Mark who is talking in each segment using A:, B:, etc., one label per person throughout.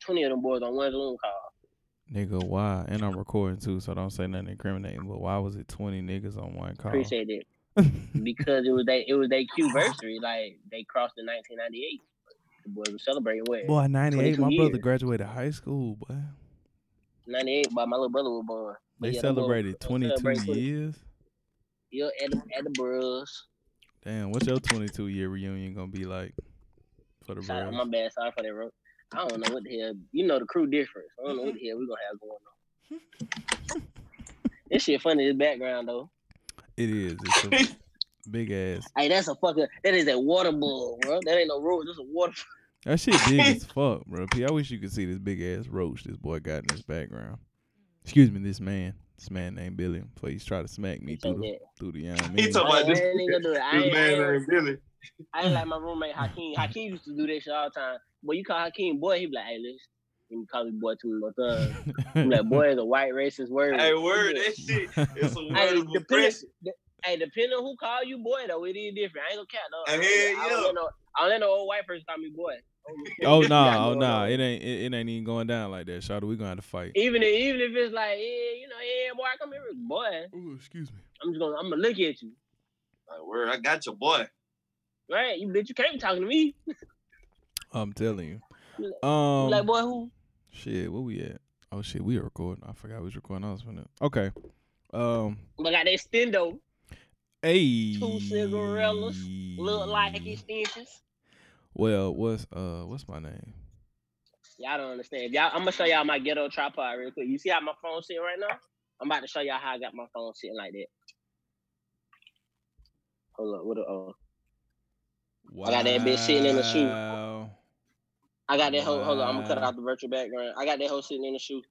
A: twenty of them boys on one Zoom call.
B: Oh. Nigga, why? And I'm recording too, so don't say nothing incriminating. But why was it 20 niggas on one call?
A: Appreciate it because it was they it was their anniversary. Like they crossed in 1998. The boys were celebrating what?
B: Boy, 98,
A: 22
B: my brother
A: years.
B: graduated high school, boy.
A: 98, but my little brother was born. But
B: They
A: yeah, them boys
B: celebrated
A: celebrated
B: 22
A: 20.
B: years.
A: Yeah, at the at the bros.
B: Damn, what's your 22 year reunion gonna be like for the
A: Sorry, my
B: bros?
A: bad. Sorry for that, bro. I don't know what the hell. You know the crew difference. I don't know what the hell we gonna have going on. this shit funny. This background though.
B: It is. It's a big ass.
A: Hey, that's a fucking. That is a water bull, bro. That ain't no rule. This a water.
B: That shit big as fuck, bro. P, I wish you could see this big ass roach this boy got in his background. Excuse me, this man. This man named Billy. Please try to smack me
A: He
B: through
A: told
B: the
A: that.
B: through the young
C: He
B: man.
C: talking about this,
A: I ain't gonna do it. I
C: this
A: ain't- I
C: man
A: ain't-
C: named Billy.
A: I ain't like my roommate Hakeem. Hakeem used to do that shit all the time. Boy, you call Hakeem boy, he be like, hey, listen, you can call me boy too. What's up? I'm like, uh, boy is a white racist word.
C: Hey, word, that shit. It's a word
A: Hey,
C: of
A: the
C: oppression.
A: Hey, depending on who call you boy, though, it is different. I ain't gonna count, though.
C: Hey,
A: I
C: hell
A: don't
C: yeah.
A: let no- I don't let no old white person call me boy.
B: oh
A: What you got
B: nah, oh
A: going
B: nah.
A: on?
B: It ain't it, it ain't even going down like that, Shawty. We gonna have to fight.
A: Even if, even if it's like, yeah, you know, yeah, boy, come here, boy.
B: Ooh, excuse me.
A: I'm just gonna, I'm gonna look at you,
C: Like, word, I got your boy.
A: right? You bitch, you can't be talking to me.
B: I'm telling
A: You
B: you. Um
A: like, boy, who?
B: shit, where we at? Oh shit, we are recording. I forgot we was recording. I was finna. Okay. Um
A: Look at that stendo,
B: Hey.
A: cigarillas look like extensions.
B: Well, what's uh what's my name?
A: Y'all don't understand. Y'all, I'm gonna show y'all my ghetto tripod real quick. You see how my phone sitting right now? I'm about to show y'all how I got my phone sitting like that. Hold up, what? the- Uh,
B: Wow.
A: I got that bitch sitting in the shoe.
B: shoe.
A: I got that whole. Hold on, I'm gonna cut
B: Wow.
A: out the virtual background. I got that whole sitting in the shoe.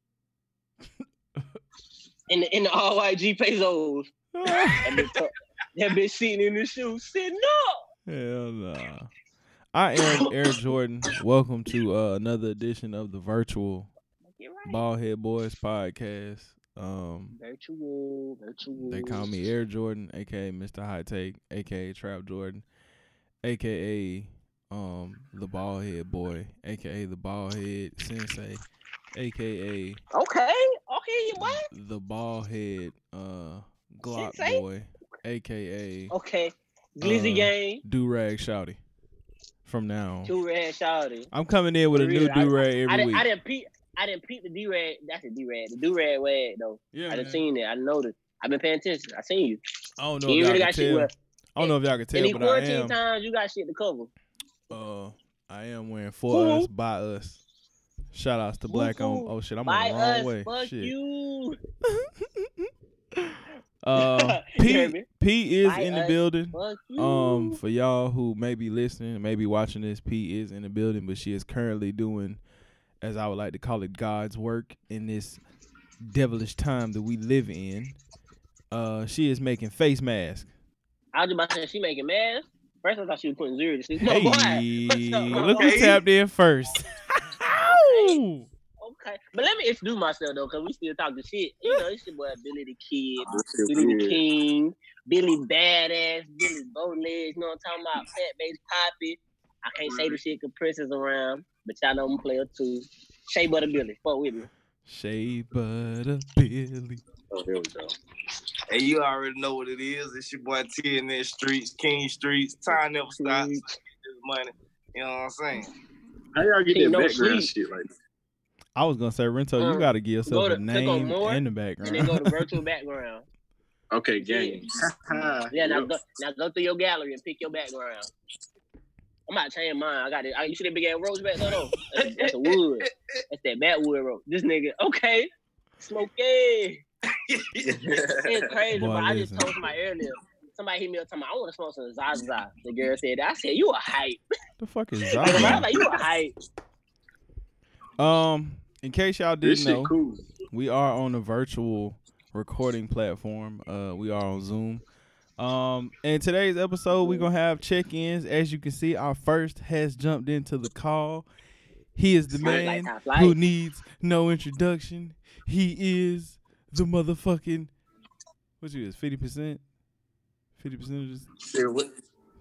A: in the in the all white G pesos. That bitch, tuck- that bitch sitting in the shoe, sitting up.
B: Hell nah. I am Air Jordan. Welcome to uh, another edition of the virtual
A: You're right.
B: Ballhead Boys podcast. Um,
A: Virtual, virtual.
B: they call me Air Jordan, aka Mr. High Take, aka Trap Jordan, aka um the Ballhead Boy, aka the Ballhead Sensei, aka
A: Okay, okay, what?
B: the Ballhead uh Glock
A: Sensei? Oh.
B: Boy, aka
A: Okay, Glizzy
B: Uh,
A: Gang,
B: Do Rag Shouty. From now on.
A: two red shawty.
B: I'm coming in with a
A: For
B: new
A: real, I-
B: do rag
A: I
B: every
A: didn't,
B: week.
A: I didn't peep. I didn't peep the D rag. That's a D rag. The do rag wag though.
B: yeah,
A: I done
B: man.
A: seen it. I noticed. I've been paying attention. I seen you.
B: I don't know
A: You
B: if
A: really
B: y'all
A: got shit
B: can
A: with.
B: tell. I don't know if y'all can
A: In
B: tell,
A: these
B: but I
A: quarantine
B: am.
A: times, you got shit to cover.
B: Uh, I am wearing for
A: Who?
B: us by us. Shout outs to Black on.
A: Woo-hoo.
B: Oh shit, I'm
A: Buy
B: on the wrong
A: us,
B: way.
A: fuck
B: shit.
A: you.
B: Uh,
A: You hear
B: P
A: me?
B: P is
A: Buy
B: in the
A: us,
B: building.
A: Fuck you.
B: Um, for y'all who may be listening, may be watching this, P is in the building, but she is currently doing, as I would like to call it, God's work in this devilish time that we live in. Uh, she is making face masks.
A: I was just about to say she making masks. First, I thought she was putting zero to sleep. No,
B: Hey,
A: boy. What's up, my
B: look who
A: boy?
B: tapped in first. Ow!
A: Okay, but let me introduce myself though, cause we still talking shit. You know, it's your boy Billy the Kid, Billy the King, Billy Badass, Billy Bowlegs. You know what I'm talking about? Fat Bass Poppy. I can't say the shit 'cause Prince is around, but y'all know I'm a player too. Shea Butter Billy, fuck with me.
B: Shea Butter Billy.
C: Oh, here we go. And you already know what it is. It's your boy T in the streets, King Streets. Time never stops. This money. You know what I'm saying?
D: How y'all get
A: Ain't
D: that
A: no
D: background
A: sleep.
D: shit like
B: I was gonna say, Rento,
A: Uh,
B: you gotta give yourself
A: go to-
B: a
A: click on
B: name
A: more,
B: and
A: And
B: the
A: then
B: background.
A: go to virtual background.
D: Okay, game.
A: Yeah, now go, now go through your gallery and pick your background. I'm about to change mine. I got it. I, you see that big ass roach back there though? That's, that's a wood. That's that batwood roach. This nigga, okay, smoky. It's crazy,
B: Boy,
A: but I just
B: listen.
A: told somebody earlier. Somebody hit me up talking about, I want to smoke some Zaza. The girl said that. I said, you a hype.
B: the fuck is
A: Like, bro, I'm
B: Zaza?
A: like, you a hype.
B: um, in case y'all
D: This
B: didn't
D: shit
B: know,
D: cool.
B: we are on a virtual recording platform. Uh, we are on Zoom. Um, in today's episode, we're gonna have check-ins. As you can see, our first has jumped into the call. He is the
A: Like, like,
B: man
A: top flight.
B: who needs no introduction. He is the motherfucking what you is fifty percent, fifty percent,
D: Shit, what?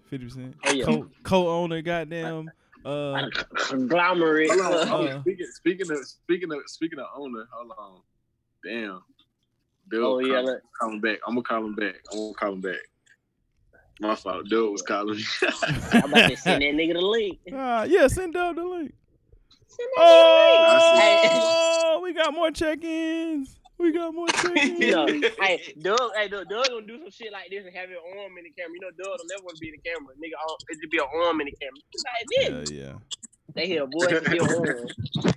B: fifty percent
A: Oh, yeah.
B: co co-owner, goddamn Uh,
A: conglomerate.
D: Hold on.
A: Uh,
D: hold on.
B: Uh-huh.
D: Oh, Speaking, speaking of speaking of speaking of owner, hold on. Damn. Bill
A: Oh,
D: oh,
A: yeah.
D: yeah,
A: Look.
D: call him back. I'm gonna call him back. I'm gonna call him back. My fault. Dude was calling me.
A: I'm about to send that nigga the link.
B: uh, yeah, send Dub the link.
A: Send that
B: Oh, we got more check-ins. We got more
A: You
B: check-ins.
A: know, hey, Doug, hey, Doug, Doug gonna do some shit like this and have your arm in the camera. You know, Doug don't never want to be in the camera. Nigga, all- it just be an arm in the camera. It's like this.
B: Hell yeah.
A: They hear a voice and hear an arm.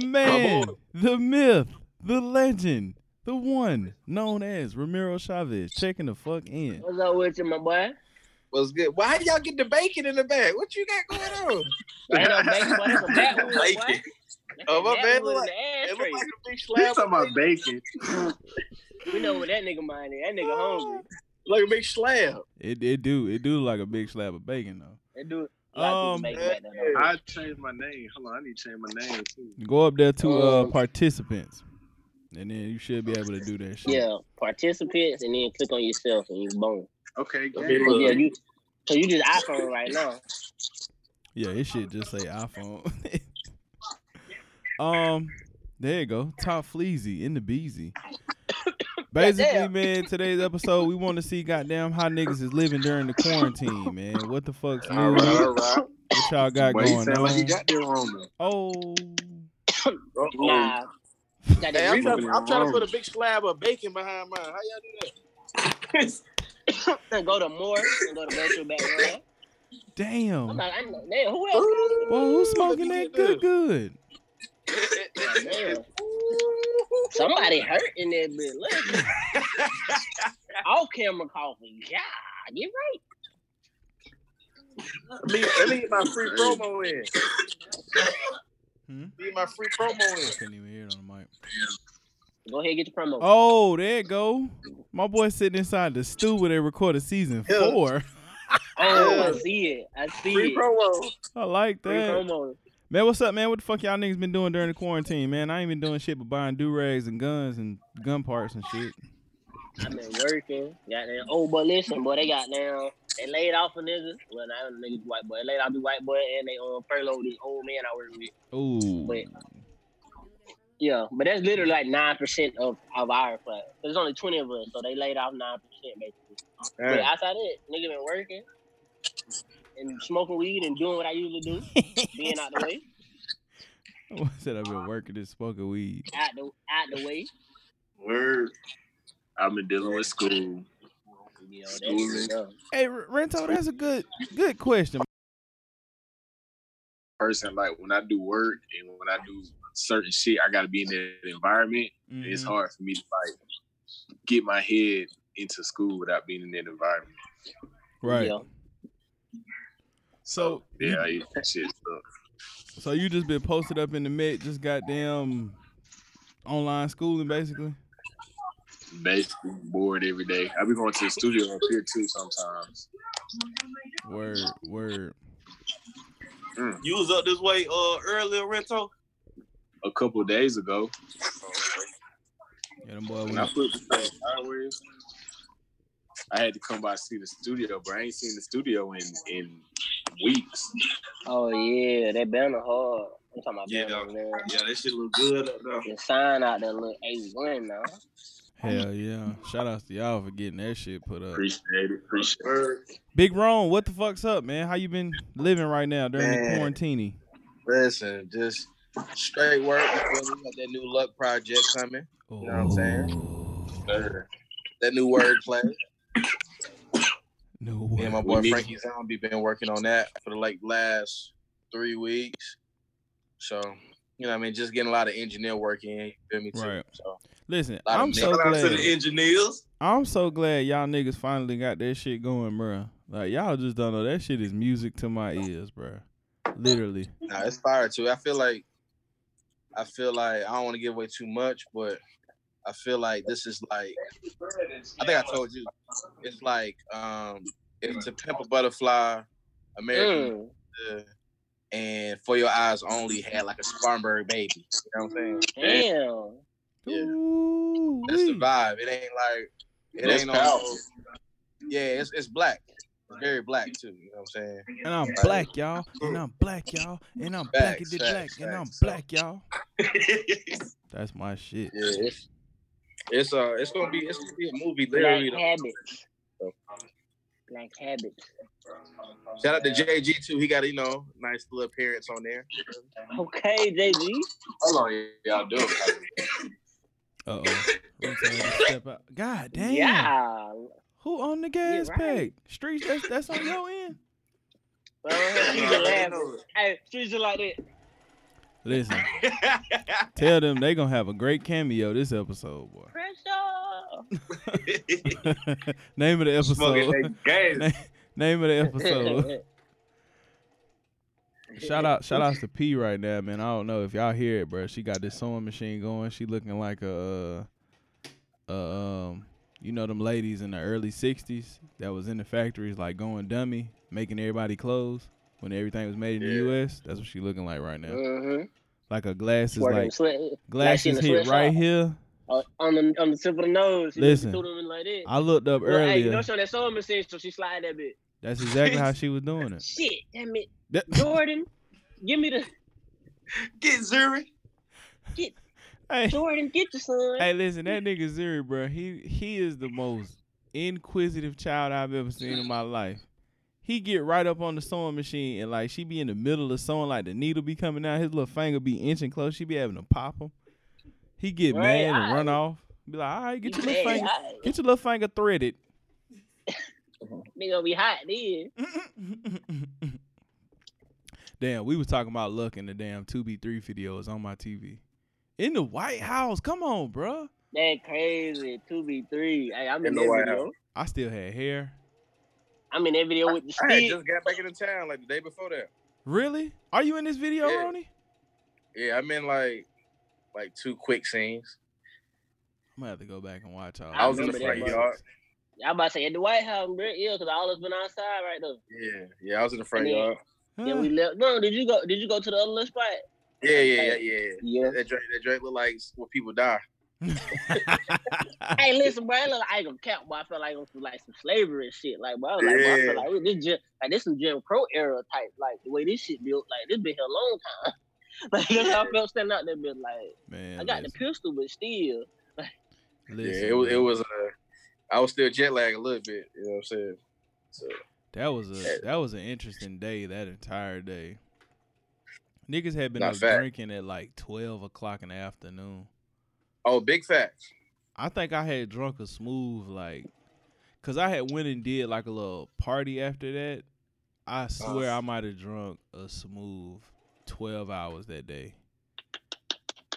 B: The man, the myth, the legend, the one known as Ramiro Chavez checking the fuck in.
A: What's up with you, my boy?
C: What's good? Why do y'all get the bacon in the bag? What you got going on?
A: Ain't no bacon, boy. That's a backwood, boy.
C: Bacon.
A: That's
C: Oh,
A: a
C: my bad.
A: backwood in the
C: It look
A: ashtray.
C: like a big
D: He's
C: slab.
D: talking about bacon.
A: We know what that nigga mind is. That nigga hungry.
C: Like a big slab.
B: It it do it do look like a big slab of bacon though.
A: That dude. a lot of
B: Um,
A: people bacon like that, though.
D: I changed my name. Hold on, I need to change my name too.
B: Go up there to uh
A: Um,
B: participants, and then you should be able to do that shit.
A: Yeah, participants, and then click on yourself, and you boom.
D: Okay,
C: Okay,
D: gang.
A: So,
C: look.
A: yeah, you. So you just iPhone right now.
B: yeah, it should just say iPhone. um, there you go. Top Fleazy in the Beezy. Basically,
A: Goddamn.
B: man, today's episode we want to see goddamn how niggas is living during the quarantine, man. What the fuck's new?
D: All right, all right.
B: What y'all got
D: Boy, you
B: going
D: sound
B: on?
D: like you got there wrong though.
B: Oh,
A: Nah. Got
C: Hey,
A: that
C: I'm,
A: reason.
C: trying, I'm trying to put a big slab of bacon behind mine. How y'all do that?
A: and go to Morris and go to virtual background. I'm
B: damn.
A: like, I'm like, damn, who else?
B: Well, who's smoking that good? Good.
A: Damn. Somebody hurt in that bit. Look, all camera coffee. Yeah, you right.
C: Let me, let me get my free promo in.
B: Hmm?
C: Get my free promo in.
B: Couldn't even hear it on the mic.
A: Go ahead, get your promo.
B: Oh, there it go. My boy sitting inside the stew where they recorded season
C: Yeah.
B: four.
A: Oh, I see it. I see
C: Free
A: it.
C: promo.
B: I like
A: Free
B: that.
A: promo.
B: Man, what's up, man? What the fuck y'all niggas been doing during the quarantine, man? I ain't been doing shit but buying do rags and guns and gun parts and shit.
A: I've been working. Got that. Oh, but listen, boy, they got down. They laid off a nigga. Well, not a nigga white boy. They laid off the white boy, and they um furloughed this old man I work with.
B: Ooh.
A: Wait. Yeah, but that's literally like nine percent of of our class. There's only twenty of us, so they laid off nine percent basically. But outside it, nigga been working and smoking weed and doing what I usually do, being out the way,
B: I said I've been working this fucking weed.
A: out the out the way.
D: Word. I've been dealing with school.
A: You know, that's enough.
B: Hey, R- Rento, that's a good good question.
D: Person like when I do work and when I do certain shit, I gotta be in that environment. It's
B: Mhm.
D: hard for me to like get my head into school without being in that environment.
B: Right.
A: Yeah.
B: So you-
D: Yeah, it, that shit sucks.
B: So you just been posted up in the Met, just goddamn online schooling, basically.
D: Basically bored every day. I be going to the studio up here too sometimes.
B: Word, word.
C: You was up this way uh earlier, Rento?
D: A couple days ago,
B: Yeah, them boy
D: when I
B: went.
D: put the hours, I had to come by to see the studio, but I ain't seen the studio in in weeks.
A: Oh yeah, that banner hard. I'm talking about
C: Yeah.
A: banner, man.
C: Yeah, that shit look good up there.
A: The sign out there look A one now.
B: Hell yeah! Shout outs to y'all for getting that shit put up.
D: Appreciate it. Appreciate it.
C: Word.
B: Big Ron, what the fuck's up, man? How you been living right now during the
C: Man.
B: quarantine?
C: Listen, just straight work. You feel me? Got that new luck project coming.
B: Oh.
C: know what I'm
B: saying?
D: Sir.
C: That new word play.
B: No
C: Me and my
B: way.
C: boy
D: We need-
C: Frankie Zombie been working on that for like last three weeks. So, you know, what I mean, just getting a lot of engineer work in. You feel me? Too.
B: Right.
C: So,
B: Listen,
C: Lot of
B: I'm so
C: niggas.
B: glad.
C: engineers.
B: I'm so glad y'all niggas finally got that shit going, bruh. Like y'all just don't know that shit is music to my ears, bruh. Literally.
C: Nah, it's fire too. I feel like, I feel like I don't want to give away too much, but I feel like this is like, I think I told you, it's like, um, it's to pimp a butterfly, American
A: Mm.
C: Ninja, and for your eyes only had like a Spartanburg baby. You know what I'm saying?
A: Damn.
C: Yeah.
B: Ooh-wee. Mm.
C: That's the vibe. It ain't like it
D: That's
C: ain't
D: powerful.
C: on. Yeah, it's it's black. very black too. You know what I'm saying?
B: And I'm black, y'all. And I'm black, y'all. And I'm
C: Facts,
B: black, black, black.
C: facts,
B: And I'm
C: facts.
B: black, y'all. That's my shit.
C: Yeah, it's it's uh it's gonna be it's gonna be a movie
A: Black
C: literally.
A: habits. Black habits.
C: Shout out to JG too. He got you know nice little appearance on there.
A: Okay, JG.
D: How long y'all doing?
B: Uh oh. God damn.
A: Yeah.
B: Who on the gas
A: right.
B: peg? Streets, that's, that's on your end.
A: Well, she's laughing. Hey, she's like that.
B: Listen, tell them they gonna have a great cameo this episode, boy.
A: Pressure.
B: Name of the episode.
D: Smoking that gas.
B: name, name of the episode. shout out, shout outs to P right now, man. I don't know if y'all hear it, bro. She got this sewing machine going. She looking like a, uh, uh, um, you know, them ladies in the early '60s that was in the factories, like going dummy, making everybody clothes when everything was made in
C: Yeah.
B: the U.S. That's what she looking like right now.
A: Mm-hmm.
B: Like a glass is
A: Like,
B: like
A: in
B: glasses
A: a
B: hit
A: sweatshop.
B: right here.
A: on uh, on the on the tip of the nose. She
B: Listen.
A: Listen, threw them like that.
B: I looked up
A: Well, hey, you
B: earlier.
A: know, show that sewing machine, so she slide that bit.
B: That's exactly how she was doing it.
A: Shit, damn it,
B: That-
A: Jordan, give me the
D: Get Zuri.
B: hey,
A: Jordan, get the son.
B: hey, listen, that nigga Zuri, bro, he he is the most inquisitive child I've ever seen in my life. He get right up on the sewing machine and like she be in the middle of sewing, like the needle be coming out, his little finger be inching close, she be having to pop him. He get
A: Right,
B: mad and
A: I-
B: run off. Be like, all right, get
A: You
B: your little
A: mad,
B: finger,
A: I-
B: get your little finger threaded.
A: They gonna be hot then.
B: damn, we was talking about luck in the damn two B three videos on my TV. In the White House, come on, bruh.
A: That crazy. Two v three. Hey, I'm in,
C: In the
A: that
C: White
A: video.
C: House.
B: I still had hair.
A: I'm in that video with the
C: I had
A: stick.
C: just got back into town like the day before that.
B: Really? Are you in this video,
C: Yeah.
B: Ronnie?
C: Yeah, I'm in like like two quick scenes.
B: I'm gonna have to go back and watch all.
A: I
C: I, was in
A: remember
C: the
A: that
C: front
A: moment.
C: yard.
A: I'm about to say at the White House, bro. Yeah, because all us been outside right now.
C: Yeah, yeah, I was in the front
A: And then-
C: yard.
B: Huh?
A: Then we left. No, did you go? Did you go to the other little spot?
C: Yeah, yeah, yeah, yeah. yeah.
A: Yeah.
C: That Drake, that Drake look like when people die.
A: Hey, listen, bro. I look like I ain't gonna cap, but I felt like it was like some slavery and shit. Like, bro, I was like, bro, I
C: Yeah.
A: feel like ooh, this Jim, like this some Jim Crow era type. Like the way this shit built, like this been here a long time. like that's how I felt standing out there, bit like
B: Man,
A: I got the
B: listen,
A: pistol, but still,
B: listen,
C: yeah, it was it
B: man.
C: was uh I was still jet lagged a little bit, you know what I'm saying? So
B: That was a that was an interesting day. That entire day, niggas had been
C: Not
B: up
C: fact.
B: drinking at like twelve o'clock in the afternoon.
C: Oh, big facts.
B: I think I had drunk a smooth like, cause I had went and did like a little party after that. I
C: Uh.
B: swear I might have drunk a smooth twelve hours that day.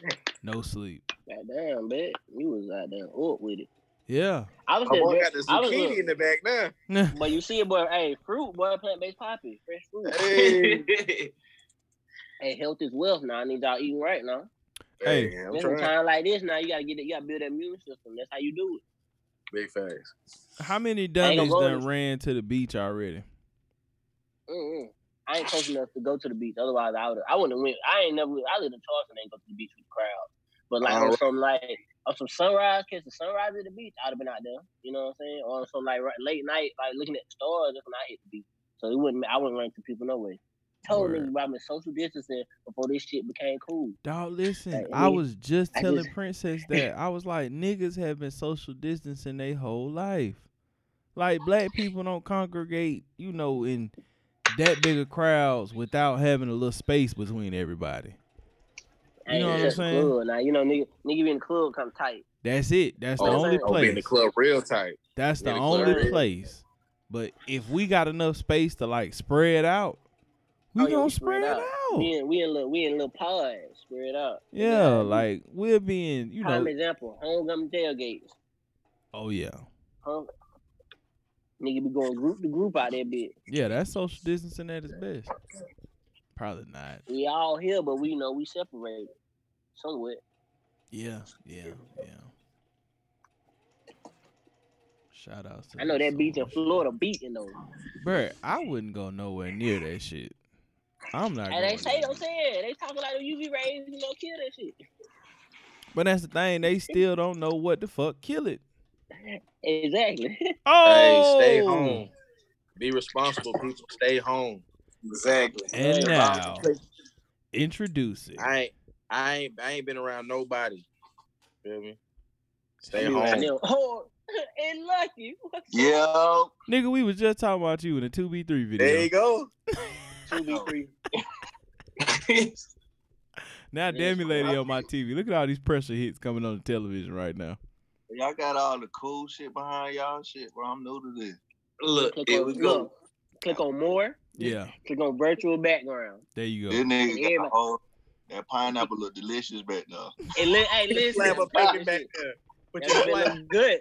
C: Hmm.
B: No sleep.
A: goddamn, man, you was out there up with it.
B: Yeah.
A: I was
C: My boy
A: there,
C: got the
A: I was
C: zucchini in the back now.
A: but you see it, boy. Hey, fruit, boy, plant based poppy, fresh fruit.
C: Hey,
A: Hey, health is wealth. Now I need y'all eating right now.
B: Hey.
C: Hey, I'm
A: There's a
C: trying.
A: time like this. Now you gotta get it. You gotta build that immune system. That's how you do it.
C: Big facts.
B: How many
A: ain't gonna
B: dummies
A: go
B: done
A: this-
B: ran to the beach already?
A: Mm-mm. I ain't close enough to go to the beach. Otherwise, I would. I wouldn't went. I ain't never. I live in Charleston. Ain't go to the beach with the crowd. But like on
C: Alright.
A: some like on some sunrise, catch the sunrise at the beach. I'd have been out there. You know what I'm saying? Or on some like right, late night, like looking at the stars. That's when I hit the beach. So it wouldn't. I wouldn't run into people no way. Told
B: Word.
A: niggas about me social distancing before this shit became cool.
B: Dog, listen,
A: Hey,
B: I
A: we-
B: was just
A: I
B: telling
A: just-
B: Princess that I was like, niggas have been social distancing their whole life. Like black people don't congregate, you know, in that big of crowds without having a little space between everybody. You
A: Hey,
B: know what I'm
A: that's
B: saying?
A: Cool. Now you know nigga, nigga be in the club come tight.
B: That's it. That's the
A: Oh,
B: only
A: oh,
C: I'll be in the
B: place.
C: club real tight.
B: That's the
C: Yeah, the
B: only
C: club.
B: place. But if we got enough space to like spread out, we
A: Oh, yeah,
B: gonna
A: spread
B: spread, out.
A: We in we in little we in little pods. Spread out. You know
B: Oh. Yeah,
A: what I mean?
B: like we're being, you
A: prime
B: know.
A: example, homecoming tailgates.
B: Oh yeah,
A: Home, nigga be going group to group out there, bitch.
B: yeah. That's social distancing at its best. Probably not.
A: We all here, but we know we separated somewhat.
B: Yeah, yeah, yeah. Shout outs to
A: I know that beach in
B: social-
A: Florida beating though.
B: Bruh, I wouldn't go nowhere near that shit. I'm not.
A: And they
B: going
A: say,
B: there.
A: I'm saying, they talking like the UV rays, you know, kill that shit.
B: But that's the thing. They still don't know what the fuck kill it.
A: Exactly.
B: Oh,
C: Hey, stay home. Be responsible, people. Stay home.
D: Exactly.
B: And now,
C: I ain't,
B: introduce it.
C: I ain't, I ain't, been around nobody. Feel me? Stay
D: You
A: And
C: home.
A: then, oh, and lucky. What's
D: Yo.
B: Nigga, we was just talking about you in a 2B3 video.
D: There you go.
A: Two v three.
B: Now damn you lady on my TV. Look at all these pressure hits coming on the television right now.
E: Y'all got all the cool shit behind y'all shit, bro. I'm new to this.
D: Look,
A: Click
D: here
A: on,
D: we go.
A: look, click on more.
B: Yeah,
A: Click on virtual background.
B: there you
E: This
B: go.
E: nigga got
A: Yeah.
E: a whole- that pineapple look delicious back there.
A: And li- hey, listen.
C: Slap a baby back there. Put
A: That
C: your
A: shit
C: life
A: look good.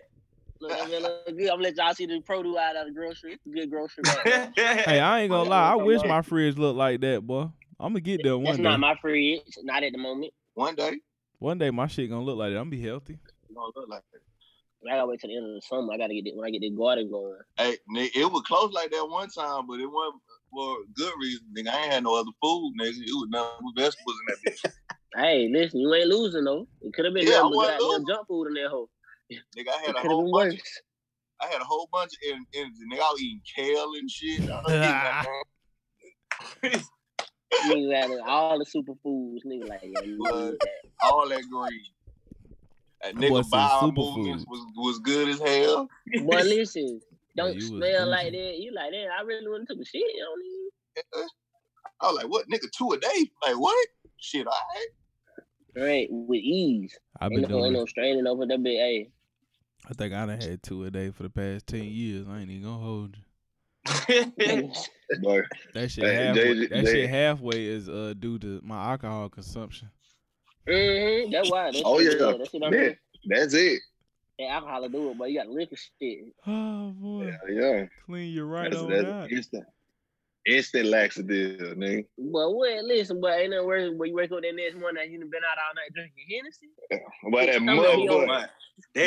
A: Look, that shit look good. I'm gonna let y'all see the produce out of the grocery. It's a good grocery. bag.
B: Hey, I ain't gonna lie. I wish my fridge looked like that, boy. I'm gonna get there
A: That's
B: one day.
A: not my fridge. Not at the moment.
E: One day,
B: One day my shit gonna look like that. I'm gonna be healthy.
E: it gonna look like that.
A: I gotta wait till the end of the summer. I gotta get it when I get the garden going.
E: Hey, nigga, it was close like that one time, but it wasn't for a good reason. Nigga, I ain't had no other food, nigga. It was nothing but vegetables in that bitch.
A: Hey, listen, you ain't losing though. It could have been
E: Yeah, I
A: nothing but
E: wasn't
A: goddamn
E: losing.
A: junk food in that hole.
E: Nigga, I
A: It
E: had a
A: could have been
E: whole bunch.
A: worse.
E: Of, I had a whole bunch of en- energy. Nigga, I was eating kale and shit. I was eating that
A: Niggas had all the superfoods. Nigga, like yeah, you need that.
E: all that green. That
B: That boy
E: nigga
B: said
E: bowel
B: superfood.
E: movements was, was good as hell.
A: But listen,
B: you
A: don't
B: was
A: smell like
B: bougie.
A: that. You like that? I really wouldn't took a shit. I don't even.
E: I was like, what, nigga, two a day? Like, what? Shit, all right.
A: Right, with ease.
B: I've been
A: Ain't no, ain't
B: doing.
A: no straining over that bit. Hey,
B: I think I done had two a day for the past ten years. I ain't even gonna hold you.
A: niggas,
D: Boy,
B: That shit
D: Hey,
B: halfway.
D: they-
B: that
D: they-
B: shit halfway is uh due to my alcohol consumption.
A: mm-hmm, that's why. That's
D: Oh,
A: shit,
D: yeah.
A: that's what I'm
D: man, that's it.
A: That alcohol will do it, but you got to lick the shit.
B: Oh boy,
D: Yeah, yeah.
B: clean your right
D: That's,
B: on
D: that's
B: that.
D: instant. Instant laxative, nigga.
A: But what? Listen, but ain't nothing worse when you wake up that next morning and you done been out all night drinking Hennessy.
D: But that
A: I'ma be on
D: motherfucker,
A: my-
D: that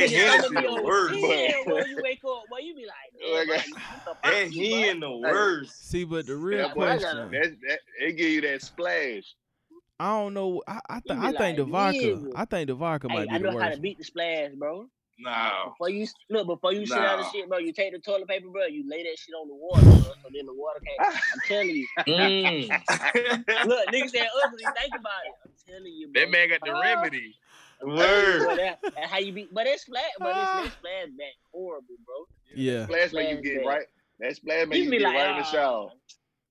A: Nigga, I'ma
D: Hennessy
A: be on
D: the worst.
A: Yeah, when you wake up, boy, you be like,
D: Like,
A: damn, I-
D: That Hen the worst.
B: See, but the real
A: Yeah, boy, I gotta-
B: question,
D: That's that. It give you that splash.
B: I don't know. I I, th-
A: You
B: I
A: be
B: think the
A: like,
B: vodka.
A: nigga.
B: I think the vodka
A: Hey,
B: might
A: I
B: be the
A: know how
B: worst.
A: to beat the splash, bro.
D: No.
A: Before you look, before you sit down and
D: Oh. Nah.
A: shit, bro, you take the toilet paper, bro, you lay that shit on the water, bro, so then the water can't. I'm telling you, look, niggas that ugly, think about it. I'm telling you, bro.
C: That man got the remedy.
A: Boy,
D: Word.
A: that, that's how you beat, but it's flat, but it's, it's flat back horrible, bro.
B: Yeah,
D: Splash make you get
A: Flashback.
D: right. That splash make
A: You
D: you
A: be
D: get
A: like,
D: right in the
A: ah.
D: shower.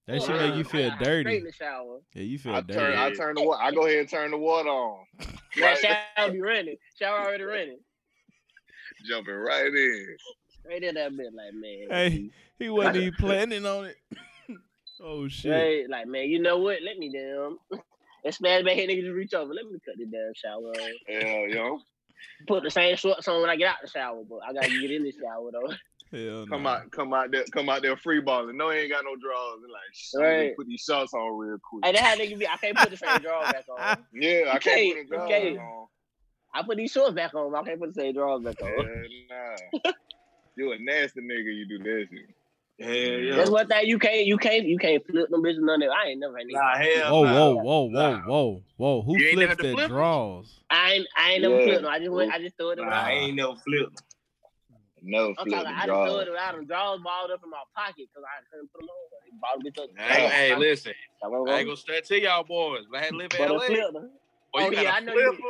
B: that shit make you
A: I
B: feel
A: got Straight in
B: dirty.
A: the shower.
B: Yeah, you feel
D: I turn. I
B: dirty.
D: turn the water. I go ahead and turn the water on.
A: That shower be running. Shower already running.
D: Jumping right in.
A: Right in that bit, like man.
B: Hey, he wasn't even planning on it. oh shit!
A: Right, like man, you know what? Let me damn. That splash back here, nigga, just reach over. Let me cut the damn shower. off.
D: Hell, yo.
A: Put the same shorts on when I get out the shower, but I gotta get in the shower though.
B: Hell no.
D: Come out. Come out there. Come out there. Free balling. No, he ain't got no draws. And like, shit,
A: Right.
D: put these shots on real quick.
A: And that how nigga be. I can't put the same drawers back on.
D: yeah, I
A: can't,
D: can't, put the
A: you
D: draws
A: can't.
D: on.
A: I put these shorts back on. But I can't put the same drawers back on.
D: Hell, nah. you a nasty nigga. You do that shit. Hell
A: That's one thing you can't. You can't. You can't flip them bitches none of. I ain't never. had nigga.
B: Whoa,
D: hell.
B: whoa, whoa, whoa, whoa, whoa! Who
C: You ain't never
B: flips that
C: flipped it?
B: draws?
A: I ain't. I ain't never
D: Yeah.
A: flipped them. I just went. I just threw it away.
B: Nah, I ain't
D: no flip.
E: No
A: I'm talking.
E: flipping
A: I just threw
E: draws.
A: it away. I done draws balled up in my pocket because I couldn't put them on. Balled it up.
C: Hey, hey, listen.
A: I went
C: I ain't
A: wrong.
C: gonna straight to y'all boys. but I had to live in
A: But
C: LA.
A: I flipped them.
C: Boy, you
A: Oh,
C: got
A: yeah,
C: a
A: I know you-
C: flipper.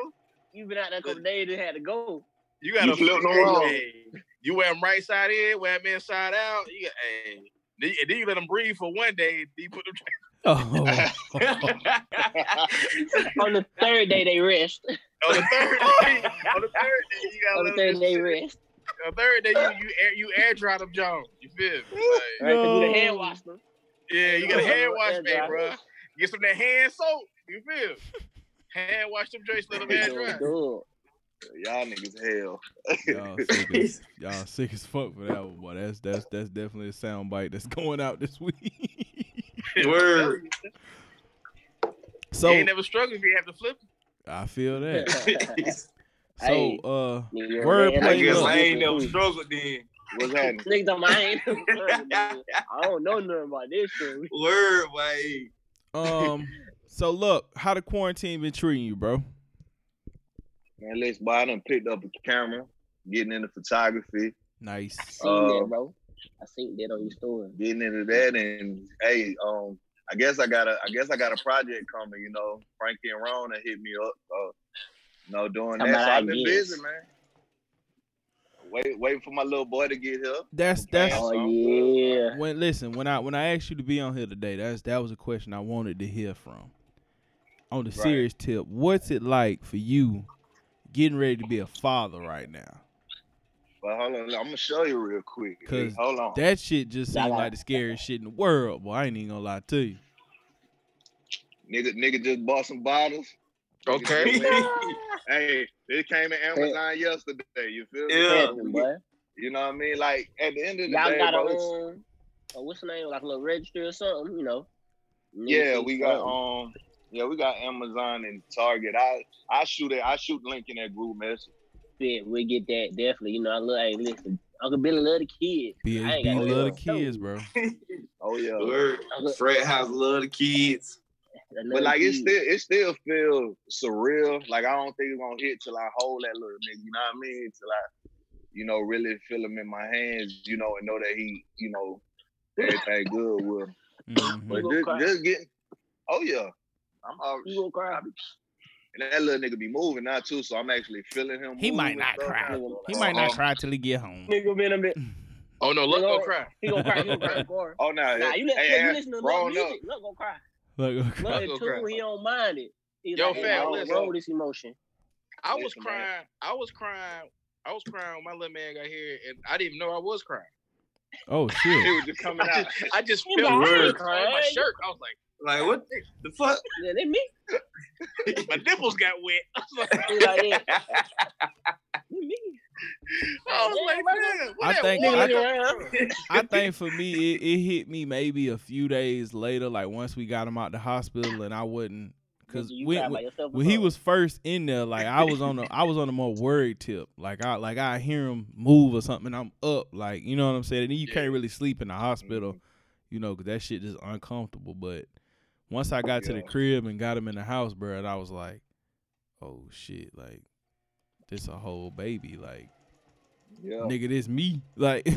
A: You've been out there a couple days and had to go.
C: You got
D: You
C: a
D: flipped them wrong.
C: Hey, You wear them right side in, wear them inside out. You got, hey. Then you- then you let them breathe for one day. Then you put them.
B: Oh,
A: On the third day they rest.
C: on the third day, on the third day, you got
A: On the
C: let them.
A: third day they rest.
C: On the third day, you you air, you air dry them Jones. You feel me? Like,
A: Right, 'cause you done
B: No.
A: hand washed them.
C: yeah, you got to hand wash,
A: Air
C: baby,
A: dry.
C: bro. Get some of that hand soap. You feel? me? Hand wash them joints, let them air dry.
A: Dude,
E: Y'all niggas hell.
B: y'all sick as y'all sick as fuck for that one, boy. That's that's that's definitely a soundbite that's going out this week.
D: Word.
B: so
C: you ain't never struggled if you have to flip.
B: I feel that. So
A: Hey.
B: uh,
A: Nigga,
B: Wordplay,
A: man,
D: I guess
B: look.
D: I ain't no
A: Nigga,
D: struggle then. What's happening?
A: talking about, I ain't never struggled, nigga. I don't know nothing about this shit.
D: Word, way.
B: um, so look, how the quarantine been treating you, bro?
E: Man, let's buy them. Picked up a camera, getting into photography.
B: Nice.
E: Uh,
A: Seen that, bro. I seen that on your story.
E: Getting into that, and hey, um, I guess I got a, I guess I got a project coming. You know, Frankie and Rona hit me up. Uh, you know, doing
A: Come
E: that.
A: on,
E: So I've been
A: yes.
E: busy, man. Wait, waiting for my little boy to get here.
B: That's that's
A: Oh
E: so-
A: yeah.
B: when listen when I when I asked you to be on here today. That's that was a question I wanted to hear from. On the
E: Right.
B: serious tip, what's it like for you getting ready to be a father right now?
E: But hold on, I'm gonna show you real quick.
B: 'Cause
E: hold on.
B: That shit just
A: Y'all
B: seemed
A: got-
B: like the scariest shit in the world. Boy, I ain't even gonna lie to you.
E: Nigga, nigga just bought some bottles.
C: Okay.
E: hey, it came in Amazon yesterday. You feel me?
A: Yeah,
E: Yeah.
A: boy.
E: You know what I mean? Like at the end of the
A: Y'all
E: day,
A: got a,
E: bro, it's-
A: um, a what's the name? Like a little register or something, you know.
E: yeah, we got um, yeah, we got Amazon and Target. I I shoot it. I shoot link in that group message.
A: Yeah, we get that definitely. You know, I love. Hey, listen, Uncle Billy love the kids. I ain't got
B: BHB
A: no
B: love the
A: choice.
B: kids, bro.
E: Oh yeah.
D: Word. Fred House love the kids.
A: I love
E: But like
A: the
E: it
A: kids.
E: still it still feels surreal. Like I don't think it's gonna hit till I hold that little nigga, you know what I mean? Till I, you know, really feel him in my hands, you know, and know that he, you know, everything good with him.
B: Mhm.
E: But
A: gonna
E: just,
A: cry?
E: just getting oh yeah. I'm all,
A: You gonna cry?
E: and that little nigga be moving now too, so I'm actually feeling him.
B: He might
E: move and
B: not
E: stuff
B: cry.
E: now, so,
B: He
E: like,
B: might not
E: uh-uh.
B: cry till he get home.
A: Nigga been a bit.
C: Oh no, look, go cry.
A: He gonna cry. He gonna cry. Gore.
E: Oh nah,
A: Nah, you, li-
E: hey,
A: you
E: Aaron,
A: listen to love
E: growing up,
A: music. Look, gonna cry.
B: Like,
A: Love
C: Lil'
A: it
C: cry.
A: too. He don't mind it. He
C: Yo,
A: like, hey,
E: fam,
A: I don't
E: listen.
A: roll this emotion.
C: I was
E: Listen, man.
C: crying. I was crying. I was crying when my little man got here, and I didn't even know I was crying.
B: oh shit.
E: it was just coming
C: I
E: out.
C: just, I just
A: You
C: felt
A: like,
C: it
D: "Hey,
C: on my
A: cuz."
C: shirt. I was like,
D: Like what the fuck?
A: Yeah, they me.
C: my nipples got wet. I was like,
A: He like, yeah. They me.
C: I was like, man, where
B: I
C: that
B: think-
C: water
B: I-
C: come
A: Yeah.
B: I think for me, it, it hit me maybe a few days later, like once we got him out the hospital, and I wasn't because
A: Nigga, you
B: when,
A: cry by
B: when,
A: yourself or
B: when he
E: Uh-huh.
A: something.
B: was first in there, like I was on the I was on the more worried tip, like I like I hear him move or something, and I'm up, like you know what I'm saying. And then you can't really sleep in the
E: Mm-hmm.
B: hospital, you know, 'cause that shit just uncomfortable. But once I got to the
E: Yeah.
B: crib and got him in the house, bro, and I was like, oh shit, like this a whole baby, like
E: Yeah.
B: nigga, this me, like.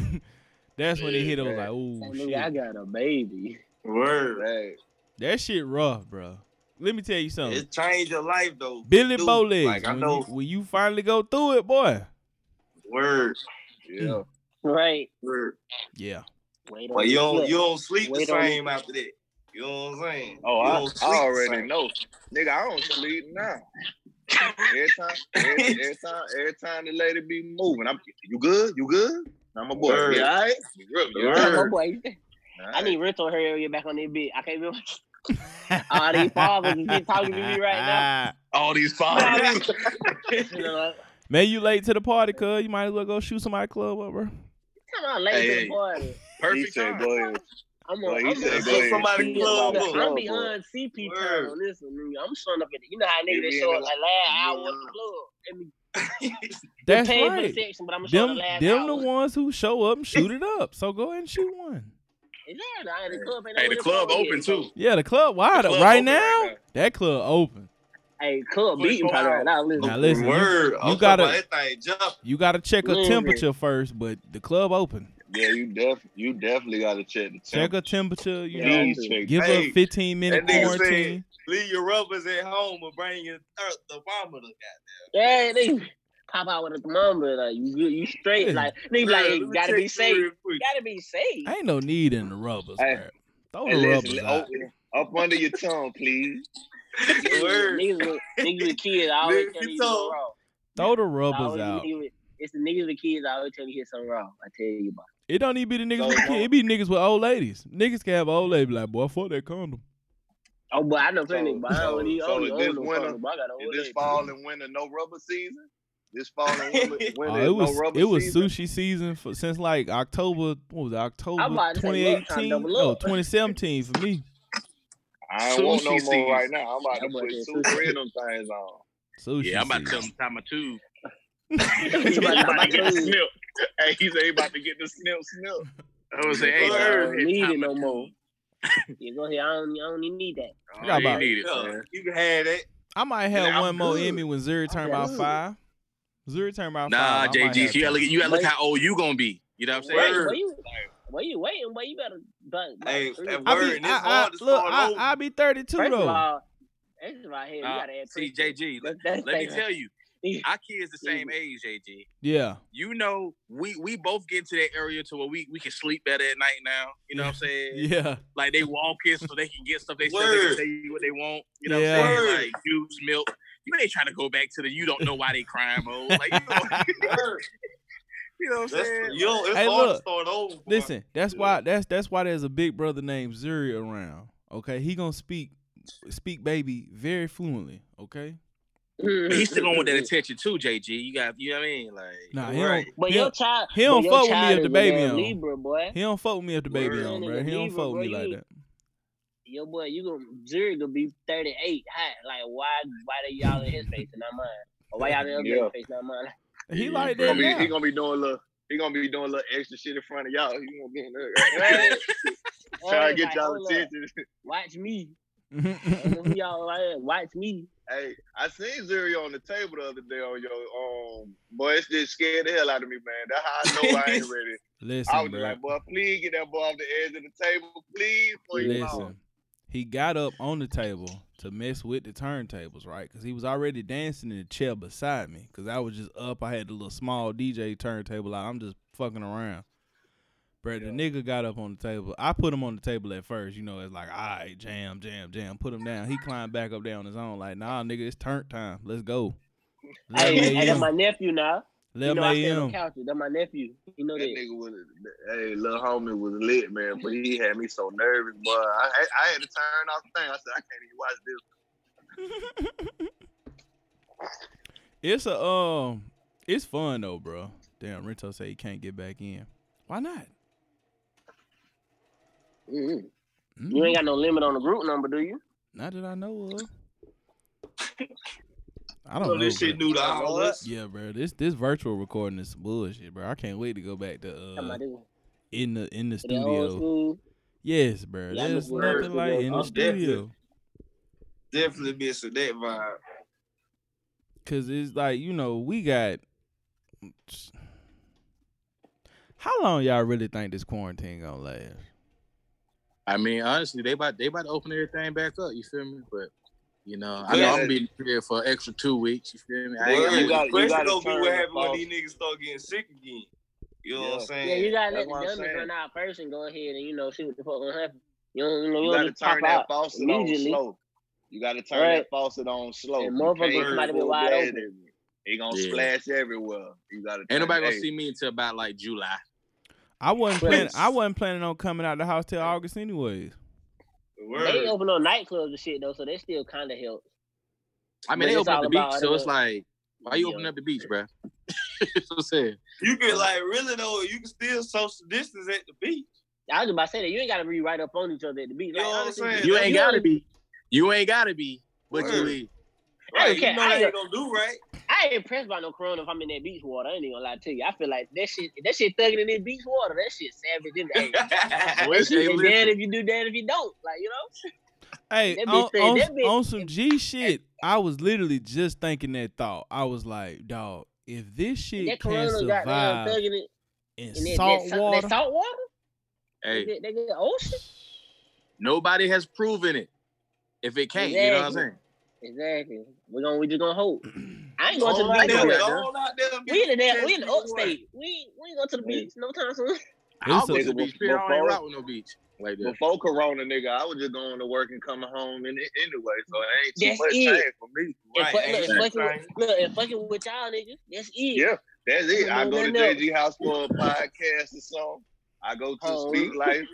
B: That's when it hit. I was
E: Yeah.
B: like, "Oh
A: Like,
B: shit!"
A: nigga, I got a baby.
D: Word.
E: Hey,
B: That shit rough, bro. Let me tell you something.
D: It changed your life though.
B: Billy
D: Dude,
B: Bowlegs.
D: Like I
B: when,
D: know.
B: You, when you finally go through it, boy.
D: Word.
E: yeah.
A: Right.
D: Word.
B: Yeah.
A: Wait
D: But you don't you don't sleep the
A: Wait on
D: same after that. You know what I'm saying? you
E: Oh, I,
D: don't sleep
E: I
D: the
E: already
D: same.
E: know. Nigga, I don't sleep now. Every time, every, every time, every time the lady be moving, I'm you good, you good. I'm a boy.
D: Word.
E: You all right? You all
A: Yeah,
E: right?
A: my
D: Word.
A: boy. I
E: All
A: need rental her area back on that bit. I can't remember. All Ah, these fathers is just talking to me right now.
E: all these fathers.
A: You know, like,
B: Man, you late to the party, cuz. You might as well go shoot somebody club up, bro.
A: come on, late
E: Hey,
A: to
E: hey.
A: the party.
E: he
C: Perfect
E: said,
C: time.
E: go ahead.
A: I'm
E: Well,
A: on.
E: he
A: I'm
E: said,
A: on
E: go ahead.
D: Somebody
A: CP
D: club
A: time.
D: up.
A: I'm
E: Club
A: beyond CP
D: Word.
A: time on this one. nigga. I'm showing up at the, you know how
E: Give
A: niggas they
E: me
A: show
E: an
A: up like last
E: give
A: hour
E: me an
A: at the club. And we
B: That's
A: paying for the
B: right.
A: section, but I'm gonna show up
B: Them,
A: the last
B: them
A: hour.
B: the ones who show up and shoot it up. So go ahead and shoot one.
A: Yeah, nah, the club ain't
C: Hey,
A: over
C: the
A: there
C: club
A: closed
C: open
A: yet, so-
C: too.
B: Yeah, the club wide
C: The
B: up
C: club
B: right
C: open
B: now,
C: right now.
B: That club open.
A: Hey, club beating
C: 24
A: probably right now. Listen,
B: Now listen, you,
D: Word. I'm
B: you gotta-
D: talking about that thing jump.
B: you gotta check a
A: Man.
B: temperature first, but the club open.
E: Yeah, you def you definitely gotta check the
B: Check
E: temperature.
B: a temperature, you know.
E: Please check-
B: Give her
D: Hey,
B: a 15 minute
D: that nigga said-
B: quarantine.
D: Leave your rubbers at home or bring your thir- thermometer.
A: yeah, they pop out with a thermometer. Like you, good, you straight.
B: Yeah.
A: Like they be like,
D: Let
A: it
D: me
A: gotta
D: check
A: be
D: you
A: safe.
D: real quick.
A: Gotta be safe.
B: Ain't no need in the rubbers,
E: Hey,
B: bruh. Throw
E: Hey,
B: the
E: listen,
B: rubbers
E: oh,
B: out.
E: up under your tongue, please.
D: Word.
A: Niggas, with- niggas with kids I always
D: Niggas
A: tell you
D: be
A: something
D: told.
A: wrong.
B: Throw the
A: I
B: rubbers
A: always
B: out.
A: tell you- It's the niggas with kids I always tell you hear something wrong. I tell you about.
B: It don't even be the niggas
E: So
B: with
E: it
B: kids. It
E: won't-
B: be niggas with old ladies. Niggas can have an old lady be like, boy, fuck that condom.
A: Oh, but I know plenty.
E: So-
A: But I don't
E: so-
A: need. I
E: so
A: don't
E: is
A: own
E: this
A: no
E: winter-
A: condom, but I got
E: Is this
A: old
E: fall and winter no rubber season? This fall and winter,
B: Oh,
E: winter
B: it was
E: is no rubber
B: it was
E: season.
B: sushi season for since like October. What was it,
A: I'm
B: October
A: about to say, look, time
B: 2018?
A: double
B: No,
A: up.
B: 2017 for me.
E: I don't want no more
C: Sushi season.
E: right now. I'm about
A: I'm about
E: to put
A: to
E: two
A: say
E: three of them things on.
B: Sushi.
C: Yeah, I'm about to
B: season.
C: come tie my tube.
A: He's about to tie my tube.
C: Hey, he's about to get the snip snip. I was saying,
A: I
C: hey,
A: don't
C: Word.
A: need it no more. yeah, go ahead. I don't. I don't even need that.
C: I
B: Got about-
C: ain't need it,
D: Yeah,
C: man.
D: you can have that.
B: I might have
D: Yeah, I'm
B: one more
D: good.
B: in me when Zuri turn by
A: good.
B: five. Zuri turn by
C: Nah,
B: five. I might
C: JG,
B: have
C: you gotta look.
B: time.
C: You gotta look how old you gonna be. You know what I'm
A: Wait,
C: saying?
A: where you? Well, you waiting, boy. You better. But, but-
F: Hey,
A: first
F: that
A: of
B: I
F: word,
B: be,
F: and it's
B: I,
F: hard
B: I,
F: to
B: look,
F: start
B: I,
F: over.
B: I be 32 though.
A: all, that's right here. You
F: Nah,
A: gotta add
F: See, JG, let, let me tell you,
A: you.
F: our kids the same
B: Mm-hmm.
F: age, JG.
B: Yeah.
F: You know, we we both get into that area to where we, we can sleep better at night now. You know what I'm saying?
B: Yeah.
F: Like they walking so they can get stuff they said they
D: Word.
F: can say what they want. You know
B: Yeah.
F: what I'm
D: Word.
F: saying? Like juice, milk. You ain't trying to go back to the you don't know why they crime mode. Like you know, you know what I'm
D: That's,
F: saying?
D: you know, it's
B: Hey,
D: hard
B: look.
D: to start over. boy.
B: Listen, that's why that's that's why there's a big brother named Zuri around. Okay, he gonna speak speak baby very fluently. Okay,
F: But he still don't want that attention too, JG. You got you know what I mean? Like
B: nah, he
F: right.
B: don't.
A: But
B: he
A: your
B: don't-
A: child,
B: he don't
A: but your
B: fuck with me
A: child
B: if the
A: is a
B: baby
A: damn
B: on.
A: Libra boy.
B: he don't fuck with me if the baby
F: Word.
B: on,
A: Nigga,
B: bro. He don't
A: Libra,
B: fuck
A: bro,
B: with me like
A: you-
B: that.
A: Yo, boy, you gonna Zuri gonna be thirty eight hot. Like, why? Why they y'all in his face and not mine? Or why y'all in the other
E: Yeah.
A: face and not mine?
B: He like
E: He
B: that
E: gonna, be, he
B: now.
E: gonna be doing a little. He gonna be doing a little extra shit in front of y'all. He gonna be in there
A: Right?
E: trying
A: Right,
E: to get
A: like,
E: y'all
A: hold up.
E: attention.
A: Watch me. I know who y'all are. Watch me.
E: Hey, I seen Zuri on the table the other day on your um boy, it just scared the hell out of me, man. That's how I know I ain't ready. I was
B: Listen,
E: just
B: bro.
E: like, boy, please get that boy off the edge of the table, please. For you know.
B: Listen, he got up on the table to mess with the turntables, right? Because he was already dancing in the chair beside me. Because I was just up. I had the little small DJ turntable out. I'm just fucking around. Bro, the nigga got up on the table. I put him on the table at first, you know, it's like, all right, jam, jam, jam. Put him down. He climbed back up there on his own, like, nah, nigga, it's turn time. Let's go. 11
A: Hey, hey, that's
B: a.m.
A: my nephew now. You
B: 11
A: know I stand on
B: a.m.
A: couches. That's my nephew. You know
E: That
A: that.
E: nigga was, hey, little homie was lit, man, but he had me so nervous, boy. I, I, I had to turn off the thing. I said, I can't even watch this.
B: It's a um, it's fun though, bro. Damn, Rento say he can't get back in. Why not?
A: Mhm.
B: Mm,
A: You ain't got no limit on the group number, do you?
B: not that I know of. I
D: You
B: don't
D: know,
B: know.
D: this shit
B: bro.
D: new to all us.
B: Yeah, bro. This this virtual recording is bullshit, bro. I can't wait to go back to
A: Come
B: uh
A: on, dude.
B: in the in the
A: To the old
B: studio.
A: school.
B: Yes,
A: Yeah,
B: bro.
A: I
B: There's
A: miss when I was
B: nothing like
A: with
B: in the
D: y'all. I'm definitely-
B: studio.
D: Definitely missing that vibe.
B: Cause it's like you know we got. How long y'all really think this quarantine gonna last?
F: I mean, honestly, they about they about to open everything back up. You feel me? But you know, I
D: Yeah.
F: know I'm gonna be here for an extra two weeks. You feel me? I ain't,
D: Word.
E: you gotta-
D: The
E: you
D: question
E: gotta
D: gonna be
E: turn
D: what
E: the
D: happened when
E: false-
D: these niggas start getting sick again. You know what
E: Yeah.
D: I'm saying?
A: Yeah, you gotta let
E: That's what I'm
A: the dummies
E: saying.
A: run out first and go ahead and you know see what the fuck gonna happen. You don't, you know,
E: You
A: you
E: gotta
A: don't just pop
E: turn that
A: out
E: faucet on
A: immediately.
E: slow. You gotta turn
A: Right.
E: that faucet on slow.
A: And
E: You
A: motherfuckers
E: can't
A: might be
E: go
A: wide
E: bad
A: open.
E: at me. It gonna
F: Yeah.
E: splash everywhere. You gotta.
F: ain't
E: turn
F: nobody
E: that-
F: gonna see me until about like July.
B: I wasn't planning.
A: Please.
B: I wasn't planning on coming out of the house till August, anyways.
A: They
D: Word.
A: open on nightclubs and shit though, so they still kind of help.
F: I mean,
A: But
F: they
A: it's
F: open up
A: all
F: the
A: about
F: beach, so it's
A: the-
F: like, why you opening
A: Yeah.
F: up the beach, bro? That's what I'm saying.
D: You can like really though, you can still social distance at the beach.
A: I was about to say that you ain't gotta be right up on each other at the beach.
D: You know what I'm saying?
F: You
D: Yeah,
F: ain't gotta be. You ain't gotta be. But
D: Word.
F: you is.
A: I
D: Right.
A: don't care.
D: You know
A: I
D: they
A: don't-
D: ain't gonna do right.
A: I ain't impressed by no corona if I'm in that beach water. I ain't even gonna lie to you. I feel like that shit, that shit thugging in that beach water. That shit savage in the ass.
F: Hey,
A: That shit is
F: listen.
A: dead if you do, dead if you don't. Like you know,
B: Hey,
A: That bitch
B: on,
A: said-
B: on,
A: that bitch-
B: on some G shit, I was literally just thinking that thought. I was like, dog, if this shit
A: that
B: can
A: corona got them
B: survive
A: thugging it
B: in
A: in that,
B: salt
A: that, salt,
B: water,
A: that salt water. They
F: hey,
A: get- They get ocean.
F: nobody has proven it. If it can't, you know what I'm saying?
A: Exactly. We gonna we just gonna hope. I ain't going
D: Go
A: to
D: on
A: the
D: out
A: beach.
D: there,
A: nowhere.
D: go on out there and
A: We
D: get
A: in the damn, we in
D: tested
A: the
D: for it.
A: upstate. We ain't- we ain't going to the beach no time soon.
F: I'll
B: It's a-
F: go to the beach. Period. I don't
E: before-
F: even rock with no beach like that.
E: Before Corona, nigga, I was just going to work and coming home in it anyway, so it ain't
A: That's
E: too much
A: it.
E: change for me.
A: And
D: Right,
A: fuck- look,
D: ain't
A: and
D: that
A: fucking
D: right?
A: with- look, and fucking with y'all niggas. That's it.
E: Yeah, that's it. I
A: Ain't
E: go to
A: nothing else.
E: JG House for a podcast or something. I go to
A: Oh.
E: Speak Life,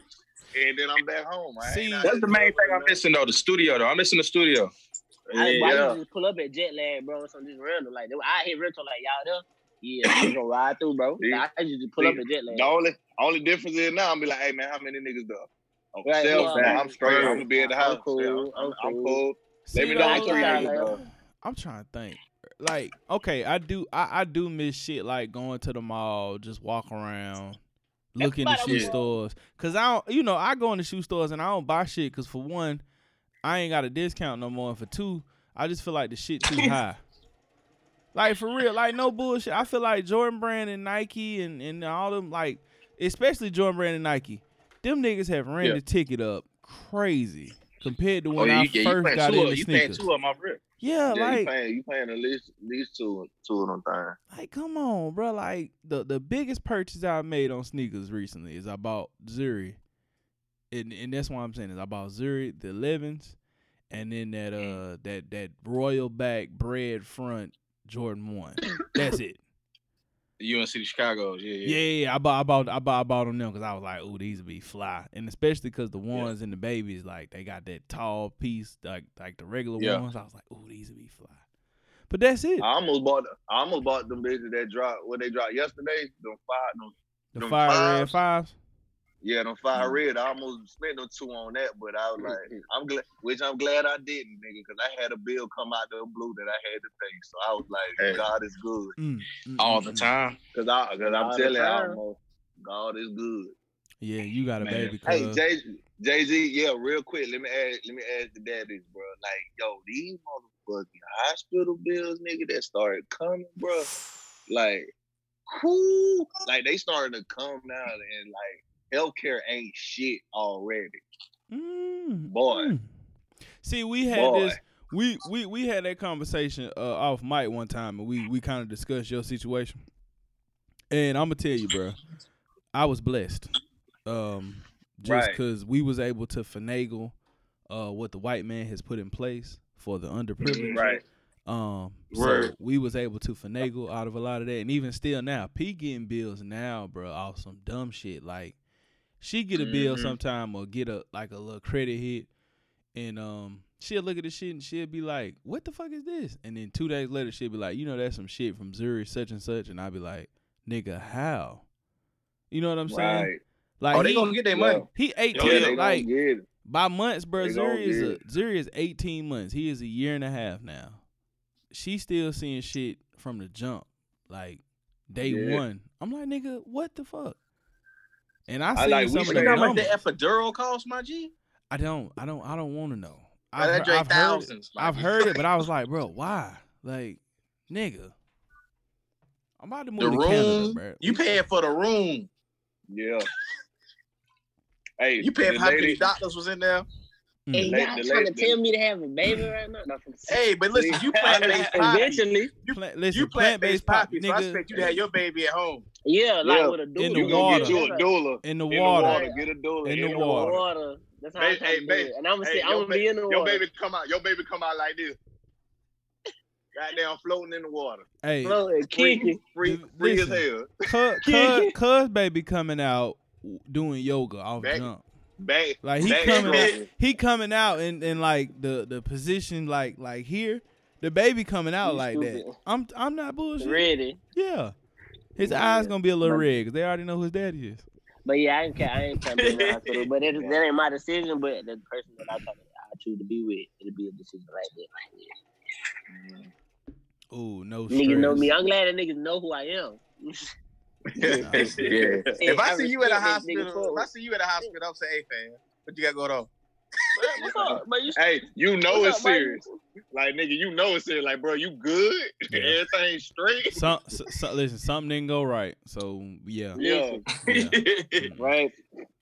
E: and then I'm back home. I ain't
B: See,
E: out
F: That's the main
E: here
F: thing I'm
E: nothing.
F: missing though. The studio though. I'm missing the studio.
A: I, why
E: Yeah.
A: you just pull up at jet lag, bro, or something just random? Like, I hit rental, like, y'all there? Yeah, we gonna ride through, bro.
E: See?
A: Like, I just pull up at jet lag.
E: The only, only difference is now I'm be like, hey man, how many niggas though? I'm
A: Right,
E: self,
A: yeah.
E: man. I'm straight. I'm gonna be at the
A: I'm
E: house.
A: cool,
E: Yeah,
A: I'm
E: I'm, I'm
A: cool.
E: cool. Let me
B: See,
E: know
B: though,
A: I
E: what
A: can
E: time
A: die
E: you
B: like,
A: later.
E: go.
B: I'm trying to think. Like, okay, I do, I, I do miss shit like going to the mall, just walk around, looking at
A: Everybody was-
B: shoe stores. Cause I don't, you know, I go into shoe stores and I don't buy shit. Cause for one, I ain't got a discount no more. And for two, I just feel like the shit too high. Like for real, like no bullshit. I feel like Jordan Brand and Nike and and all them like especially Jordan Brand and Nike, them niggas have ran
C: Yeah.
B: the ticket up crazy compared to when
F: Oh, yeah,
B: I
F: you, yeah, you
B: first
F: paying
B: got
F: two
B: into
F: of you paying
B: sneakers.
F: two of my real.
B: Yeah,
E: Yeah, you
B: like
E: paying you paying at least at least two two of them things.
B: like come on, bro. Like the the biggest purchase I made on sneakers recently is I bought Zuri, and and that's why I'm saying is I bought Zuri the 11s, and then that
F: Mm.
B: uh that that royal back bread front Jordan one. That's it.
C: UNC Chicago. Yeah,
B: Yeah,
C: yeah.
B: yeah, yeah. I bought, I bought, I bought, I bought them because I was like, "Ooh, these would be fly," and especially because the ones and the babies, like they got that tall piece, like like the regular
C: Yeah.
B: ones. I was like, "Ooh, these would be fly," but that's it.
E: I almost bought I almost bought them bitches that dropped what they dropped yesterday. Them five them
B: the
E: them
B: fire red fives.
E: yeah them five red. I almost spent them two on that, but I was like I'm glad which I'm glad I didn't, nigga, because I had a bill come out the blue that I had to pay. So I was like,
F: Hey.
E: God is good,
B: Mm, mm,
F: All
B: mm,
F: the
B: mm.
F: time.
E: because I because I'm
F: God is
E: telling you, I
F: good.
E: almost God is good.
B: Yeah, you got a
F: Man.
B: baby.
E: Hey
B: cuz.
E: Jay Jay Z, yeah, real quick. Let me ask let me ask the daddies, bro. Like, yo, these motherfucking hospital bills, nigga, that started coming, bro. Like, whoo, like they started to come now, and like healthcare ain't shit already.
B: Mm,
E: Boy.
B: mm. See, we had
E: Boy.
B: this. We, we we had that conversation uh, off mic one time, and we we kind of discussed your situation. And I'm gonna tell you, bro, I was blessed, um, just
E: Right.
B: because we was able to finagle uh, what the white man has put in place for the underprivileged.
E: Right.
B: Um, so
C: Word.
B: we was able to finagle out of a lot of that, and even still now, P getting bills now, bro, off some dumb shit. Like she get a bill
F: Mhm.
C: Mm-hmm.
B: sometime or get a like a little credit hit, and um, she'll look at the shit and she'll be like, "What the fuck is this?" And then two days later, she'll be like, "You know, that's some shit from Zurich, such and such," and I'll be like, "Nigga, how?" You know what I'm saying?
E: Right.
B: Like
C: Oh, they
B: he,
C: gonna get their money.
B: he eighteen,
C: Yeah, they
E: gonna
B: like
E: get it.
B: by months, bro.
E: They gonna
B: Zuri is
E: get
B: a, Zuri is eighteen months. He is a year and a half now. She's still seeing shit from the jump, like day
E: Yeah.
B: one. I'm like, nigga, what the fuck? And I
E: I
B: see
E: like, we
B: some of
C: You
E: should
C: know
B: their
E: have
C: how much
B: numbers.
C: the epidural cost, my G?
B: I don't, I don't, I don't want to know.
C: Now,
B: I've,
C: Oh, that
B: he-
C: Drake
B: I've heard, it,
C: thousands. my
B: I've
C: G.
B: heard it, but I was like, bro, why? Like, nigga, I'm about to move
C: the
B: to
C: room.
B: Canada, Mm. bro.
C: You paying for the room.
E: Yeah. Hey,
C: You paying
E: the
C: for how many
E: lady-
C: doctors was in there.
A: And
B: Mm.
E: Late-
A: y'all
E: the
A: trying
E: late-
A: to tell me to have a baby right now? No, I'm-
C: Hey, but listen, you plant based poppy.
A: Eventually,
B: Plant, listen,
C: You plant based
B: pop-
C: poppy. So I
B: nigga,
C: expect you to have your baby at home.
A: yeah, like
E: Yeah.
A: with a doula.
B: In the
E: you gonna
B: water.
E: get you a doula.
B: in the
E: In
B: water.
E: the water, get a doula.
B: In the
A: In the
B: water.
A: water. That's how I'm
E: Hey,
A: trying to
E: hey,
A: do
E: babe.
A: it. And I'm gonna
E: Hey,
A: say I'm
E: your
A: gonna
E: ba-
A: be in the
E: Your
A: water.
E: baby come out. Your baby come out like this. Goddamn, floating in the water.
B: Hey,
A: Floating, kicking.
E: Free,
B: Dude,
E: free as
B: listen.
E: hell.
B: Cuz, cuz, cuz baby coming out w- doing yoga off
E: Baby.
B: jump.
E: Back.
B: Like he
E: back
B: coming,
E: struggle.
B: he coming out and and like the the position like like here, the baby coming out
A: You
B: like that.
A: stupid.
B: I'm I'm not bullshit.
A: Ready.
B: Yeah, his
A: Yeah.
B: eyes gonna be a little
A: But-
B: red because they already know who his daddy is.
A: But yeah, I ain't ca- I ain't trying to be in the hospital. But it, that ain't my decision. But the person that I, try to, I choose to be with, it'll be a decision like that.
B: Oh no,
A: Niggas know
B: stress.
A: me. I'm glad that niggas know who I am.
F: yeah.
C: If I see you at a
A: respect that nigga
C: hospital, if I
A: forward.
C: see you at a hospital, I'm say, hey fam, what you got going on?
A: What's up? But you
E: Hey, you know
A: what's
E: it's
A: up, buddy?
E: serious. Like nigga, you know it's serious. Like bro, you good?
B: Yeah.
E: Everything straight?
B: Some, so, so- listen, something didn't go right. So yeah,
E: Yeah.
B: yeah.
E: Right.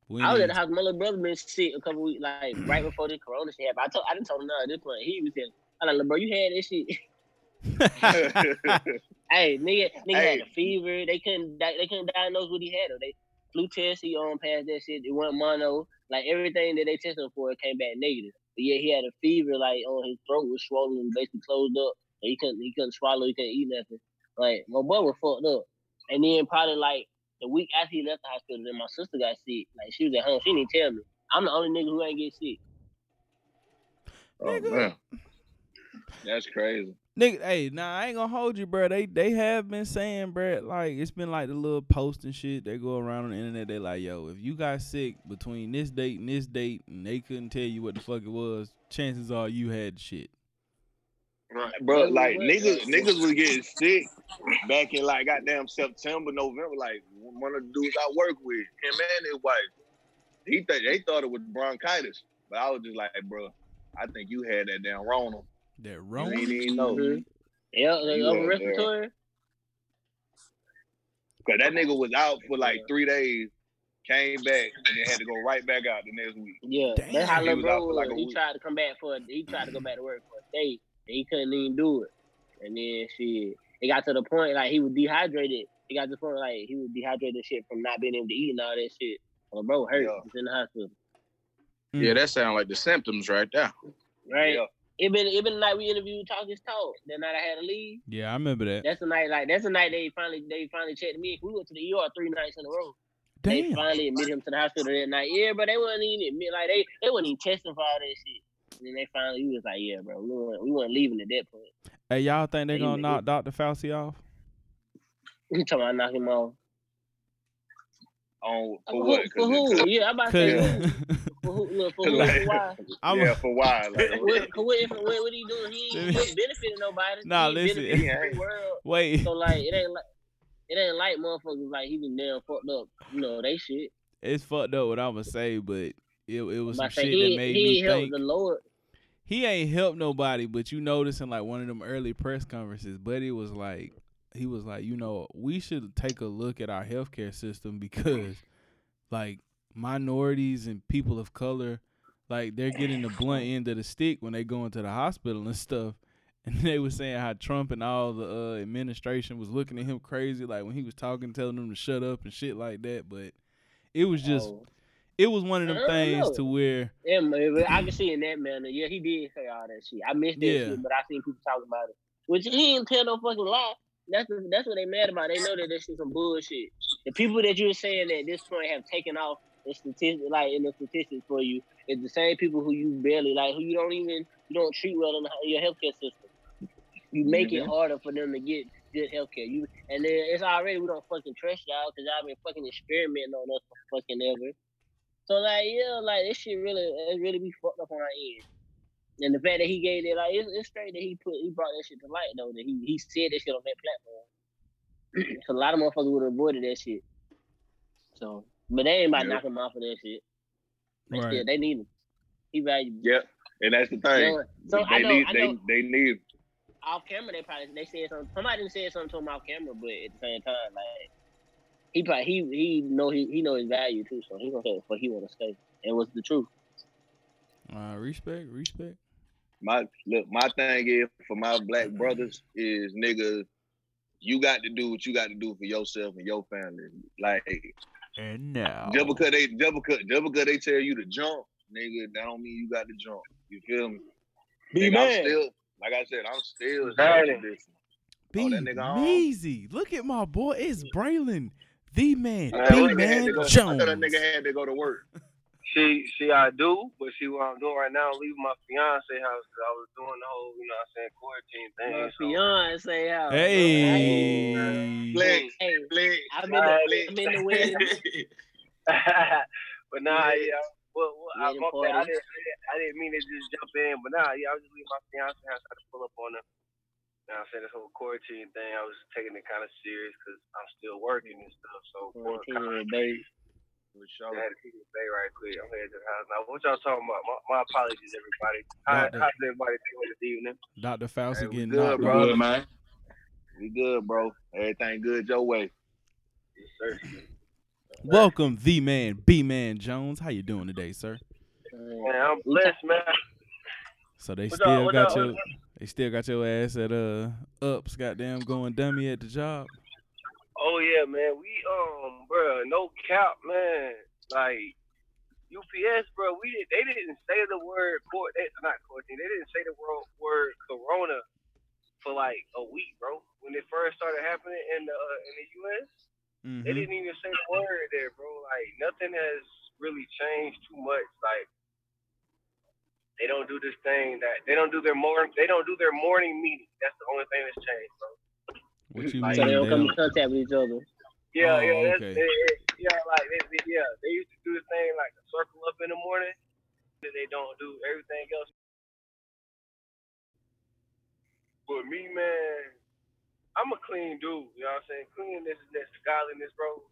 B: We
A: I was at
B: need-
A: the house. My little brother been sick a couple weeks, like right before this corona shit happened. I told, I didn't told him none at this point. He was saying, "I'm like, "Look, bro, you had this shit. hey, nigga, nigga
E: Hey.
A: had a fever. They couldn't, di- they couldn't diagnose what he had. Or they flu test. He on past that shit. It wasn't mono. Like everything that they tested for, it came back negative. But yeah, he had a fever. Like on his throat was swollen, and basically closed up. And he couldn't, he couldn't swallow. He couldn't eat nothing. Like my boy was fucked up. And then probably like the week after he left the hospital, then my sister got sick. Like she was at home. She didn't tell me. I'm the only nigga who ain't get sick.
B: Nigga.
E: That's crazy.
B: Nigga, hey, nah, I ain't gonna hold you, bro. They they have been saying, bro, like it's been like the little post and shit that go around on the internet. They like, yo, if you got sick between this date and this date, and they couldn't tell you what the fuck it was, chances are you had shit.
E: Bro,
A: Yeah,
E: like
A: what?
E: niggas, niggas was getting sick back in like goddamn September, November. Like one of the dudes I work with, him and his wife, he th- they thought it was bronchitis, but I was just like, bro, I think you had that damn Rona.
B: That
E: You
B: wrong.
E: ain't even know.
A: Mhm. Yeah, like
E: You
A: over
E: out there.
A: respiratory.
E: Cause that nigga was out for like three days, came back, and then had to go right back out the next week.
A: Yeah,
B: Damn.
A: that's how
E: He was out
A: LeBron
E: for
A: was.
E: like a
A: he
E: week.
A: tried to come back for. He tried to go back to work for a day, and he couldn't even do it. And then shit, it got to the point like he was dehydrated. It got to the point like he was dehydrated and shit from not being able to eat and all that shit. LeBron hurt.
E: Yeah.
A: He's in the hospital.
B: Mm.
F: Yeah, that sounds like the symptoms right there.
A: Right.
E: Yeah.
A: It been it been the night we interviewed Talk Is Talk. That night I had to leave.
B: Yeah, I remember that.
A: That's the night like that's the night they finally they finally checked me. We went to the ER three nights in a row. They
B: Damn.
A: finally admitted him to the hospital that night. Yeah, but they wasn't even admit like they they wasn't even testing for all that shit. And then they finally we was like, yeah, bro, we weren't, we weren't leaving at that point.
B: Hey, y'all think they
A: They
B: gonna
A: made
B: knock Dr. Fauci off?
A: You talking about knock him off?
E: On
A: For
E: for
A: who?
E: what?
A: For
E: 'Cause it-
A: who? Yeah, I'm about to say
E: Yeah.
B: Cause
A: for who? Look, for
E: Cause
A: who?
E: like-
A: Why?
B: I'm
E: yeah, for why? Like,
A: What, cause what, if- what, what he doing? He ain't he ain't benefiting nobody.
B: Nah,
A: he ain't
B: listen.
A: benefiting
E: Yeah.
A: the world.
B: wait.
A: So like, it ain't like it ain't like motherfuckers like he been there fucked up. You know they shit.
B: It's fucked up what I'ma say, but it it was some
A: But I say
B: shit
A: he,
B: that made
A: he
B: me
A: helped
B: think
A: the Lord.
B: he ain't helped nobody, but you notice in like one of them early press conferences, Buddy was like, he was like, you know, we should take a look at our healthcare system because, like, minorities and people of color, like, they're getting the blunt end of the stick when they go into the hospital and stuff. And they were saying how Trump and all the uh, administration was looking at him crazy, like when he was talking, telling them to shut up and shit like that. But it was just,
A: Oh.
B: it was one of them
A: I don't
B: things
A: know.
B: to where,
A: Yeah, man, but I can see in that manner. Yeah, he did say all that shit. I missed that
B: Yeah.
A: shit, but I seen people talking about it. Which he didn't tell no fucking lie. That's the, that's what they mad about. They know that this is some bullshit. The people that you're saying at this point have taken off the statistics, like in the statistics for you, is the same people who you barely like, who you don't even you don't treat well in the, your healthcare system. You make it harder for them to get good healthcare. You and then it's already we don't fucking trust y'all because y'all been fucking experimenting on us for fucking ever. So like yeah, like this shit really it really be fucked up on our end. And the fact that he gave it like it's, it's straight that he put he brought that shit to light though that he he said that shit on that platform. 'Cause a lot of motherfuckers would have avoided that shit. So, but they ain't about to knock him off of that shit. They
B: Right.
A: still, they need him. He valuable.
E: Yep, and that's the thing.
A: So, so
E: they
A: I know
E: need,
A: I
E: they,
A: know
E: they need.
A: off camera they probably they said something somebody done said something to him off camera, but at the same time, like he probably he he know he he know his value too, so he gonna say what he wanna say. And what's the truth?
B: uh, respect, respect.
E: My look, my thing is for my black brothers is nigga, you got to do what you got to do for yourself and your family. Like
B: And now.
E: just because they just because just because they tell you to jump, nigga, that don't mean you got to jump. You feel me? nigga, I'm still like I said, I'm still
A: Right.
E: this.
B: Be
E: Oh, that nigga on? Mm.
B: Measy. Look at my boy. It's Braylon, the man,
E: I
B: the
E: thought that nigga had
B: man
E: to go- I thought
B: Jones.
E: that nigga had to go to work.
D: She, she, I do, but she, what I'm doing right now, I'm leaving my fiance house 'cause I was doing the whole, you know, what I'm saying quarantine thing.
A: My
D: so-
A: fiance out.
B: Hey.
E: Flex,
A: Hey,
E: flex,
A: I'm in the I'm in the wedding.
D: but nah, yeah. Well, well I,
A: Let him
D: my
A: party.
D: bad, I, didn't, I didn't- I didn't mean to just jump in, but nah, yeah, I was just leaving my fiance house. I had to pull up on her. You know what I'm saying? This whole quarantine thing, I was taking it kind of serious because I'm still working and stuff. So, for a con-
A: Quarantine, baby.
D: I had to keep it bay right quick. I'm headed to the house. Now, what y'all talking about? My, my apologies, everybody. How,
B: Doctor.
D: how's everybody doing this evening?
B: Dr. Fauci
E: Hey, we
B: getting
E: good,
B: knocked
E: bro.
B: off.
G: Good, man.
E: We good, bro. Everything good your way.
D: Yes, sir.
B: Welcome, the man, B man Jones. How you doing today, sir?
D: Man, I'm blessed, man.
B: So they
D: What
B: still
D: up, what
B: got
D: up,
B: your
D: what
B: they still got your ass at uh ups, goddamn going dummy at the job.
D: Oh yeah, man. We um, bruh, no cap, man. Like UPS, bro. We did, they didn't say the word court. They, not quarantine. They didn't say the word word corona for like a week, bro. When it first started happening in the uh, in the US, they
B: Mhm.
D: didn't even say the word there, bro. Like nothing has really changed too much. Like they don't do this thing that they don't do their morning. They don't do their morning meeting. That's the only thing that's changed, bro.
B: What you mean?
D: Like,
A: So
B: they
A: they don't come in
B: don't-
A: contact with each other.
B: Oh,
D: Yeah, yeah, that's,
B: okay.
D: it, it, yeah, like they, they, yeah, they used to do this thing like a circle up in the morning, then they don't do everything else. But me, man, I'm a clean dude. You know what I'm saying? Cleanliness is next to godliness, bro.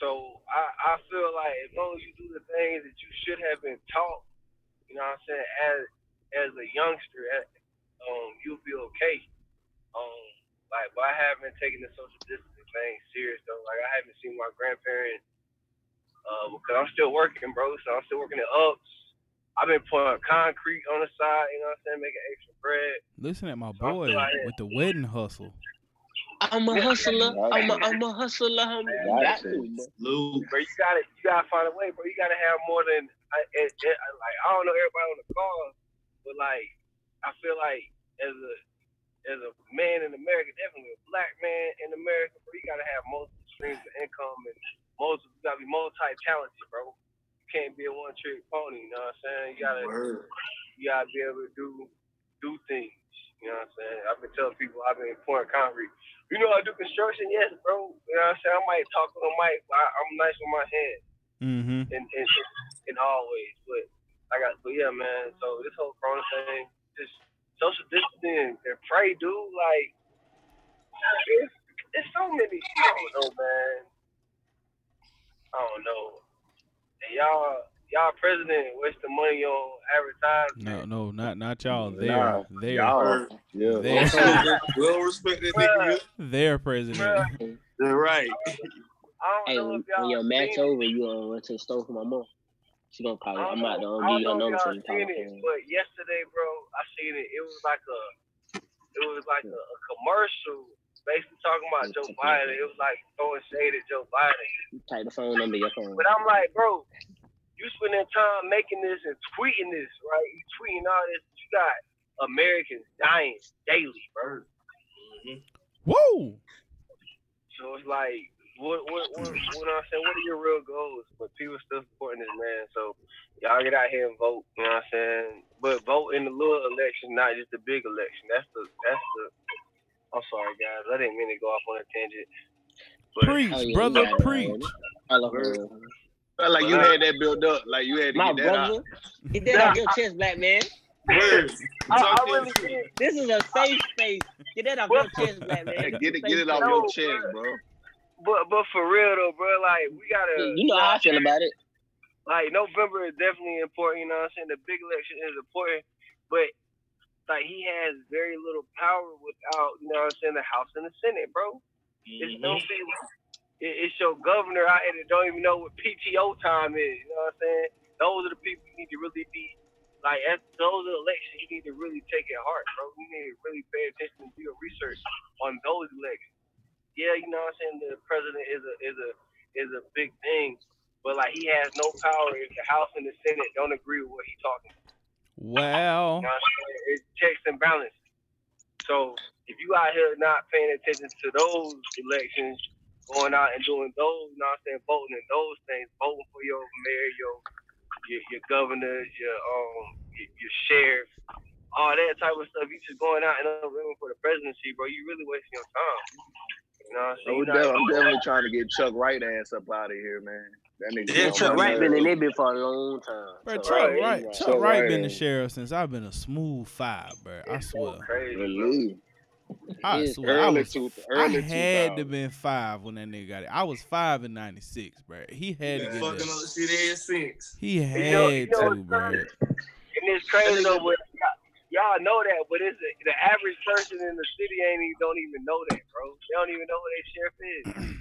D: So I, I feel like as long as you do the things that you should have been taught, you know what I'm saying, as as a youngster, at- um, you'll be okay. Um, like, but I haven't taken the social distancing thing serious though. Like, I haven't seen my grandparents
H: uh, because I'm still working, bro. So I'm still working at Ups. I've been pouring concrete on the side, you know what I'm saying, making extra bread.
B: Listen at my boy with the wedding hustle.
A: I'm a hustler. I'm a, I'm a hustler. I'm got
E: Got you.
A: to, bro.
D: Lou,
H: Bro, you gotta you gotta find a way, bro. You gotta have more than I, it, it, I- like I don't know everybody on the call, but like I feel like as a as a man in America, definitely a black man in America, bro, you gotta have multiple streams of income and multiple you gotta be multi talented, bro. You can't be a one trick pony, you know what I'm saying? You gotta you gotta be able to do do things. You know what I'm saying? I've been telling people I've been pouring concrete. You know I do construction, yes, bro. You know what I'm saying? I might talk on the mic, but I, I'm nice with my hands
B: Mm-hmm.
H: in in, in always. But I got, but yeah, man. So this whole Corona thing, just social distancing and pray, dude. Like, it's, it's so many. I don't know, man. I don't know. And y'all, y'all president wasting money
B: No,
H: on advertising.
B: no, not not y'all. They
E: Nah,
B: are they are
E: Y'all, yeah.
B: they are
D: well respected
H: Bruh,
D: nigga.
B: their president.
D: You're right.
H: I don't
A: Hey,
H: know
A: when,
H: if y'all
A: when your
H: seen
A: match over, you gonna run to the store for my mom. She gonna call.
H: I
A: I'm out to
H: don't
A: um, give you
H: know-
A: her number
H: I
A: so
H: don't
A: you
H: know
A: call her
H: if y'all seen
A: phone.
H: it, But yesterday, bro, I seen it. It was like a, it was like a, a commercial, basically talking about Joe Biden. It was like throwing shade at Joe Biden.
A: Type the phone number your phone.
H: But I'm like, bro, you spending time making this and tweeting this, right? You tweeting all this. You got Americans dying daily, bro.
B: Whoa.
H: So it's like, what, what, what, what I'm saying? What are your real goals? But people still supporting this man. So y'all get out here and vote. You know what I'm saying? But vote in the little election, not just the big election. That's the, that's the. I'm sorry, guys. I didn't mean to go off on a tangent. But
B: Preach,
A: Oh, yeah,
B: brother,
A: yeah, yeah,
B: preach.
A: yeah. I love her.
D: Felt like you had that built up. Like you had to
A: My
D: get that out.
A: brother, get that off your chest, black man.
D: Word.
H: I, I
D: Talk
H: really
D: that shit.
H: did.
A: This is a safe space. Get that off your chest, black man.
D: Get it, get it off your chest, bro.
H: But but for real though, bro, like we gotta.
A: You know how I feel about it.
H: like November is definitely important, you know what I'm saying? The big election is important, but like he has very little power without, you know what I'm saying, the House and the Senate, bro. It's no big it, it's your governor out here that don't even know what PTO time is, you know what I'm saying? Those are the people you need to really be like as those are the elections you need to really take at heart, bro. You need to really pay attention and do your research on those elections. Yeah, you know what I'm saying, the president is a is a is a big thing, but like he has no power if the House and the Senate don't agree with what he's talking. About.
B: Wow.
H: You know what I'm saying? It's checks and balances. So if you out here not paying attention to those elections, going out and doing those, you know what I'm saying, voting in those things, voting for your mayor, your your, your governors, your um your, your sheriff, all that type of stuff. You just going out and running for the presidency, bro. You really wasting your time. You know what I'm saying?
E: I'm
H: You're not-
E: definitely, I'm definitely trying to get Chuck Wright ass up out of here, man. That nigga.
D: Yeah,
E: on
D: Chuck
E: my
A: Right,
E: nerves.
A: been in it for a long time.
B: Bro, Chuck
A: So, right,
B: Wright,
A: right.
B: Chuck
E: Chuck
B: Wright
E: Wright.
B: been the sheriff since I've been a smooth five, bro. I swear.
H: Crazy. bro.
E: Really?
B: I
A: It's
B: swear. I,
E: Early
B: was,
E: two,
B: I
E: early
B: had to
E: 2000s.
B: been five when that nigga got it. I was five in '96, bro. He had to
D: Been
B: get
D: fucking
B: that.
D: on the shit ever since.
B: He
H: You know- you
B: had
H: know
B: to,
H: what's
B: bro.
H: crazy? And it's crazy though, but y'all- y'all know that, but it's the average person in the city ain't even don't even know that, bro. They don't even know who their sheriff is.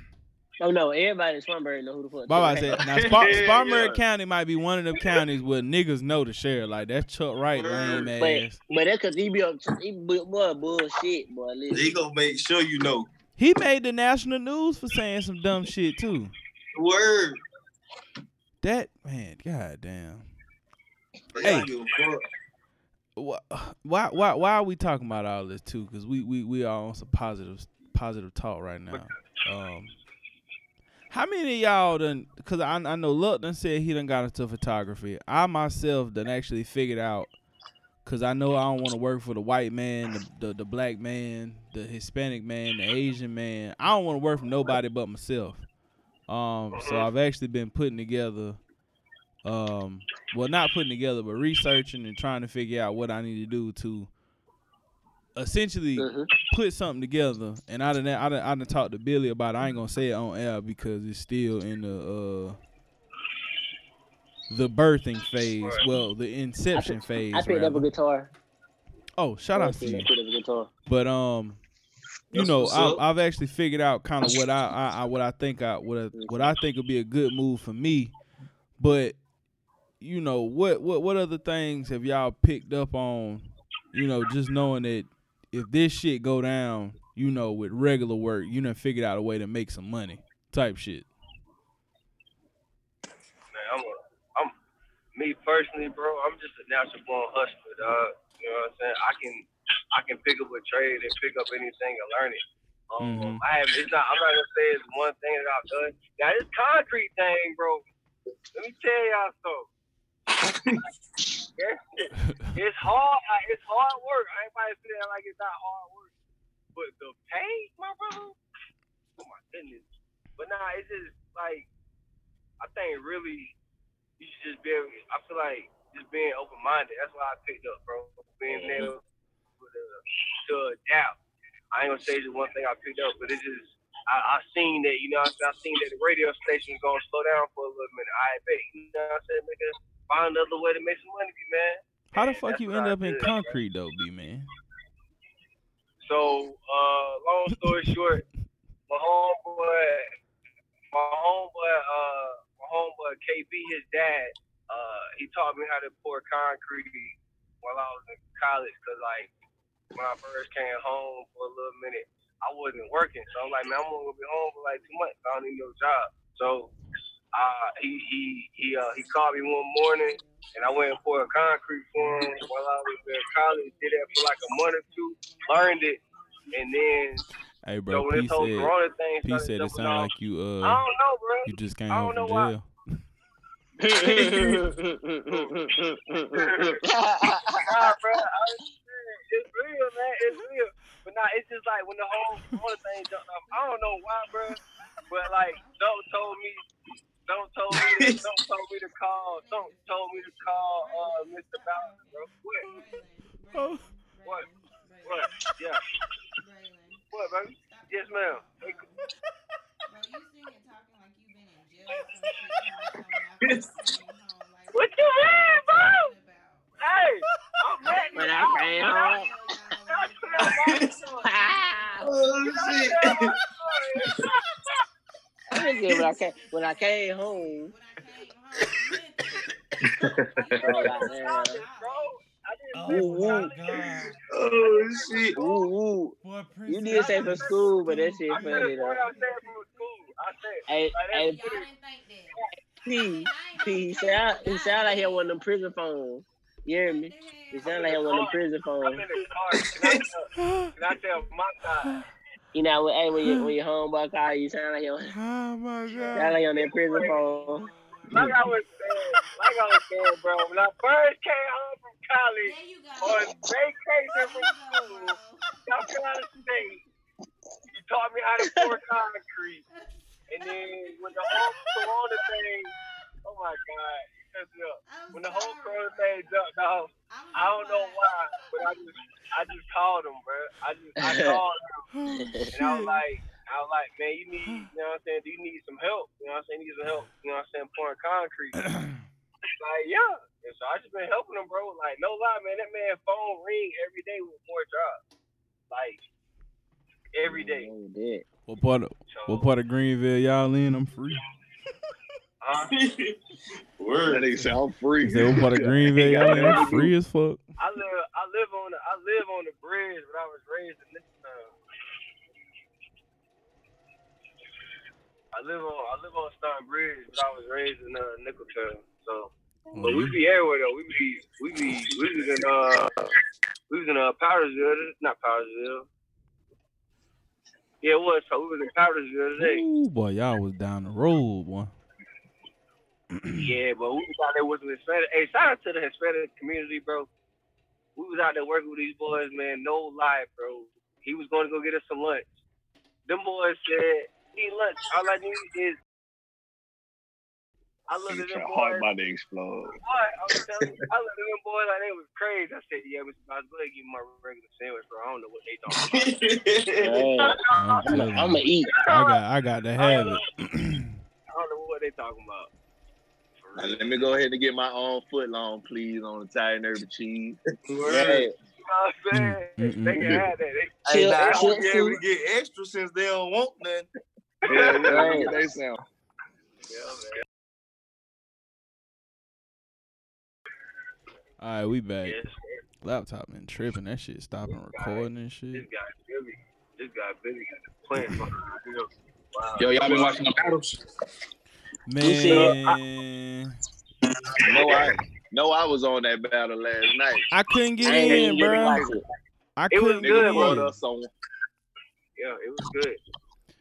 A: Oh no, everybody in Swanberry know who the fuck.
B: Baba
A: Chuck Wright
B: said, now Spar-
D: Yeah,
B: Spartanburg
D: yeah.
B: County might be one of them counties where niggas know the sheriff. Like that's Chuck Wright, lame
A: is. But
B: ass.
A: but that's cause he be up he be, boy bullshit boy.
D: They
A: Listen.
D: gonna make sure you know.
B: He made the national news for saying some dumb shit too.
D: Word.
B: That man, goddamn.
D: They
B: Hey.
D: give a fuck.
B: Why, why, why, why are we talking about all this too? Because we, we, we are on some positive, positive talk right now. Um, how many of y'all done? Because I, I know Luck done said he done got into photography. I myself done actually figured out. Because I know I don't want to work for the white man, the, the the black man, the Hispanic man, the Asian man. I don't want to work for nobody but myself. Um, so I've actually been putting together um well not putting together but researching and trying to figure out what I need to do to essentially
A: Mhm.
B: put something together and I done I done, I done talked to Billy about it. I ain't gonna say it on air because it's still in the uh the birthing phase well the inception phase
A: I picked up a
B: rather.
A: guitar.
B: oh shout out to
A: I
B: you
A: picked up a guitar.
B: but um you
D: That's
B: know,
D: what's
B: I've,
D: up.
B: I've actually figured out kind of what I, I, I what I think I what I, what I think would be a good move for me. But you know, what what what other things have y'all picked up on? You know, just knowing that if this shit go down, you know, with regular work, you done figured out a way to make some money, type shit.
H: man, I'm a, I'm me personally, bro. I'm just a natural born hustler, dog. You know what I'm saying? I can I can pick up a trade and pick up anything and learn it. Um,
B: Mhm.
H: I have, it's not, I'm not gonna say it's one thing that I've done. Now this concrete thing, bro. Let me tell y'all something. That shit- it's hard. I- It's hard work. Everybody say that like it's not hard work, but the pay, my brother. Oh my goodness. But nah, it's just like I think really you should just be able. I feel like just being open minded. That's what I picked up, bro. Being able to, to adapt. I ain't gonna say it's the one thing I picked up, but it's just I, I seen that you know what I'm saying? I seen that the radio station was gonna slow down for a little minute. I bet you know what I'm saying. Make us find another way to make some money, man.
B: How the
H: And
B: fuck
H: that's
B: you
H: what
B: end
H: I
B: up in
H: did, bro.
B: concrete though, B man?
H: So, uh, long story short, my homeboy, my homeboy, uh, my homeboy KB, his dad, uh, he taught me how to pour concrete while I was in college. Cause like when I first came home for a little minute, I wasn't working, so I'm like, man, I'm gonna be home for like two months. I don't need no job. So, uh, he he he uh, he called me one morning, and I went and poured concrete for him while I was in college. Did that for like a month or two learned it, and then
B: Hey,
H: so
B: bro,
H: when
B: P
H: this whole
B: said,
H: Corona thing
B: P
H: started
B: said it
H: jumping
B: sounded
H: off,
B: like you
H: I
B: uh
H: don't know, bro.
B: you just came
H: I
B: home
H: don't
B: from
H: know why-
B: jail.
H: Nah, bro, I understand. it's real, man. It's real. But nah, it's just like when the whole Corona thing jumped off. I don't know why, bro. But like, don't told me. Don't told me. To, don't told me to call. Don't told me to call uh, Mr. Bowser, bro. What? What? What? Yeah. What, baby? Yes, ma'am. What you mean, bro? Hey, I'm mad.
A: When I came home.
F: Oh,
A: I just said when I came when I came home.
H: Ah. Oh,
D: oh shit!
A: Woo woo. You did say for school, but that shit
H: I said
A: funny though.
H: what I said from school. I said,
A: Hey,
H: like,
A: hey,
H: that's it.
A: P, P, he sound, he sound like he had one of them prison phones. You hear me? He sound like he had one of them prison
H: I'm
A: phones.
H: in the car. And I, tell- and I tell my side.
A: You know, when, hey, when, you, when your homeboy call you, sound like you
B: Oh my
A: sound like you on that prison phone.
H: Like I was saying, like I was saying, bro, when I first came home from college on vacation from school, South Carolina State, you taught me how to pour concrete. And then when the whole corona thing, oh my God, you messed me up. When the whole corona thing jumped off, I don't know why, but I just I just called him, bro. I just I called him and I was like I was like, man, you need you know what I'm saying, do you need some help? You know what I'm saying? You need some help, you know what I'm saying, pouring concrete. He's like, yeah. And so I just been helping him, bro. Like, no lie, man, that man phone ring every day with more jobs. Like every day.
A: Oh, that.
B: What part of
H: So
B: what part of Greenville y'all in? I'm free.
H: uh,
E: That
D: Word.
E: nigga said I'm free.
B: He said, what part of Greenville y'all in? I'm free as fuck.
H: I live I live on the I live on the bridge, but I was raised in this uh, town. I live on I live on Stone Bridge, but I was raised in uh, Nickeltown. So, but we be everywhere though. We be we be we was in uh we was in uh Powdersville, not Powdersville. Yeah, it was. So we was in Powdersville today.
B: Ooh, boy, y'all was down the road, boy.
H: Yeah, but we was out there with the Hispanic. Hey, shout out to the Hispanic community, bro. We was out there working with these boys, man. No lie, bro. He was going to go get us some lunch. Them boys said, "Need lunch? All I need is." I looked at
E: Nigga,
H: them
E: Your
H: boys.
E: heart about to explode.
H: Boy, I was telling you, I looked at them boys like they was crazy. I said, "Yeah, Mr. Miles, go ahead and give me my regular sandwich, bro. I don't know what they thought."
A: Right.
B: I'm
A: I'm
B: telling
A: gonna
B: you,
A: eat.
B: I got I got to have it.
H: I don't know what they talking about. For
E: Now,
H: real.
E: let me go ahead and get my own foot long, please, on the Italian herb and cheese.
A: Right.
H: You know what I'm saying?
B: Mm, mm,
H: They can
B: mm.
H: have that. They,
A: Chill,
F: Hey, nah, I
A: chill,
F: should be able
A: food.
F: to get extra since they don't want nothing.
E: Yeah, yeah, that's what they sound.
B: All right, we back.
H: yeah,
B: Laptop been tripping. That shit stopping recording and
H: this
B: shit.
H: guy Billy, this guy Billy got the plan behind the wheel. Wow.
C: Yo, y'all been watching the battles?
A: said-
B: Man,
E: No, I no, I was on that battle last night.
B: I couldn't get
A: I ain't
B: in,
A: even get
B: bro.
A: like it.
B: I
H: It was
B: couldn't
H: good,
B: get
E: Brought
B: in.
E: us on.
H: Yeah, it was good.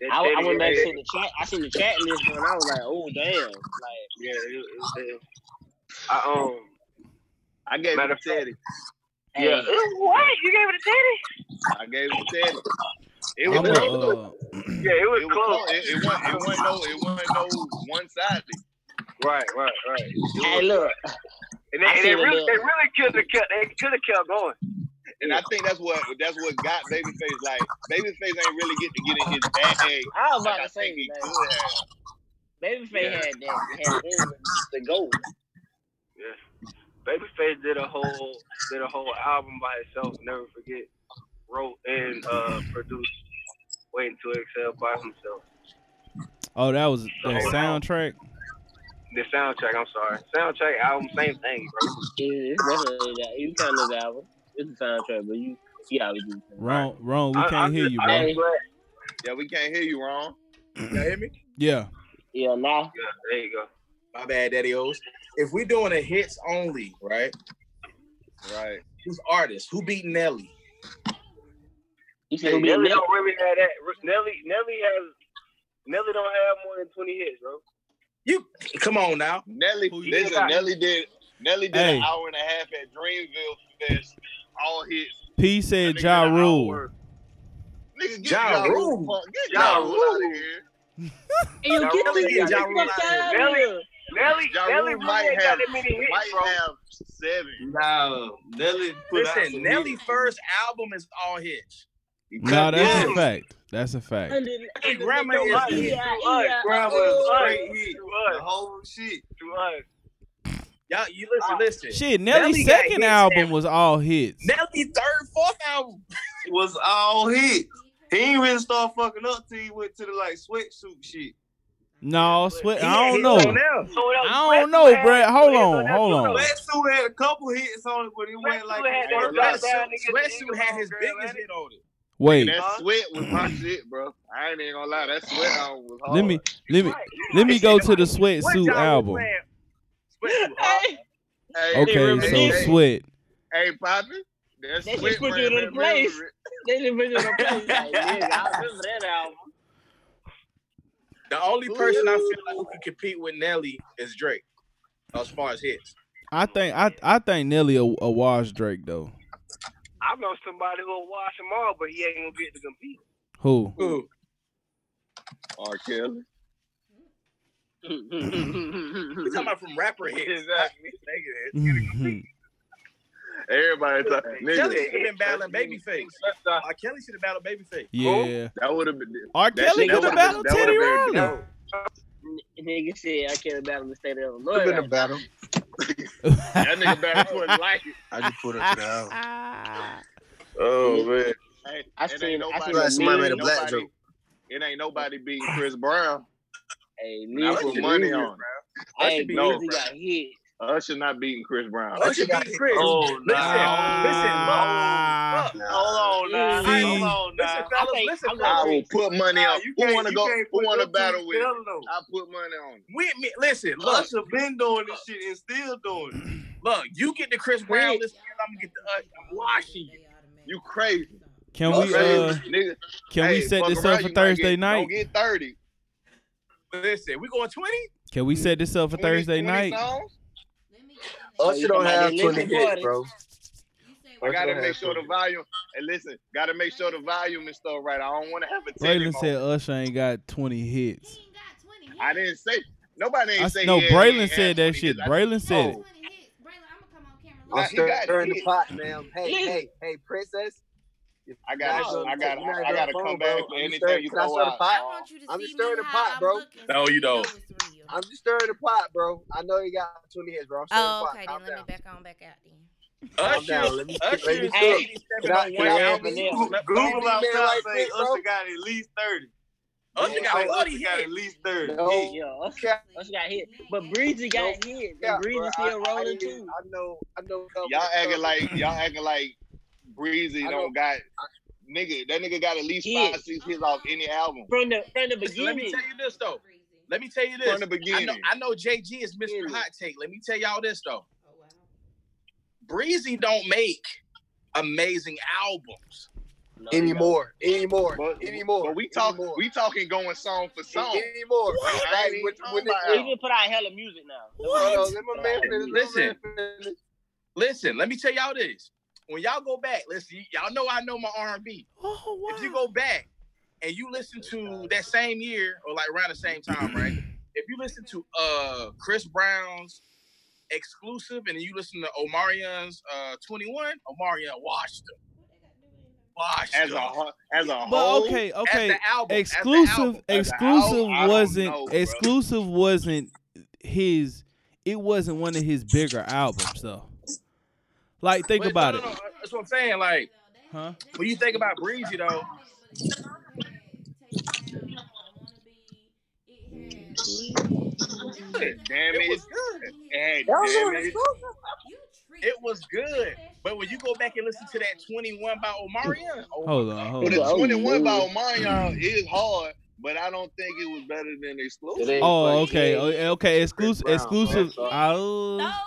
H: That
A: I, I
H: Teddy
A: went back
H: had-
A: to the chat. I seen the chat list, and I was like, "Oh damn!" Like,
H: Yeah, it, it was good. I um.
E: I gave
H: Matter
E: it
H: of
E: to Teddy.
A: hey,
E: Yeah.
H: What you gave it to Teddy?
E: I gave it to Teddy. It
B: I'm
E: was
B: a,
E: close though.
B: uh,
H: Yeah, it was,
E: It was
H: close.
E: close. It, it wasn't. It wasn't no. It wasn't no one sided.
H: Right, right, right.
A: hey, look,
H: And they,
A: I
H: and
A: seen
H: they
A: the
H: really,
A: little-
H: they really could have kept. They could have kept going.
E: And I think that's what. That's what got Babyface. Like Babyface ain't really get to get in his bag.
A: I was about
E: Like I
A: to
E: think
A: say,
E: he
A: man,
E: could have.
A: Babyface had that had energy to go.
H: Babyface did a whole did a whole album by himself. Never forget. Wrote and uh, produced. Waiting to excel by himself.
B: oh, that was that soundtrack.
H: The soundtrack. I'm sorry. Soundtrack album. Same thing, bro.
A: It's definitely that. You kind of that one. It's a soundtrack, but you, yeah, we do.
B: Wrong, wrong. We
H: I-
B: can't
H: I'm
B: hear
H: just-
B: you,
H: I'm
B: bro.
A: Hey.
H: glad-
E: Yeah, we can't hear you, Ron.
F: You hear me?
B: Yeah,
A: Yeah, nah.
H: Yeah, there you go.
F: My bad, Daddy O's. If we doing a hits only, right?
E: Right.
F: Who's artists? Who beat Nelly?
A: You said
H: Nelly
A: who beat Nelly?
H: don't really have that. Nelly, Nelly has. Nelly don't have more than twenty hits, bro.
F: You come on now.
E: Nelly.
B: Who you
E: Listen,
H: got?
E: Nelly did. Nelly did
B: Hey.
E: an hour and a half at Dreamville Fest. All hits.
B: P said
E: Nigga,
B: Ja
E: an
B: Rule.
E: hour. Nigga, get
F: Ja
E: Ja Rule.
F: Rule.
E: fuck- Get
H: Ja
E: Ja Rule out of
H: Rule.
E: here.
A: Hey, you
H: Ja
A: get
H: Rule
A: the
H: ain't got
A: fuck out of
H: Nelly-
A: here.
H: Nelly,
E: Ja Rule
H: Nelly
E: might
H: really ain't got
E: have-
H: that many hits,
E: Might
H: bro.
E: have seven.
C: No, Nelly. Put out
F: Listen,
C: some
F: Nelly
C: hits.
F: first album is all hits.
B: No, that's a
E: Yeah.
B: fact. That's a fact.
A: And then-
F: Hey, grandma is
H: Yeah.
F: hit.
A: Yeah,
C: Grandma's
A: yeah.
C: great hit.
H: To
C: The
H: us,
C: whole shit.
H: to us.
F: Y'all, you
C: Ah,
F: listen, listen.
B: Shit,
F: Nelly
B: Nelly's
F: got
B: second
F: hits
B: album
F: that-
B: was all hits.
F: Nelly third, fourth album.
C: It was all hit. He ain't really start fucking up till he went to the like sweatsuit shit.
B: No, sweat. I don't
F: He got hits on
B: know.
F: there.
H: So what else?
B: I don't
H: Wetsuit
B: know,
H: had-
B: Brad. Hold
H: Wetsuit
B: on,
H: had
B: hold
H: that
B: on.
H: song.
C: Sweatsuit had a couple hits on it, but it went like
H: Sweatsuit had that
E: Ain't
H: drop
E: got
H: down
F: Sweatsuit
H: nigga
F: Sweatsuit had his
H: Girl,
F: biggest
H: ain't it?
F: hit on it.
B: Wait,
E: That
H: Huh?
E: sweat was my shit, bro. I ain't even gonna lie. That sweat album was hard.
B: let me let me
H: Right.
B: let me go to the
F: What
B: sweatsuit
F: y'all was
B: album.
F: playing? Sweatsuit, huh?
A: Hey,
E: Hey,
B: Okay,
E: hey,
B: so
E: hey,
B: sweat.
E: Hey, Poppy. That
A: They should
E: sweat
A: put you in
E: ran
A: the
E: that
A: place.
E: river.
A: they didn't bring it up. Like, nigga, I remember that album.
F: The only person I feel like who could compete with Nelly is Drake, as far as hits.
B: I think I I think Nelly a, a wash Drake though.
H: I know somebody who'll watch them all, but he ain't gonna get to compete.
B: Who?
F: Ooh,
I: Oh,
E: R. Kelly.
F: we talking about from rapper hits.
E: Exactly.
F: Nigga,
B: Mhm.
E: Everybody thought,
F: Kelly
E: nigga,
F: should have been battling Babyface. R. Kelly should have battled Babyface.
B: yeah.
E: that would have been.
B: R.
E: That
B: Kelly
E: shit-
B: could have
E: that would've
B: battled
E: been- that
B: Teddy
E: would've been-
B: Riley.
A: Nigga said, I can't battle the state of Illinois. Right now.
I: battle.
E: That nigga battled for life.
I: I just put up to the house.
E: Oh man. Hey,
A: I
E: it ain't
A: seen- I
E: nobody-
A: seen a
I: Somebody made a
E: nobody-
I: black joke.
E: It ain't nobody beating Chris Brown.
A: Hey,
E: And I
A: Lizzie,
E: put money on.
A: Hey,
E: be- no,
A: Lizzie got hit.
E: Usher not beating Chris Brown.
F: Usher beat Chris.
C: Oh
F: Listen,
B: Ah.
F: listen, look,
C: Hold on now.
B: See?
C: Hold on
F: listen,
C: now.
F: fellas,
A: think-
F: listen,
A: I
E: I
F: fellas.
E: will put money
C: Nah,
E: on.
C: you
E: Who
C: can't-
E: want to
C: you
E: go?
C: can't
E: Who
C: put
E: want to
C: them two
E: battle with?
C: together, though.
E: I put money on. it.
F: We admit, listen, look,
C: Usher been doing this shit and still doing it.
F: look, you get the Chris Brown, listen, I'm gonna get the Usher. I'm washing you.
E: uh, You crazy?
B: Can we uh
E: nigga,
B: can
E: hey,
B: we set
E: fuck
B: this
E: around,
B: up for
E: you might
B: Thursday
E: get,
B: night?
E: Don't get thirty.
F: Listen, we going 20?
B: Can we set this up for
E: 20
B: Thursday
E: 20
B: night?
E: songs?
I: Usher don't have 20 hits,
E: I
I: bro.
E: gotta
I: Usher
E: make
I: has
E: sure the
I: 20.
E: volume. And listen, gotta make sure the volume is still right. I don't want to have a Teddy
B: Braylon
E: moment.
B: said Usher ain't got 20 hits.
E: I didn't say. Nobody ain't
B: I,
E: say.
B: no,
E: he had- he
B: Braylon
E: had
B: said that
E: 20
B: shit.
E: hits.
B: Braylon said it.
E: Oh.
I: I'm
E: He got
I: stirring the
E: hit.
I: pot, ma'am. Hey,
A: Listen.
I: hey, hey, princess.
E: I got.
A: No,
E: I got.
I: you're not
E: I got to
I: gonna
E: come
I: phone,
E: back
I: bro.
E: for
I: I'm just
E: anything
I: stirring-
E: you
I: can I
E: throw
I: stir the
E: out.
I: pot?
J: I want you to
I: I'm
J: see
I: just stirring
J: me
I: the
J: how
I: pot,
J: I'm
I: bro.
J: looking
C: No,
J: so
C: you don't.
J: know it's real.
I: I'm just stirring the pot, bro. I know you got 20 hits, bro. I'm stirring
J: Oh,
I: the pot.
J: okay.
I: Calm
J: Then let me
I: down.
J: back on back out then.
K: down.
F: Usher,
K: Let me-
F: Usher
K: let me
F: is
K: cook.
F: 87
K: Can
F: on
K: I-
F: one
K: can I have
F: album.
K: an answer?
F: Let- let me
D: Google
F: be
D: outside
F: man
D: saying
F: like this, bro.
D: Usher got at least 30.
F: Usher got
D: Usher
F: a 40
D: got
F: hit.
D: at least 30.
K: No
A: Yeah, Usher,
K: cap,
A: Usher got hit, but Breezy got hit,
K: cap,
A: and Breezy
K: bro.
A: still
K: I, I
A: rolling
K: hear-
A: too.
K: I know, I know. couple
E: Y'all
K: of
E: acting
K: couple-
E: like y'all acting like Breezy
K: I
E: don't got nigga. That nigga got at least five,
A: Yeah.
E: six hits off any album
A: From the from the
F: Let me
A: beginning,
F: tell you this though. Let me tell you
E: from
F: this.
E: the
F: I know,
E: beginning.
F: I know JG is Mr.
A: Beginning.
F: Hot Take. Let me tell y'all this though.
J: Oh,
F: Breezy don't make amazing albums.
A: No, he
K: anymore, anymore,
E: But,
K: anymore.
E: but we talk
K: anymore.
E: we talking going song for song.
K: anymore.
E: I
K: Like,
E: ain't
K: with,
E: even talking
K: with
E: about
A: don't.
E: album.
A: He even put out hella music now.
K: Hold on, let my man finish, let my man finish.
F: Listen, let me tell y'all this. When y'all go back, listen, y- y'all know I know my R&B.
B: Oh,
F: If you go back and you listen to that same year or like around the same time, right? If you listen to uh Chris Brown's exclusive and then you listen to Omarion's uh 21, Omarion washed them. Washed
E: As a
F: them.
E: ho- as a
B: But
E: whole.
B: okay,
F: As
B: okay.
F: the album, as the
B: Exclusive,
F: album.
E: as the
B: exclusive
E: album, I don't
B: wasn't
E: know, bro.
B: exclusive wasn't his. It wasn't one of his bigger albums though. Like think
F: But
B: about
F: no,
B: it,
F: no, no, That's what I'm saying. Like
B: huh?
F: when you think about Breezy though,
E: God Damn
F: it
E: it.
F: was good.
E: God damn it.
F: It was good. But when you go back and listen to that 21 by Omarion, oh,
B: Hold on,
E: But
B: hold
E: the
B: on.
A: Oh,
E: 21 by
A: Lord.
E: Omarion is hard, but I don't think it was better than
K: It
E: exclusive.
K: ain't
B: Oh,
K: like-
B: okay,
K: it ain't-
B: oh, okay. Exclusive,
K: Brown,
B: exclusive.
K: bro.
B: Oh,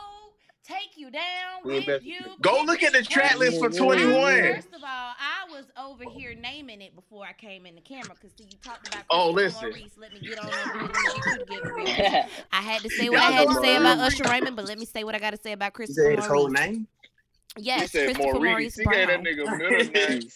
I: take you down
K: We ain't
I: with
K: best-
I: you.
F: go look at the track list for
I: I,
F: 21.
I: first of all, I was over here naming it before I came in the camera because see, you talked about.
F: Oh,
I: Christopher
F: listen.
I: Maurice. Let me get on over here. Let me get you to get over here.
A: Yeah.
I: I had to say what
F: Y'all
I: I had
F: know
I: to say
F: I
I: about
F: love
I: Usher Raymond, but let me say what I got to say about
K: You
I: Christopher
K: say his whole
I: Maurice.
K: name?
E: He
I: Yes,
E: said
I: Christopher
E: Maurice.
I: Maurice
E: He gave that
I: Brown.
E: nigga middle name.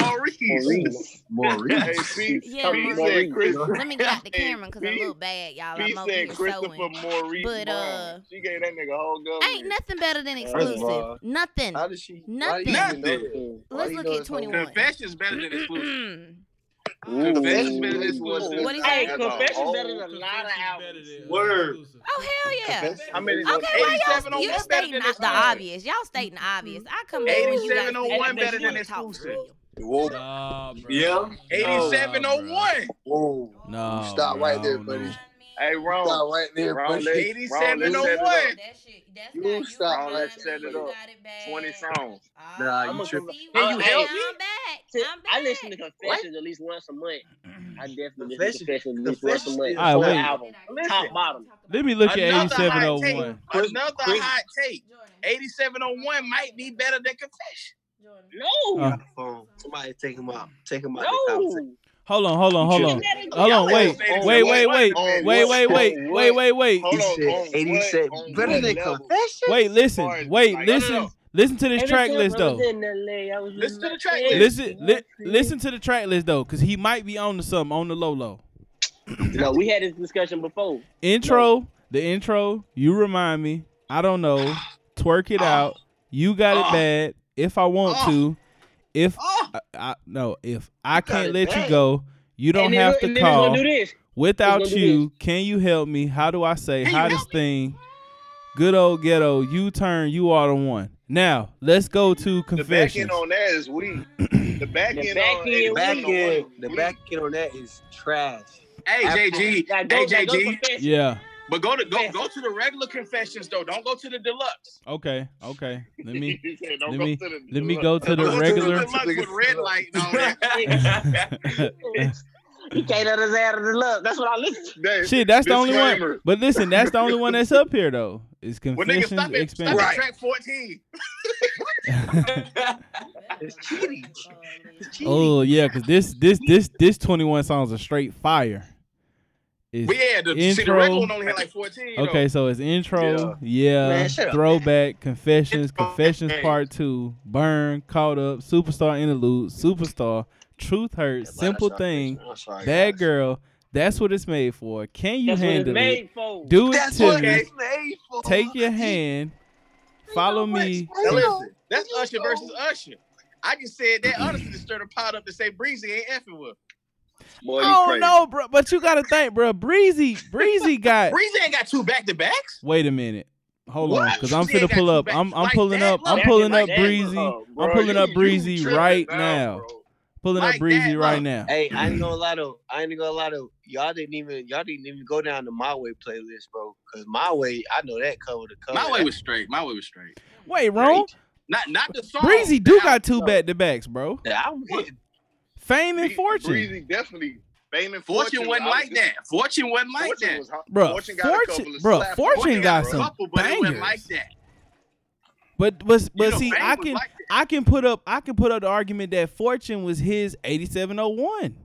F: Maurice.
A: Maurice,
E: Hey,
K: Maurice.
E: Pete,
I: Yeah,
E: Pete
I: Maurice.
E: said Chris.
I: Let me get out the
E: Hey,
I: camera because I'm a
E: Pete-
I: little bad, y'all.
E: Pete
I: I'm over
E: said
I: here
E: Christopher
I: sewing.
E: Maurice.
I: But,
E: Brown.
I: uh,
E: she gave that nigga a whole government.
I: Ain't nothing better than
K: First of
I: exclusive.
K: all,
I: Nothing.
K: How does she? Why
I: Nothing.
K: you even know
F: Nothing.
K: that? Why
I: Let's
K: you
I: look
K: know
I: at Mm.
K: his whole
I: 21.
F: Confession's better than exclusive.
E: Confessions
A: Ooh.
E: better than exclusive.
I: What he
A: Hey,
I: say?
E: As a
A: Confession
E: whole.
A: better than a lot of albums.
D: Word.
I: Oh hell yeah.
K: Confession.
E: How many?
I: Okay, why
F: Eighty-seven
I: y'all
F: on
I: you
F: one better
I: stating
F: than
I: the
F: exclusive.
I: obvious? Y'all stating the obvious. I come in when you guys
F: 87 on one better than
I: talk for
F: exclusive.
I: real.
K: Whoa,
B: Nah, bro.
D: Yeah.
B: Nah,
F: 8701.
K: whoa!
B: bro. Nah,
K: Stop
B: bro, I
K: right there,
B: don't
K: buddy.
B: know.
E: Hey,
K: Stop
E: wrong.
K: right there,
E: Wrong
K: buddy.
E: leg.
K: Let's
F: 8701.
K: set
I: That shit. That's
K: You
I: how you
K: stop
I: remind
K: right
I: me
K: there.
I: you got it bad.
E: 20 songs.
K: Nah,
I: Oh,
K: you
I: see,
K: tripping.
I: why
F: Can you help me?
I: I'm back.
A: See,
I: I'm back.
A: I listen to Confessions at least once a month. I definitely listen to
F: Confession-
A: Confessions at least once a month.
B: All right,
A: Whole
B: wait.
A: album, top bottom.
B: Let me look at
F: Another hot take.
B: 8701.
F: Another hot take.
I: Jordan.
F: 8701 might be better than Confession.
I: Jordan.
A: No,
B: Uh,
K: Phone. Somebody take him out. Take him out. of the
A: no.
K: conversation.
B: Hold on, hold on, hold on. Hold
F: Y'all
B: on, wait,
F: said it's
B: wait,
F: on
B: wait,
F: one
B: wait,
F: better than-
B: wait, wait, wait,
E: on
B: wait,
E: what?
B: wait, wait.
E: Hold
K: He
E: on.
K: said
E: on
K: eighty-seven.
E: what- on
K: Better
E: what
K: than
E: level?
K: confession.
B: Wait, listen,
E: Far as,
B: wait,
E: like-
B: listen, listen to this
A: Every
B: track
A: time
B: list
A: I was
B: though.
A: in LA, I was with
F: Listen to
A: my
F: the track
A: friends.
F: list.
B: Listen, li- listen to the track list though, cause he might be on to something on the low low.
A: No, we had this discussion before.
B: Intro, the intro. You remind me. I don't know. Twerk it out. You got it
F: Ah.
B: bad. If I want
F: Ah.
B: to, if
F: Oh,
B: I, I no, if I can't
K: it
B: let you
K: bad.
B: go, you don't
A: and
B: have
A: then,
B: to
A: and then
B: call.
A: It's gonna do this.
B: Without
A: It's gonna do
B: you, can you help me? How do I say
F: Can you
B: how
F: help
B: this thing? Good old ghetto, you turn, you are the one. Now, let's go to
E: the back
B: confessions.
E: end on that is weak. The back
A: The
E: end
A: back
E: on
A: end
K: The back end.
E: 8701
K: The
E: weak.
K: back end on that is trash.
F: hey JG,
A: Now go,
F: hey
A: now go
F: JG.
A: confess.
B: Yeah.
F: But go to go go to the regular confessions though. Don't go to the deluxe.
B: Okay. Okay. Let me
E: He said, don't
B: let
E: go
B: me-
E: to the
B: let me go to the
F: Go
B: regular.
F: to the deluxe with red light and all that.
A: He can't let us out of the love. That's what I listen to.
E: That-
B: Shit, that's the only one.
E: disclaimer.
B: But listen, that's the only one that's up here though. Is
F: Well, nigga, stop
B: confessions
F: it. Stop
B: expanded.
F: at track 14.
K: It's cheating.
B: oh yeah, cause this this this this twenty one songs are straight fire. It's-
F: Well, yeah, the, see, the
B: Intro.
F: regular one only had like 14. though.
B: Okay, so it's intro, yeah,
K: Man, shut up,
B: throwback, confessions,
F: Intro,
B: confessions
F: man.
B: part two, burn, caught up, superstar interlude, superstar, truth hurt, simple thing,
K: Oh
B: bad girl. That's what it's made for. Can you
A: That's what it's
B: handle it?
A: made for.
B: Do it
K: That's
B: to
K: what
B: me.
K: it's made for.
B: Take your hand. Follow me.
F: Now listen, that's Usher versus Usher. I just said that honestly to stir the pot up to say Breezy ain't effing with.
E: Boy, you
B: Oh
E: crazy.
B: no, bro! But you gotta think, bro. Breezy, Breezy got.
F: Breezy ain't got two back to backs.
B: Wait a minute. Hold
F: What?
B: on, because I'm
F: She ain't
B: finna
F: got
B: pull
F: you
B: up.
F: back
B: I'm I'm
F: like
B: pulling
F: that?
B: up. I'm
F: Look.
B: pulling up
F: Like that?
B: breezy.
F: Look,
H: Oh,
B: I'm
F: bro,
B: pulling up
F: you- you
B: breezy
F: tripping
B: right
F: now,
B: now.
F: bro.
B: Pulling
F: Like
B: up
F: that,
B: breezy
F: look.
B: right now.
K: Hey, I ain't gonna lie to I ain't gonna lie to y'all didn't even y'all didn't even go down to my way playlist, bro. Cause my way, I know that cover to cover.
F: My way was straight. My way was straight.
B: Wait, Rome.
F: Not not the song.
B: Breezy
F: the
B: do
F: album,
B: got two
F: though.
B: back to backs, bro.
K: That album hit.
B: Fame and
E: Bre-
B: fortune,
E: Breezy definitely. Fame and
F: Fortune,
E: fortune
F: wasn't
E: I was
F: like
E: just-
F: that. Fortune wasn't like
E: Fortune
F: that.
E: was hot.
B: bro.
E: Fortune
B: Fortune,
E: got a couple of
B: bro.
E: slaps.
B: Fortune got
E: bro.
B: some
F: couple, but it wasn't
B: bangers.
F: like that.
B: But but but
F: know,
B: see,
F: Fame
B: I
F: was
B: can
F: like
B: I can put up I can put up the argument that Fortune was his eighty seven oh one.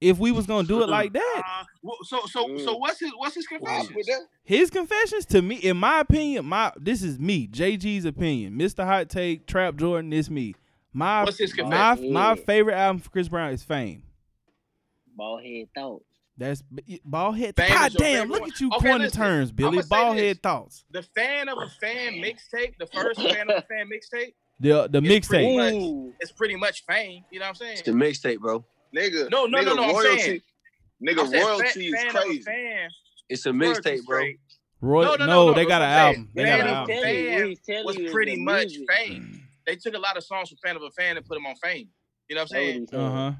B: If we was gonna do it like that,
F: Uh, well, so so so what's his what's his
E: Wow.
F: confession?
E: With that,
B: his confessions to me, in my opinion, my this is me, JG's opinion, Mr. Hot Take, Trap Jordan, this me. My
F: What's his
B: my
F: confession?
B: my favorite album for Chris Brown is Fame.
A: Bald head thoughts.
B: That's ball head.
F: Fame is
B: God
F: your
B: damn!
F: favorite
B: Look
F: one.
B: at you,
F: Okay,
B: corner
F: listen,
B: turns, Billy.
F: I'ma say
B: Ball
F: this.
B: head thoughts.
F: The fan of a fan mixtape, the first fan of a fan mixtape,
B: The the
F: It's pretty
B: mixtape.
F: much-
A: Ooh.
F: it's pretty much fame. You know what I'm
K: It's the
F: saying?
K: mixtape, bro.
E: nigga.
F: No, no,
E: nigga,
F: no, no, I'm
E: Royalty.
F: saying-
E: nigga,
F: I'm saying
E: royalty
F: fan,
E: is
F: fan of a
E: crazy.
F: fan.
K: It's a
F: First
K: mixtape,
F: is
K: bro.
F: great.
B: Roy,
F: No,
B: no,
F: no, no, no,
B: they
F: that's
B: got
F: what
B: an
F: I'm saying.
B: album. They got
F: Man
B: an
F: of
B: album.
F: Fame was pretty much fame.
B: Mm.
F: They took a lot of songs from fan of a fan and put them on fame. You know what I'm saying?
B: Uh huh.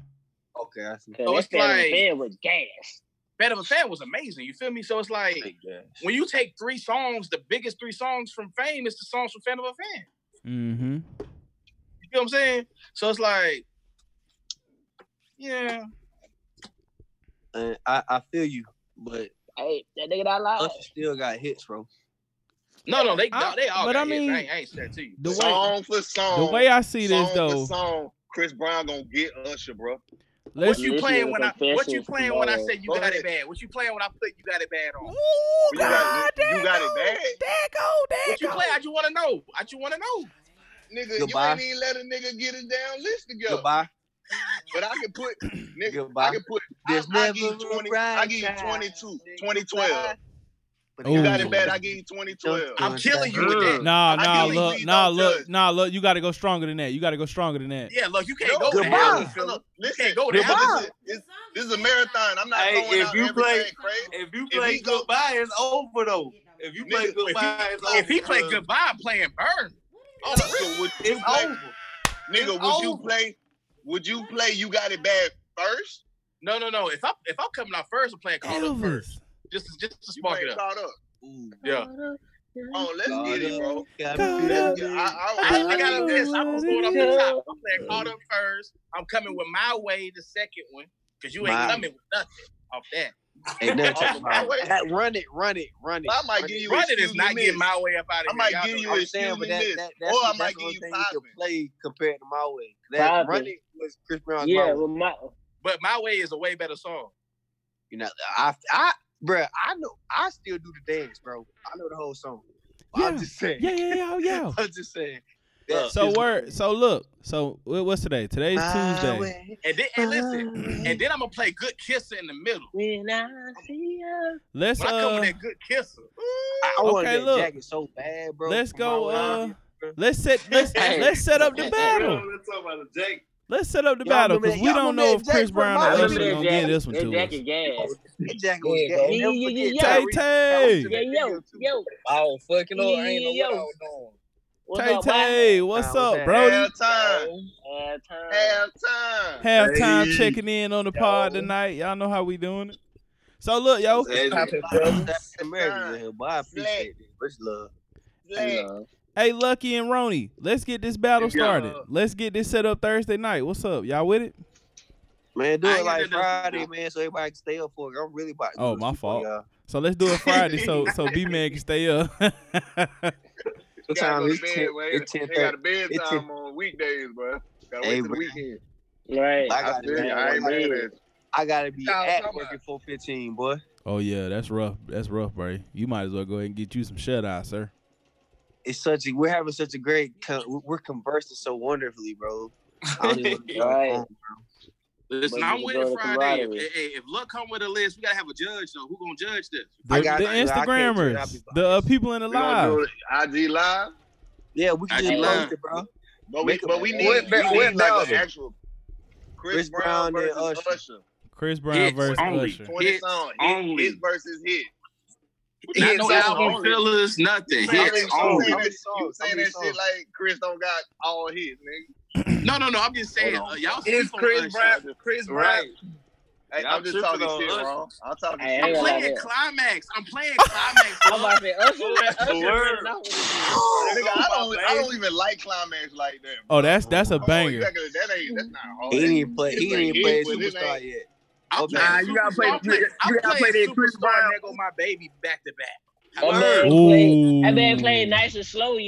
K: Okay, I see.
F: So
A: So it's
F: it's like-
A: fan with gas.
F: Fan of a fan was amazing. You feel me? So it's like
K: Take that.
F: when you take three songs, the biggest three songs from fame is the songs from fan of a fan.
B: Mm-hmm.
F: You know what I'm saying? So it's like, yeah,
K: And I, I feel you, but
A: Hey, that nigga not
B: Oh.
A: lying.
K: Usher still got hits, bro.
F: no, no, they
B: I-
F: they all.
B: but
F: got
B: I mean,
F: hits. I ain't, I ain't said to you.
B: The way
E: song for song.
B: the way I see
E: song
B: this though,
E: For song. Chris Brown gonna get Usher, bro.
F: What
B: let's
F: you
A: Listen
F: playing
A: to
F: when
A: the
F: I what you
A: confessions
F: playing when I
A: tomorrow.
F: say you
E: Go
F: got it
E: ahead.
F: bad? What you playing when I put you got it bad on?
B: Oh,
E: You got, you, you got it bad,
F: What you play? I just want to know. I just want to know.
E: nigga.
K: Goodbye.
E: You ain't even let a nigga get it down. List together.
K: Goodbye.
E: But I can put, nigga.
K: Goodbye.
E: I can put.
K: There's
E: I, I
K: never
E: give you
K: a
E: 20. I
K: right
E: give you
K: time.
E: 22, 2012.
K: But
B: Ooh.
E: You
K: they
E: got it bad. I give you 2012.
K: Don't
F: I'm killing you with that.
B: Nah,
E: I
B: nah,
E: give you
B: look,
E: please
B: nah,
E: don't
B: look,
E: judge.
B: nah, look. You got to go stronger than that. You got to go stronger than that.
F: Yeah, look, you can't
E: No,
F: go to
E: no,
F: hell.
E: no, no, Listen,
F: can't go to
E: no,
F: hell.
E: listen, it's- This is a marathon. I'm not
K: Hey,
E: throwing
K: if
E: out
K: you play-
E: everything crazy.
K: If you
E: If
K: play
E: he go-
K: goodbye, it's over though. If you play
E: Nigga, if he-
K: goodbye, it's over.
F: If he play
E: Oh,
F: goodbye, I'm playing burn.
E: Oh, so would you
K: it's
E: play,
K: over.
E: nigga?
K: It's
E: Would you
K: over.
E: play? Would you play? You got it bad first.
F: No, no, no. If I'm if I'm coming out first, I'm playing call up first.
B: Elvis,
F: Just just to
E: You
F: spark
E: ain't
F: it up.
E: caught up.
F: Yeah.
E: Oh, let's
K: Caught
E: get it, bro.
K: up, got it.
B: Caught up.
E: Let's get. I, I,
F: I, I
E: I
F: got this. I'm gonna pull it off the top. I'm playing caught up first. I'm coming with my way, the second one, because you ain't
K: My-
F: coming with nothing off that.
K: Ain't nothing
E: Oh,
K: touching
E: my
K: my
E: way.
K: That- Run it, run it, run it.
E: I might give you.
F: Running is
E: excuse
F: not
E: me,
F: getting
E: miss.
F: my way up out of
E: I
F: here.
E: might
F: Y'all
E: give
F: know
E: you
F: that.
K: I'm
E: excuse
K: saying,
E: me,
K: but that,
E: miss.
K: that, that's,
E: Or Oh, I
K: that's
E: might
K: the
E: give
K: only
E: you
K: thing you can
E: popping.
K: play compared to my way. That
A: Poppin'.
K: run it was Chris Brown's my
A: Yeah,
K: way.
A: well, my
F: But my way is a way better song.
K: You know, I, I, bruh, I know, I still do the dance, bro. I know the whole song. I'm
B: Yeah.
K: just saying.
B: yeah, yeah, yeah, yeah.
K: I'm just saying.
C: Uh,
B: So word, so look, so wh- what's today? Today's Tuesday.
F: And then and listen,
E: Uh,
F: and then I'm gonna play good kisser in the middle.
A: when I see her.
B: Let's
F: When I come
B: uh,
F: with that good kisser,
K: I I wanted
B: Okay,
K: that
B: look.
K: jacket so bad, bro.
B: let's
K: from
B: go.
K: my
B: Uh,
K: way.
B: let's set let's
K: Hey.
B: let's set up the battle.
D: Let's talk about the Jake.
B: Let's set up the
K: Y'all
B: battle
K: remember
B: because
K: that-
B: we
K: y'all
B: don't
K: remember
B: know
K: that
B: if Chris
K: Jack
B: Brown
K: Brown?
B: or
A: Remember
B: Usher
K: Usher
A: that
B: gonna get
A: jacket?
B: this one
A: That
B: to us.
A: jacket gas.
K: that jacket was
A: Yeah,
K: gas.
A: bro.
K: Never
A: Yeah, yeah,
K: forget Tyrese
A: yeah.
B: Tay
K: Cox
B: Tay,
K: in
A: Yeah,
K: that
A: yo,
K: video, too.
A: yo.
K: Oh, fucking
A: Lord, I ain't know what I was
K: doing.
A: What's
B: Tay
A: up,
B: Tay,
K: Nah,
B: what's
K: what's
B: up,
K: that?
B: Brody?
E: Halftime.
A: Half time.
E: Halftime.
B: Halftime
K: Hey.
B: checking in on the pod
K: Yo.
B: tonight. Y'all know how we doing it. So look, yo,
K: That's American in here, but I appreciate it. Much love.
E: Black.
B: hey Lucky and Rony, let's get this battle
D: Yeah.
B: started. Let's get this set up Thursday night. What's up? Y'all with it?
K: Man, do
F: I
K: it
F: ain't
K: like
F: got nothing to
K: Friday, man, so everybody can stay up for it. I'm really about to
B: Oh,
K: do
B: my
K: this for
B: fault.
K: y'all.
B: So let's do it Friday so so B Man can stay up.
K: What
E: Gotta
K: time
E: go
K: is
E: to bed, man.
K: It's ten
E: They got
K: thirty.
E: a bedtime
K: 10.
E: on weekdays, bro. Gotta
K: Hey,
E: wait till the
K: bro.
E: weekend.
A: Right.
K: I
E: I
K: got
E: feel you. I ain't
K: to
E: mad at you.
K: I gotta be
E: Nah,
K: at
E: come
K: work
E: on.
K: at four fifteen, boy.
B: oh yeah, that's rough. That's rough, Bray. You might as well go ahead and get you some shut eye, sir.
K: It's such a we're having such a great con- we're- we're conversing so wonderfully, bro. Um, I don't even wanna be on the
A: Right.
K: phone.
F: listen,
A: But
F: I'm
A: we
F: with
A: enjoy
F: it
A: the
F: Friday. If,
A: camaraderie.
F: hey, if luck come with a list, we gotta have a judge though. Who gonna judge this?
B: The,
K: I got
B: the
K: you. I can't do it. I'll
B: Instagrammers,
K: be
B: the uh, people in the
E: We gonna
B: live.
E: do it IG live,
K: Yeah, we can
F: I
K: just
A: can't
K: post
F: lie.
K: it, bro.
E: but we
K: Make 'em
E: but we
K: mad.
E: need,
K: What-
E: we
K: what
E: need like
K: battle?
E: an actual Chris,
K: Chris
E: Brown,
K: Brown and
E: versus Usher.
K: Usher.
B: Chris Brown
F: Hits
B: versus
F: only.
B: Usher.
E: Twenty
F: Hits
E: song, hit,
F: only.
E: hit versus hit. Hits
F: no
E: out
F: album
E: only.
F: fillers, nothing.
E: You saying
F: Hits
E: that- you
F: only.
E: saying that- You saying that shit like Chris don't got all hits, nigga.
F: No, no, no. I'm just saying,
E: Hold
F: uh,
E: on.
F: y'all
H: It's
F: sleep on
H: Chris
F: us.
H: Brown. Chris Brown.
D: Right.
E: Hey,
D: Y'all
E: I'm just
D: tripping
E: talking
D: on
E: shit,
D: us.
E: wrong. I'm talking
A: Hey, I
E: shit.
F: I'm
A: ain't gonna lie.
F: playing climax. I'm playing climax.
A: I'm about to say Usher. Usher
D: Word.
A: running off with this shit.
E: Nigga, I don't, I don't even like climax like that.
B: Oh, that's that's a
E: Oh,
B: banger.
E: exactly. That ain't. That's not hard.
K: He didn't even play. He
E: It's a
K: didn't even
E: hit,
K: play
E: but it
K: superstar
E: ain't-
K: yet.
F: I'm
K: Okay.
F: playing
H: Nah, you gotta play.
F: Superstar. I'm
H: You,
F: I'm
H: you gotta play
F: playing
H: that Chris
F: Superstar,
H: Brown.
F: Nego,
H: Nego, my baby, back to back.
A: That man
B: Ooh.
A: played. That man played nice and slow yet.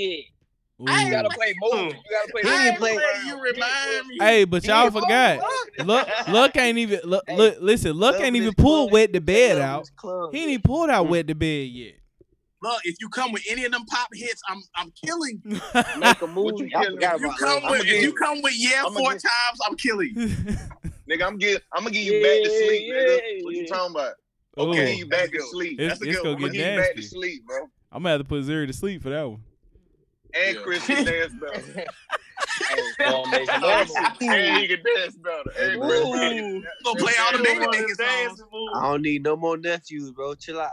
H: You
B: Ooh.
H: gotta play more. You gotta play.
K: He
F: I
K: didn't
F: ain't
K: play-
F: play. You remind me.
B: Hey, but y'all forgot.
K: Fuck.
B: Look, look ain't even look.
K: Hey,
B: look listen, look
K: Love
B: ain't
K: this
B: even pull
K: club.
B: wet the bed
K: Love
B: out.
K: this club.
B: He ain't even pulled out wet the bed yet.
F: Look, if you come with any of them pop hits, I'm I'm killing you.
K: Make a
E: What
K: movie.
E: you
K: I
E: killing?
K: forgot
E: If
F: You
K: about
F: come
K: Love.
F: with
E: I'ma
F: if you
E: get-
F: come with yeah
E: I'ma
F: four
E: get-
F: times, I'm killing you.
E: Nigga, I'm get. I'm gonna give you back to
A: Yeah,
E: sleep, nigga. What you
A: yeah.
E: talking about?
B: okay.
E: give you back to sleep.
B: It's-
E: That's a
B: Oh. it's
E: good one.
B: gonna
E: I'm gonna
B: get
E: give you back
B: nasty.
E: to sleep, bro.
B: I'm gonna have to put Zuri to sleep for that one.
E: And
F: Yeah.
E: Chris can dance better. and he
K: I
E: can dance better. And Chris can
F: Ooh. Gonna play all the
E: Still
F: baby
E: wanna
F: making songs.
K: don't need no more nephews, bro. Chill out.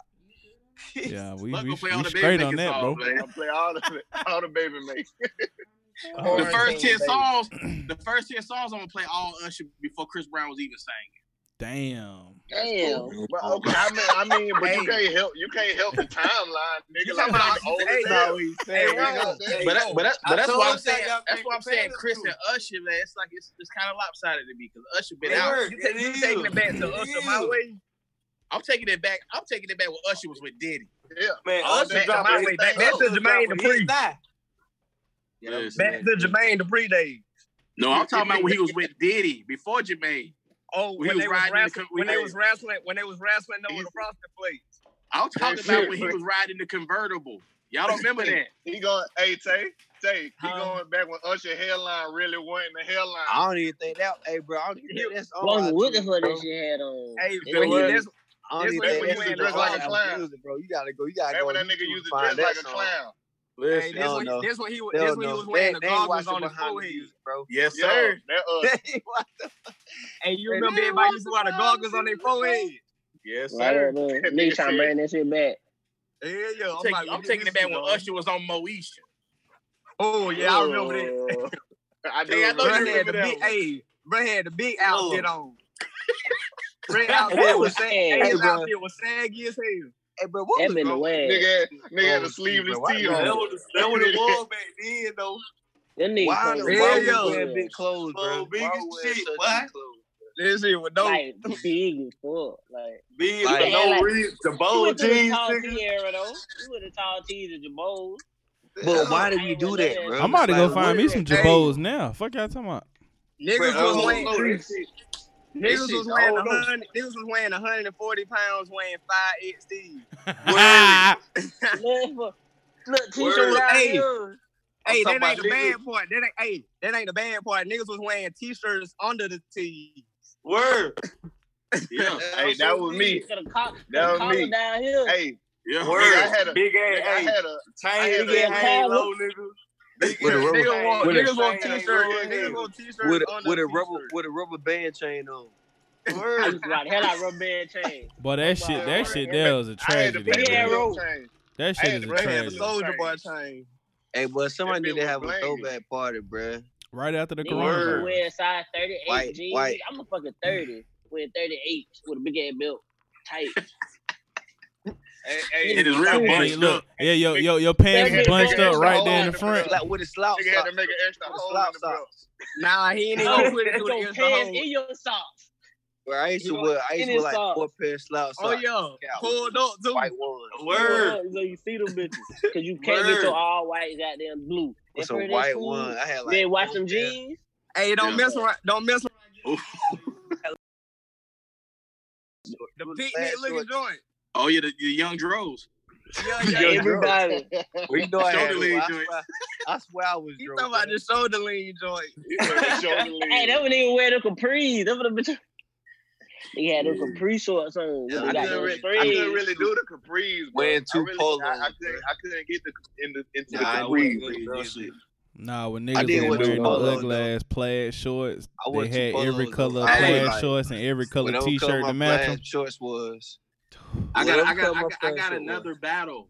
B: Yeah, we,
F: Look,
B: we,
F: gonna play
B: we
F: all the baby
B: straight on
F: making
B: that,
F: songs,
B: bro.
F: man.
E: I'll play all the all the baby makes.
F: The
A: Orange
F: first ten
A: Baby.
F: songs, the first ten songs, I'm gonna play all Usher before Chris Brown was even singing.
B: Damn.
A: Damn.
E: But okay, I mean, I mean, but you
H: Hey.
E: can't help you can't help the timeline, nigga. Like
H: about-
E: I'm old
H: hey,
E: as hell.
H: Hey, Ronald,
E: Hey,
F: But that, but, that,
D: I
F: but that's
D: told
F: why I'm
D: y'all
F: saying
D: y'all
F: that's
D: can't
F: why I'm
D: compare
F: saying
D: the
F: Chris
D: two.
F: and Usher, man. It's like it's, it's kind of lopsided to me because Usher been
D: It
F: out.
D: worked.
F: You, take,
D: It
F: you
D: is.
F: taking it back to
D: It
F: Usher my
D: is.
F: way. I'm taking it back. I'm taking it back when Usher was with Diddy.
E: yeah.
D: Man,
E: All
D: Usher
E: that-
D: dropping
E: my
D: his
E: way back-
D: thing.
H: back to
D: Usher
H: Jermaine
D: dropping his
H: Dupri.
D: thing.
F: Yeah, that was
H: Back to Jermaine Dupri days.
F: No, I'm talking about when he was with Diddy before Jermaine.
H: Oh,
F: When
H: when,
F: he was
H: they was
F: riding in the
H: wrestling,
F: co-
H: when
F: we-
H: they was wrestling, when they was wrestling them on
E: He's-
H: the roster plate.
F: I'm talking about when he was riding the convertible. Y'all don't remember that?
E: He going, hey Tay, Tay, he
H: Huh?
E: going back when Usher hairline really wasn't the hairline.
K: I don't even think that. Hey, bro, I don't even think that's on.
A: Wasn't
K: our
A: looking
K: team,
A: for
K: bro.
A: that shit had on.
H: Hey,
K: It
H: when he-
K: was.
H: that's-
K: I don't
H: That's
K: even think
H: when he
K: that's
H: was
K: in
H: dressed
K: the
H: like a
K: on our
E: clown.
K: music, bro. You gotta go. You gotta
E: Back
K: go.
E: when that
K: on
E: nigga
K: YouTube
E: used
K: to
E: to
K: find
E: dress
K: that
E: like a
K: song.
E: clown.
H: hey,
D: Listen,
H: that's
K: hell
H: when,
K: no.
H: that's when he was,
K: Hell
H: that's when he
K: no.
H: was wearing
K: They-
H: the
K: they ain't
H: goggles
K: watching
H: on his
K: behind the
H: forehead.
K: music, bro.
F: Yes,
E: Yeah,
F: sir.
E: that uh,
K: They ain't watching-
H: Hey, you
E: Hey,
H: remember
E: they
H: everybody used to wear the goggles on their forehead?
D: Yes,
A: Right
D: sir.
A: up there. Nigga
E: That nigga
A: trying to
E: said-
A: bring that shit back.
H: Yeah, yeah.
F: I'm,
H: I'm like,
F: taking, I'm taking it back when Usher was on Moesha.
H: Oh yeah, I remember that.
E: I do
F: Hey, I know
H: Bro
E: remember
F: you
H: had the
E: that
H: big,
E: one.
H: hey, bro had the big outfit on. Bro
A: That
H: outfit
A: was
H: was sag- hey,
A: sad.
H: his
K: Hey, bro.
H: outfit was saggy as hell.
K: Hey, bro, what
A: That
K: was
A: been the
K: wrong?
A: way.
E: Nigga, had- nigga had
K: Oh,
E: a
K: shit,
E: sleeveless
K: bro, why
E: tee
K: you
E: on.
D: That
K: gotta-
D: was that was it was back then though.
A: Them niggas
K: Why the
A: playing
K: why
H: Yeah,
K: was
H: yo.
K: you
A: yeah,
K: wearing big clothes, bro?
E: Oh,
D: Bro, big
K: Why
D: as
K: was you
D: shit,
K: wearing
D: boy.
K: such big clothes?
H: This shit was dope.
A: like big as fuck. Like
D: Big
K: Like-
D: with
A: Yeah,
D: no
A: like-
D: ribs, the
C: Oh,
A: you
D: bold
A: went to the
D: jeans,
A: tall
D: nigga.
A: T era though. You went to tall T's and Jabos.
K: But Oh, why
A: I
K: do
A: ain't
K: you do
A: gonna
K: that,
A: let
K: bro?
A: that-
B: I'm about to go
K: Like,
B: find me
K: what-
B: some
H: Hey.
B: Jabos now. Fuck y'all talking about.
H: Niggas
D: Bro,
H: was
D: oh,
H: wearing
D: no, that shit-
H: Niggas
D: shit
H: was weighing
D: old,
H: a
D: though.
H: hundred. Niggas was weighing hundred and forty pounds, weighing five XD.
D: Word.
A: Look, for- look, T
D: Word.
A: shirt right
H: Hey.
A: here.
D: I'm
H: Hey,
D: talking
H: that
D: about
H: ain't the
D: niggas.
H: bad part. That ain't hey, that ain't the bad part. Niggas was wearing t-shirts under the tee.
D: Word. Yeah.
E: Hey, that was me.
A: Got a col-
E: That was
A: collar
E: me.
A: down here.
E: Hey,
F: Yeah.
E: Word. I had a-
D: Big
E: nigga, I
D: ass, hey,
E: had a
D: chain,
E: had
D: big
A: a-
D: ass, hang low, nigga.
K: With a rubber,
H: Niggas wore
K: with a-
H: niggas wore
D: Hey,
H: t-shirts.
D: hey, hey.
H: Niggas wore t-shirts
K: with a,
H: under
K: with
H: the
K: a rubber
H: t-shirt.
K: with a rubber band chain on.
A: I
D: Word.
A: used to rock the hell out of rubber band chain.
B: But that shit, that shit there was a
E: I had the
B: tragedy.
E: big
A: Yeah,
B: bro.
A: bro.
E: ass chain.
B: That
E: I
B: shit
E: had
B: is a
E: to bring
H: Had a
E: Hey.
B: tragedy.
H: soldier boy chain.
K: Hey, boy, somebody
E: That
K: need
E: bitch
K: to have
E: was
K: a
E: blinging.
K: throwback party, bruh.
B: Right after the
A: Nigga used to
B: coronavirus.
A: wear a size 38
K: White-
A: jeans.
K: white.
A: I'm a fucking 30 with 38 with a big ass belt. Tight.
E: Hey, hey,
F: It is real
E: nigga
B: Yeah,
F: bunched
B: look,
F: up.
B: yeah, yo, yo, your pants
A: That
B: was
A: nigga
B: bunched
A: had
B: up
A: the
B: right
A: whole
B: there in the
E: outfit
B: front.
E: up.
K: Like with the slouch
E: had
K: socks.
E: to make an extra
K: With the
E: hole in
K: slouch
E: the belt.
K: socks.
H: Nah, he ain't even
A: Oh,
H: put it
A: put
H: through the
A: your
H: extra
A: pants
H: hole.
A: in your socks.
K: Where I used to
A: You know,
K: wear, I used
A: in
K: to wear
A: his
K: like
A: socks.
K: four pair of slouch
H: Oh
K: socks.
H: yeah,
K: Cow.
H: pulled up too.
K: White ones.
D: Word.
A: So you see them bitches. Cause you can't get
D: Word.
A: your all white goddamn blue.
K: With
A: That
K: some
A: pretty
K: white
A: cool.
K: one. I had like
A: Then watch
K: four
A: them
K: pair.
A: jeans.
H: Hey, don't
F: Yeah.
H: mess around. Don't mess around. The
K: Doing the
H: picnic
K: fast
H: looking
K: short.
H: joint.
F: Oh yeah, the, the young Dros.
H: Yeah, yeah.
K: Yo,
A: Everybody.
K: Well, you know I had
F: Shoulder
K: it.
F: lean
K: I
F: joint.
K: swear, I swear I was
H: He
K: drunk.
H: talking about
K: bruh.
H: the shoulder lean joint.
A: hey, that one even wear the capris. That was the bitch. They had them capri shorts on. with
K: Yeah,
A: the
E: I couldn't,
A: goddamn
E: really, I
A: threads.
E: couldn't really do the capris, bro.
K: Wearing two
E: I really,
K: polos,
E: I, I, couldn't,
K: bruh.
E: I couldn't get the into, into
K: Nah, I
E: the
K: wasn't
E: capris.
K: doing
E: nigga.
K: that shit.
B: Nah, when
K: I did
B: niggas was
K: wear
B: wearing the
K: two polos,
B: ugly ass plaid shorts,
K: I
B: they
K: wore two
B: had
K: polos,
B: every
K: though.
B: color
K: I
F: was
B: plaid
K: like-
B: shorts and every color
K: Whatever
B: t
K: color
B: shirt
K: my
B: to match them.
K: plaid shorts was,
C: I got, I got, I
I: Whatever my
C: got, I got
I: friendship
C: another battle.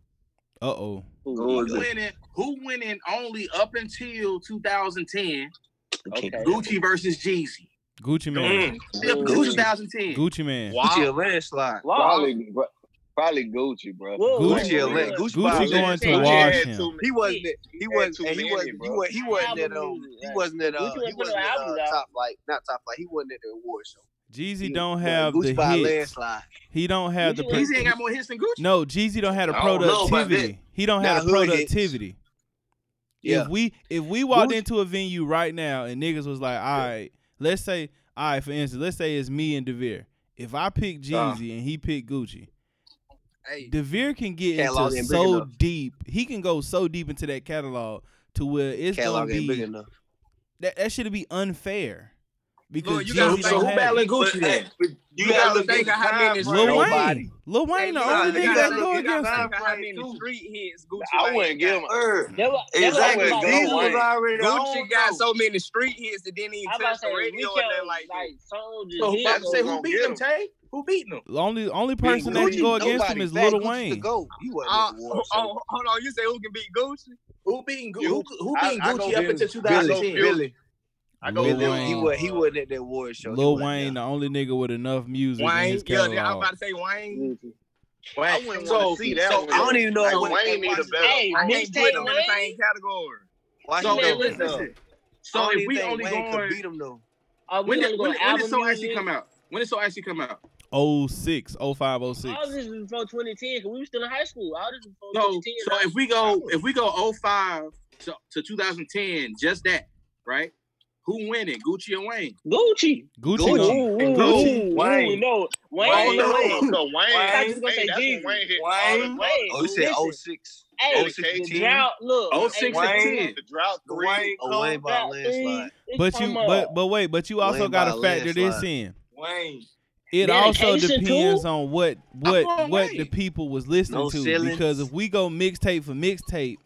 B: Uh oh.
I: Who went in? Who went in only up until 2010?
B: Okay.
I: Gucci versus Jeezy.
B: Gucci man.
I: Up until 2010.
B: Gucci man.
I: Gucci a
F: landslide.
E: Probably, bro- probably Gucci, bro.
B: Gucci, Gucci going to wash him.
F: He wasn't. He wasn't. and He wasn't. He wasn't. He wasn't at um. He wasn't at uh.
A: Gucci
F: He
A: wasn't
F: wasn't
A: putting no
F: at uh,
A: albums out.
F: top like not top like. He wasn't at the award show.
B: Jeezy don't have
F: Gucci
B: the
F: by a
B: hits.
F: landslide.
B: He don't have the.
I: Jeezy ain't got more hits than Gucci.
B: No, Jeezy don't have the
I: I don't know about
B: productivity.
I: that.
B: He don't have
I: Nah,
B: the
I: hood hits.
B: productivity.
I: Yeah.
B: If we if we walked into a venue right now and niggas was like, all right, let's say, all right, for instance, let's say it's me and Devere. If I pick
F: Uh.
B: Jeezy and he pick Gucci,
F: Hey.
B: Devere can get
F: Catalog
B: into
F: ain't big
B: so
F: enough.
B: deep. He can go so deep into that catalog to where it's
F: Catalog
B: gonna
F: ain't
B: be
F: big enough.
B: that that should be unfair because
F: Lord,
B: you
F: you
B: got Jeezy
F: gotta think-
B: don't
F: who
B: have
F: battling
B: it.
F: Gucci then?
C: But you,
F: You
C: gotta
F: gotta
C: look at
F: think of
C: how
F: how
C: many
F: many
C: street-
B: Lil
C: Nobody.
B: Wayne, Lil Wayne, the only
C: you
B: nigga
C: gotta
B: that
C: look
B: go
C: at
B: against
C: how
B: him.
C: many street hits Gucci
E: I
C: Mane
E: wouldn't
C: got.
E: give him.
C: Exactly.
E: That wasn't
C: Gucci
E: Lil Wayne.
C: was already
A: Gucci
C: Gucci got so many street hits that didn't even
A: I'm about to
C: touch
A: say
C: the
A: Rico,
C: radio or nothing like
A: like, Soulja,
I: So who, about to
A: Diddy.
I: say who beat him, Tay? Who beating him?
B: The only only person that can go against him is Lil Wayne.
C: Uh, oh, oh, hold on, you say who can beat Gucci?
I: Who beating Gucci?
C: You-
I: Who, who beating
C: I- I go
I: Gucci up
C: Billy.
I: until
F: Billy.
I: 2010?
F: Billy.
C: I
B: go
F: Billy,
B: Lil
F: He
B: Wayne.
F: was. He wasn't at that award show. He
B: Lil
F: wasn't
B: Wayne, the only nigga with enough music in
C: Wayne,
B: his
C: yeah,
B: catalog.
C: yeah, I'm about to say Wayne.
I: Wayne.
C: I wouldn't
I: So-
C: want to see that.
I: so
C: one.
F: I don't even know if
C: Like,
F: Wayne
C: Wayne
F: need
C: need
F: a
C: a
F: better-
C: better. I can't
A: mixtape
C: put him in the
A: Wayne?
C: same category.
F: Why
I: So,
F: he
I: man,
F: don't
I: listen.
F: know?
I: So
F: I
I: if
F: don't
I: we
F: even
I: only
F: think Wayne could
I: going,
F: beat him though.
A: Are Oh, we
I: when
A: gonna
I: did,
A: go
I: when, when did
A: album
I: So Icy
A: music?
I: come out? When did So Icy come out?
B: Oh, 06, 05, 06.
A: All this was before 2010 because we were still in high school. All this was before
I: So
A: 2010.
I: so if we go if we go 05 to, to 2010, just that, right? Who winning? Gucci and Wayne?
A: Gucci.
B: Gucci,
A: Ooh,
B: gonna-
A: ooh,
B: and
A: ooh,
B: Gucci.
A: ooh,
C: Wayne.
A: ooh, no. Wayne.
C: Wayne.
A: Wayne.
C: No,
A: Wayne. I was gonna say Jesus.
E: Wayne hit
A: Wayne.
F: Oh, he said
A: Listen,
F: 06.
A: hey,
F: 06
A: the
F: 10.
A: drought. Look.
I: Oh,
A: hey,
I: six to
A: Wayne.
I: 10.
E: the drought
F: The
E: three.
F: Wayne, oh, Wayne by a
A: Drought three.
F: landslide.
A: It's
B: But you
A: come up.
B: but but wait, but you also
F: Wayne
B: gotta
F: by a
B: factor this
F: landslide.
B: in.
C: Wayne.
B: It also
A: Dedication
B: depends
A: too? Oh,
B: on what what
I: going
B: what
I: Wayne.
B: the people was listening
F: No
B: to.
F: ceilings.
B: Because if we go mixtape for mixtape,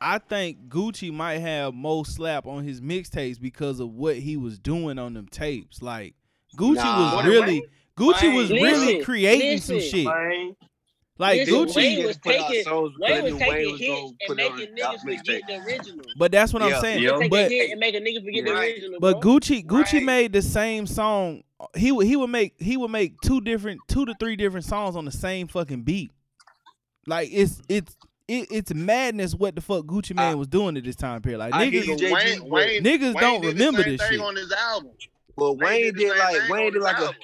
B: I think Gucci might have more slap on his mixtapes because of what he was doing on them tapes. Like Gucci
F: Nah.
B: was
F: What,
B: really Gucci
C: Wayne?
B: was
A: Listen,
B: really creating some
A: listen.
B: shit.
C: Wayne.
B: Like
A: Listen,
B: Gucci,
A: Wayne
F: just
A: was
F: put out
A: taking-
F: songs because
A: Wayne
F: I
A: was
F: knew
A: taking
F: was
A: hits
F: gonna
A: and
F: put on
A: making
F: a
A: niggas
F: top
A: forget
F: mixtape.
A: the original.
B: but that's what
F: Yeah,
B: I'm saying.
C: yeah.
A: Take
B: But
A: a hit and make a nigga forget the
C: Right.
A: original.
B: But
A: bro.
B: Gucci, Gucci
C: Right.
B: made the same song. He would he would make he would make two different two to three different songs on the same fucking beat. Like it's it's it, it's madness what the fuck Gucci man
F: I-
B: was doing at this time period. Like
F: I
B: niggas,
F: hear you, JG,
E: Wayne,
F: but-
E: Wayne,
B: niggas
E: Wayne
B: don't
E: did the
B: remember
E: same
B: this
E: thing
B: shit.
E: on his album.
F: But
E: They
F: Wayne
E: the
F: did
E: same
F: like
E: thing
F: Wayne
E: on
F: did
E: his
F: like a
E: album.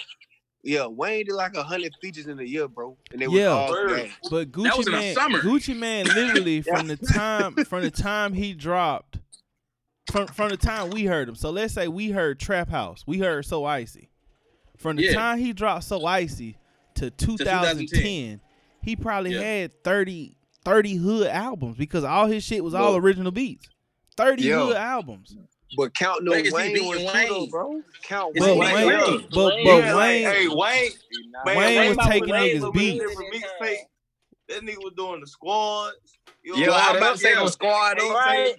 F: yeah Wayne did like a hundred features in a year, bro, and they
B: Yeah.
F: was all
C: Word.
F: bad.
B: But Gucci
I: was in the
B: man,
I: summer.
B: Gucci man, literally from the time from the time he dropped, from from the time we heard him. So let's say we heard Trap House, we heard So Icy. From the
I: Yeah.
B: time he dropped So Icy to 2010,
I: 2010.
B: he probably
I: Yeah.
B: had 30, 30 hood albums because all his shit was all
F: Look.
B: original beats. Thirty
F: Yo.
B: hood albums.
F: But count no
I: But is he
F: Wayne
I: beating
F: was
I: Wayne?
F: Pluto, bro. Count
I: Is
B: But
I: he
F: Wayne.
I: beating
B: Wayne,
I: Wayne?
B: but but
A: Wayne.
C: Yeah, like,
B: Wayne,
C: hey, Wayne,
B: Wayne
C: Wayne
B: was
C: about
B: taking
C: when they
B: niggas'
C: was
B: beats.
C: doing different mixtapes. That nigga was doing the squads. You
I: Yeah,
C: know,
I: I'm
C: all
I: about to
C: that-
I: say
C: yeah.
I: no
C: squad.
I: Right.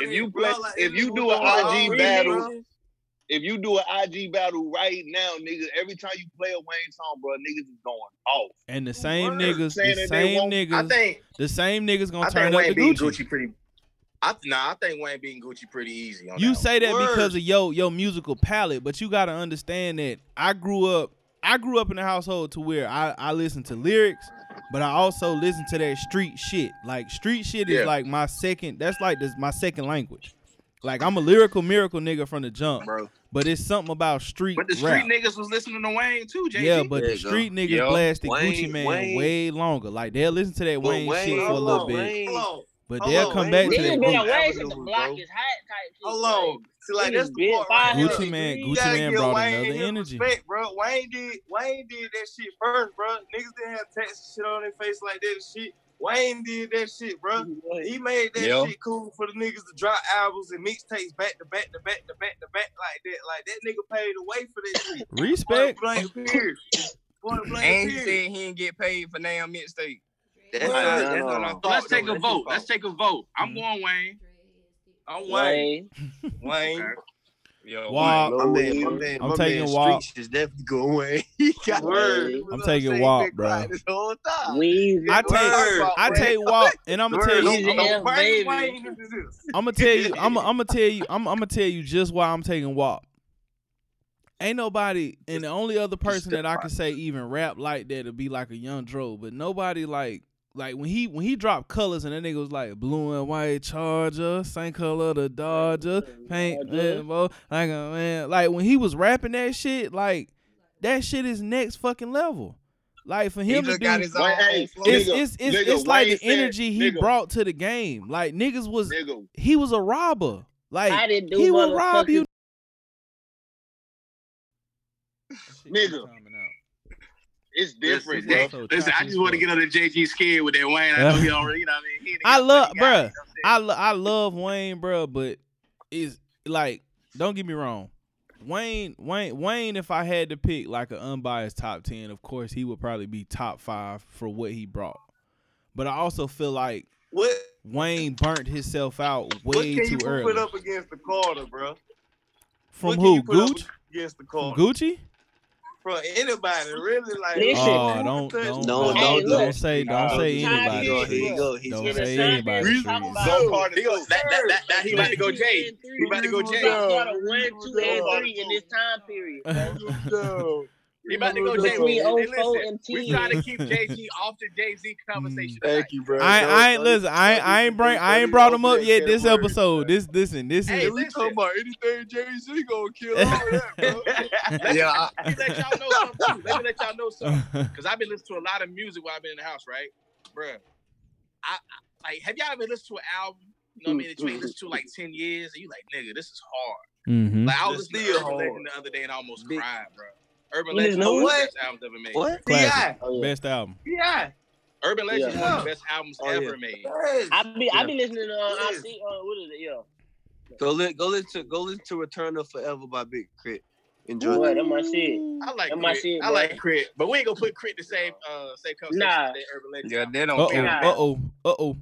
E: If you play- if you do an IG battle, If you do an IG battle right now, nigga, every time you play a Wayne song, bro, niggas is going off.
B: and the same
C: Word.
B: niggas,
E: Saying
B: the
E: that they
B: same
E: won't-
I: I
B: niggas,
I: think
B: the same niggas gonna
I: I
B: turn
I: think
B: up the
I: Wayne beating
B: Gucci.
I: Gucci pretty. I nah, I think Wayne beating Gucci pretty easy.
F: Oh,
I: On
B: You
I: that one.
B: say that
C: Word.
B: because of your your musical palette, but you gotta understand that I grew up I grew up in a household to where I, I listened to lyrics, but I also listened to that street shit. Like street shit is
I: Yeah.
B: like my second that's like this my second language. Like I'm a lyrical miracle nigga from the jump,
I: bro.
B: but it's something about street
I: But the street
B: rap.
I: niggas was listening to Wayne too, JG.
B: yeah, but
F: There
B: the
F: you go.
B: street niggas
F: Yo,
B: blasted
F: Wayne-
B: Gucci man
F: Wayne-
B: way longer. Like they'll listen to that
F: But
B: Wayne,
F: Wayne-
B: shit for a
F: hold
B: little
F: on,
B: bit,
F: Wayne-
C: Hold on,
B: but
C: hold
B: they'll
C: on,
B: come
F: Wayne-
B: back to
A: Niggas
B: that
F: Wayne-
A: been
B: Gucci.
A: away since
F: Avenue,
A: the
F: bro.
A: block is hot
C: hold
A: type shit.
C: on. See, like
A: Niggas
C: that's the
A: been
C: part
A: five
C: right there.
B: Gucci man,
C: You
B: Gucci
C: gotta
B: man
C: give
B: brought
C: Wayne
B: another
C: his
B: energy.
C: Respect, bro. Wayne did Wayne did that shit first, bro. Niggas didn't have Texas shit on their face like that and shit. Wayne did that shit, bro.
A: Like,
C: He made that
F: Yeah.
C: shit cool for the niggas to drop albums and mixtapes back to back to back to back to back like that. Like that nigga paid the way for that shit.
B: Respect.
C: Point blank period. Point blank
L: And he
C: period.
L: said he didn't get paid for damn mixtape.
F: That's
I: Word.
F: not,
I: No,
F: that's not our
I: So
F: fault.
I: let's
F: though.
I: take a
F: That's
I: vote.
F: his
I: Let's
F: fault.
I: take a vote. I'm
B: Mhm.
C: Oh.
I: going Wayne.
C: I'm Wayne.
A: Wayne.
C: Wayne.
I: Okay.
C: Yo,
B: Wal-
F: my man, my man,
B: I'm
F: my
B: taking
F: man
B: Wal-
F: Streets is definitely going away. He got
A: Word.
F: he was
B: I'm
F: on
B: taking
F: the same
B: Walt,
F: big
B: bro.
F: ride This whole time.
A: Weezy.
B: I take I take Walt, and I'm gonna tell you,
A: Weezy F, baby.
B: I'm gonna tell you, I'm gonna tell you, I'm gonna tell you just why I'm taking Walt. Ain't nobody, and the only other person that I can say even rap like that to be like a young Dro, but nobody like like when he when he dropped colors and that nigga was like blue and white Charger, same color the Dodger, paint
A: Dodger.
B: rainbow, like a man, like when he was rapping that shit, like that shit is next fucking level. Like for
C: He
B: him to
C: just
B: do,
C: got his own.
D: hey,
C: flow.
B: it's
D: Nigga,
B: it's it's,
D: nigga,
B: it's like the
D: Wayne said-
B: energy he
D: nigga.
B: brought to the game. Like niggas was
D: nigga.
B: he was a robber.
A: I
B: Like
A: didn't do
B: he would rob
A: motherfucking-
B: you.
D: Nigga. It's different,
B: Listen,
D: bro.
B: bro.
E: Listen, I just want to get on the JG skin with that Wayne. I know he already, you know what I mean? He ain't
B: I
E: got
B: love,
E: nothing,
B: bruh.
E: guys, you know what I'm saying?
B: I lo- I love Wayne, bruh, but is like don't get me wrong. Wayne, Wayne, Wayne. If I had to pick like an unbiased top ten, of course he would probably be top five for what he brought. But I also feel like
F: What
B: Wayne burnt himself out
F: what
B: way
F: can you
B: too
F: put
B: early.
F: up against the Carter, bro?
B: From
F: what can
B: who?
F: you put up
B: Gooch?
F: Against the
B: From
F: Carter,
B: Gucci?
F: from anybody, really? Like,
A: Listen.
B: Oh, don't don't
F: No,
B: don't,
A: no,
B: don't
A: look.
B: say don't
F: Nah,
B: say
A: Ty
B: anybody.
A: Here you go,
B: Trees.
A: here you
F: go, he's
B: Don't
A: gonna-
B: say
A: Tyler
B: anybody.
A: Perry,
B: Trees.
A: talk about-
D: Go party.
E: He go, that, that, that, that, he about to go J. He about to go J.
A: One, two, and three in this time period.
E: He about to go Jay.
A: Between
E: We, hey,
A: 04
E: listen,
A: and
E: we
A: 10.
E: trying to keep Jay Z off the Jay Z conversation.
F: Mm.
D: Thank you, bro.
B: I,
D: Don't-
B: I ain't
D: don't-
B: listen. I ain't- I ain't bring. I ain't brought him up yet. This episode. This listen. This
E: Hey,
B: is.
E: listen,
D: Talking about anything, Jay Z gonna kill all that, bro.
C: Yeah, I-
E: let me let y'all know something. too. Let me let y'all know something. Because I've been listening to a lot of music while I've been in the house, right? Bruh. I, I like have y'all ever listened to an album, you know what I mean, that you ain't listened to like 10 years, and you like, nigga, this is hard.
B: Mhm.
E: Like I was
F: This
E: listening
F: still
E: to Urban
F: hard.
E: Legend the other day and I almost
F: Big-
E: cried, bro. Urban
A: You
E: Legend
A: know
E: is one of
F: what?
E: the best albums ever made.
F: What?
B: Classic.
F: Ti,
A: Oh, yeah.
B: Best album.
F: Ti.
E: Urban Legend is
F: Yeah.
E: one of the best albums
F: Oh, yeah.
E: ever made.
F: Yes.
A: I be I
F: Yeah.
A: be listening to uh, I
F: Yeah.
A: see uh, what is it? Yeah.
F: Go li- go listen to go listen to Return of Forever by Big Crit. Enjoy
A: Boy,
F: that.
A: that my shit.
E: I like
A: That my
E: Crit.
A: shit,
E: I like
A: bro.
E: Crit, but we ain't gonna put Crit the same uh same conversation
A: Nah.
E: as that Urban Legend.
C: yeah, they don't.
B: Uh
C: feel
B: oh.
C: bad.
B: Uh oh. Uh oh.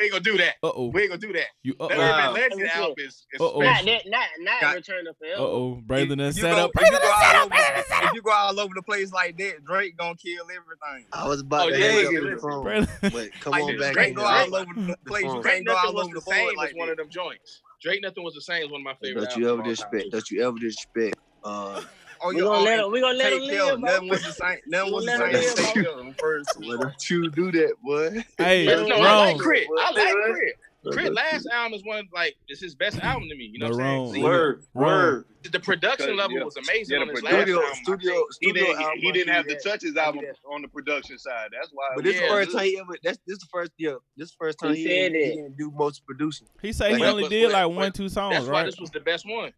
E: We ain't gonna do that.
B: Uh oh.
E: We ain't gonna do that.
B: You. Uh
E: That
B: oh.
F: Wow.
E: Urban Legend
A: That's it.
E: album is, is
B: Uh-oh.
E: special.
A: Not that not not
C: Got-
A: Return of
B: Uh
A: Forever.
B: oh. Braylon done
C: If you
B: set
C: go-
B: up.
C: if you go all over- If you go all over the place like that, Drake gonna kill everything.
F: I was about
E: Oh,
F: to
E: yeah,
F: hang
E: yeah,
F: up the
E: listen.
F: phone,
B: Braylon.
F: but come
E: Like,
F: on
E: dude,
F: back
E: Drake
F: in
E: go
F: here.
E: all
F: Right?
C: over the place. You
F: Drake
E: Drake
C: can't go
E: Nothing
C: all
E: was
C: over
E: the
C: the board
E: same
C: like
E: was one
C: that.
E: of them joints. Drake Nothing was the same was one of my favorite
F: Don't you
E: albums.
F: ever
E: of all time.
F: disrespect? Don't you ever disrespect? Uh,
C: Oh,
A: We
C: yeah,
A: gonna
C: oh,
A: let
C: and
A: him. We gonna let him
C: Take Hill.
A: live, bro.
C: Nothing was the same. Nothing
A: You
C: was the
A: let
C: same.
A: him live,
C: as Take
A: bro.
C: Hill first.
F: why don't you do that, boy?
B: Hey,
A: Let him
E: No, I like
B: wrong.
E: Crit. I like
F: Why
E: Crit.
F: don't
E: Crit
F: you-
E: last album is one of, like it's his best album to me. You know what I'm
B: Wrong.
E: saying?
D: Word, word.
E: The- The production
D: Because,
E: level
D: yeah.
E: was amazing
D: Yeah,
E: on
D: the
E: his last
D: production-
F: Studio,
E: album. I
F: studio,
E: think.
D: He
F: studio
D: didn't.
F: album.
D: He didn't have to
F: had.
D: touch his album on the production side. That's why.
F: But this
E: Yeah,
F: the first
E: dude.
F: time he ever. That's this the first year. This the first time
A: He
F: he,
A: said
F: didn't, he
A: it.
F: didn't do most producing.
B: He said he
F: But-
B: only
E: but-
B: did
E: but-
B: like
E: but
B: one two songs,
E: That's why
B: right?
E: this was the best one.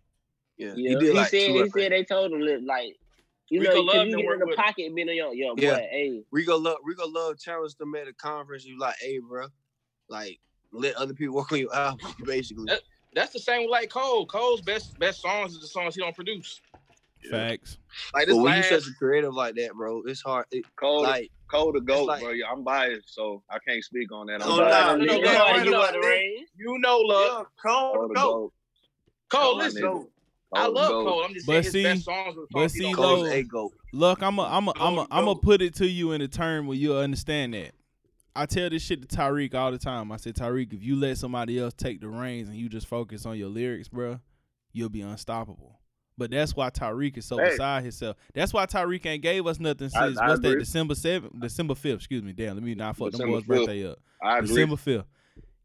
F: Yeah,
A: Yeah.
F: he did like
A: said
F: two or
A: he
F: three.
A: said they told him look, like you
E: We
A: know
E: could
A: because
E: love
A: you
E: them
A: get
E: work
A: in the
E: with him.
A: pocket being a young yo boy.
F: Yeah.
A: Hey,
F: We go love. We go love. Challenged them at a conference. You like, hey, bro, like let other people work on your album, basically.
E: That- That's the same with like Cole. Cole's best best songs is the songs he don't produce.
B: Facts.
F: But
E: Like this
F: when you
E: last,
F: such a creative like that, bro, it's hard. It,
D: Cold,
F: like,
D: cold to go,
F: like-
D: bro. Yeah, I'm biased, so I can't speak on that. I'm
F: Oh,
D: biased.
F: nah,
A: you
F: nigga,
A: know,
F: that
A: Lord,
F: right
A: you know
F: about
A: the
F: that.
A: ring.
E: you know, love
F: Cole,
D: Cold to
F: go.
D: go.
E: Cole.
D: my
E: Listen,
D: nigga.
E: I
D: Cold to
E: love
D: go.
E: Cole. I'm just
B: But
E: saying his
B: see-
E: best songs are the
B: but
E: songs he
B: see,
E: don't
B: Low,
F: Cole is a goat.
B: Look, I'm a, I'm
D: Oh,
B: a, I'm a,
C: Hold
B: I'm a
C: on.
B: put it to you in a term where you'll understand that. I tell this shit to Tyreek all the time. I said, Tyreek, if you let somebody else take the reins and you just focus on your lyrics, bruh, you'll be unstoppable. But that's why Tyreek is so
D: Hey.
B: beside himself. That's why Tyreek ain't gave us nothing
D: I-
B: since
D: I
B: what's that
D: agree.
B: December seventh, December fifth. Excuse me, damn. Let me not fuck
D: December
B: them boys' birthday up.
D: I agree.
B: December fifth.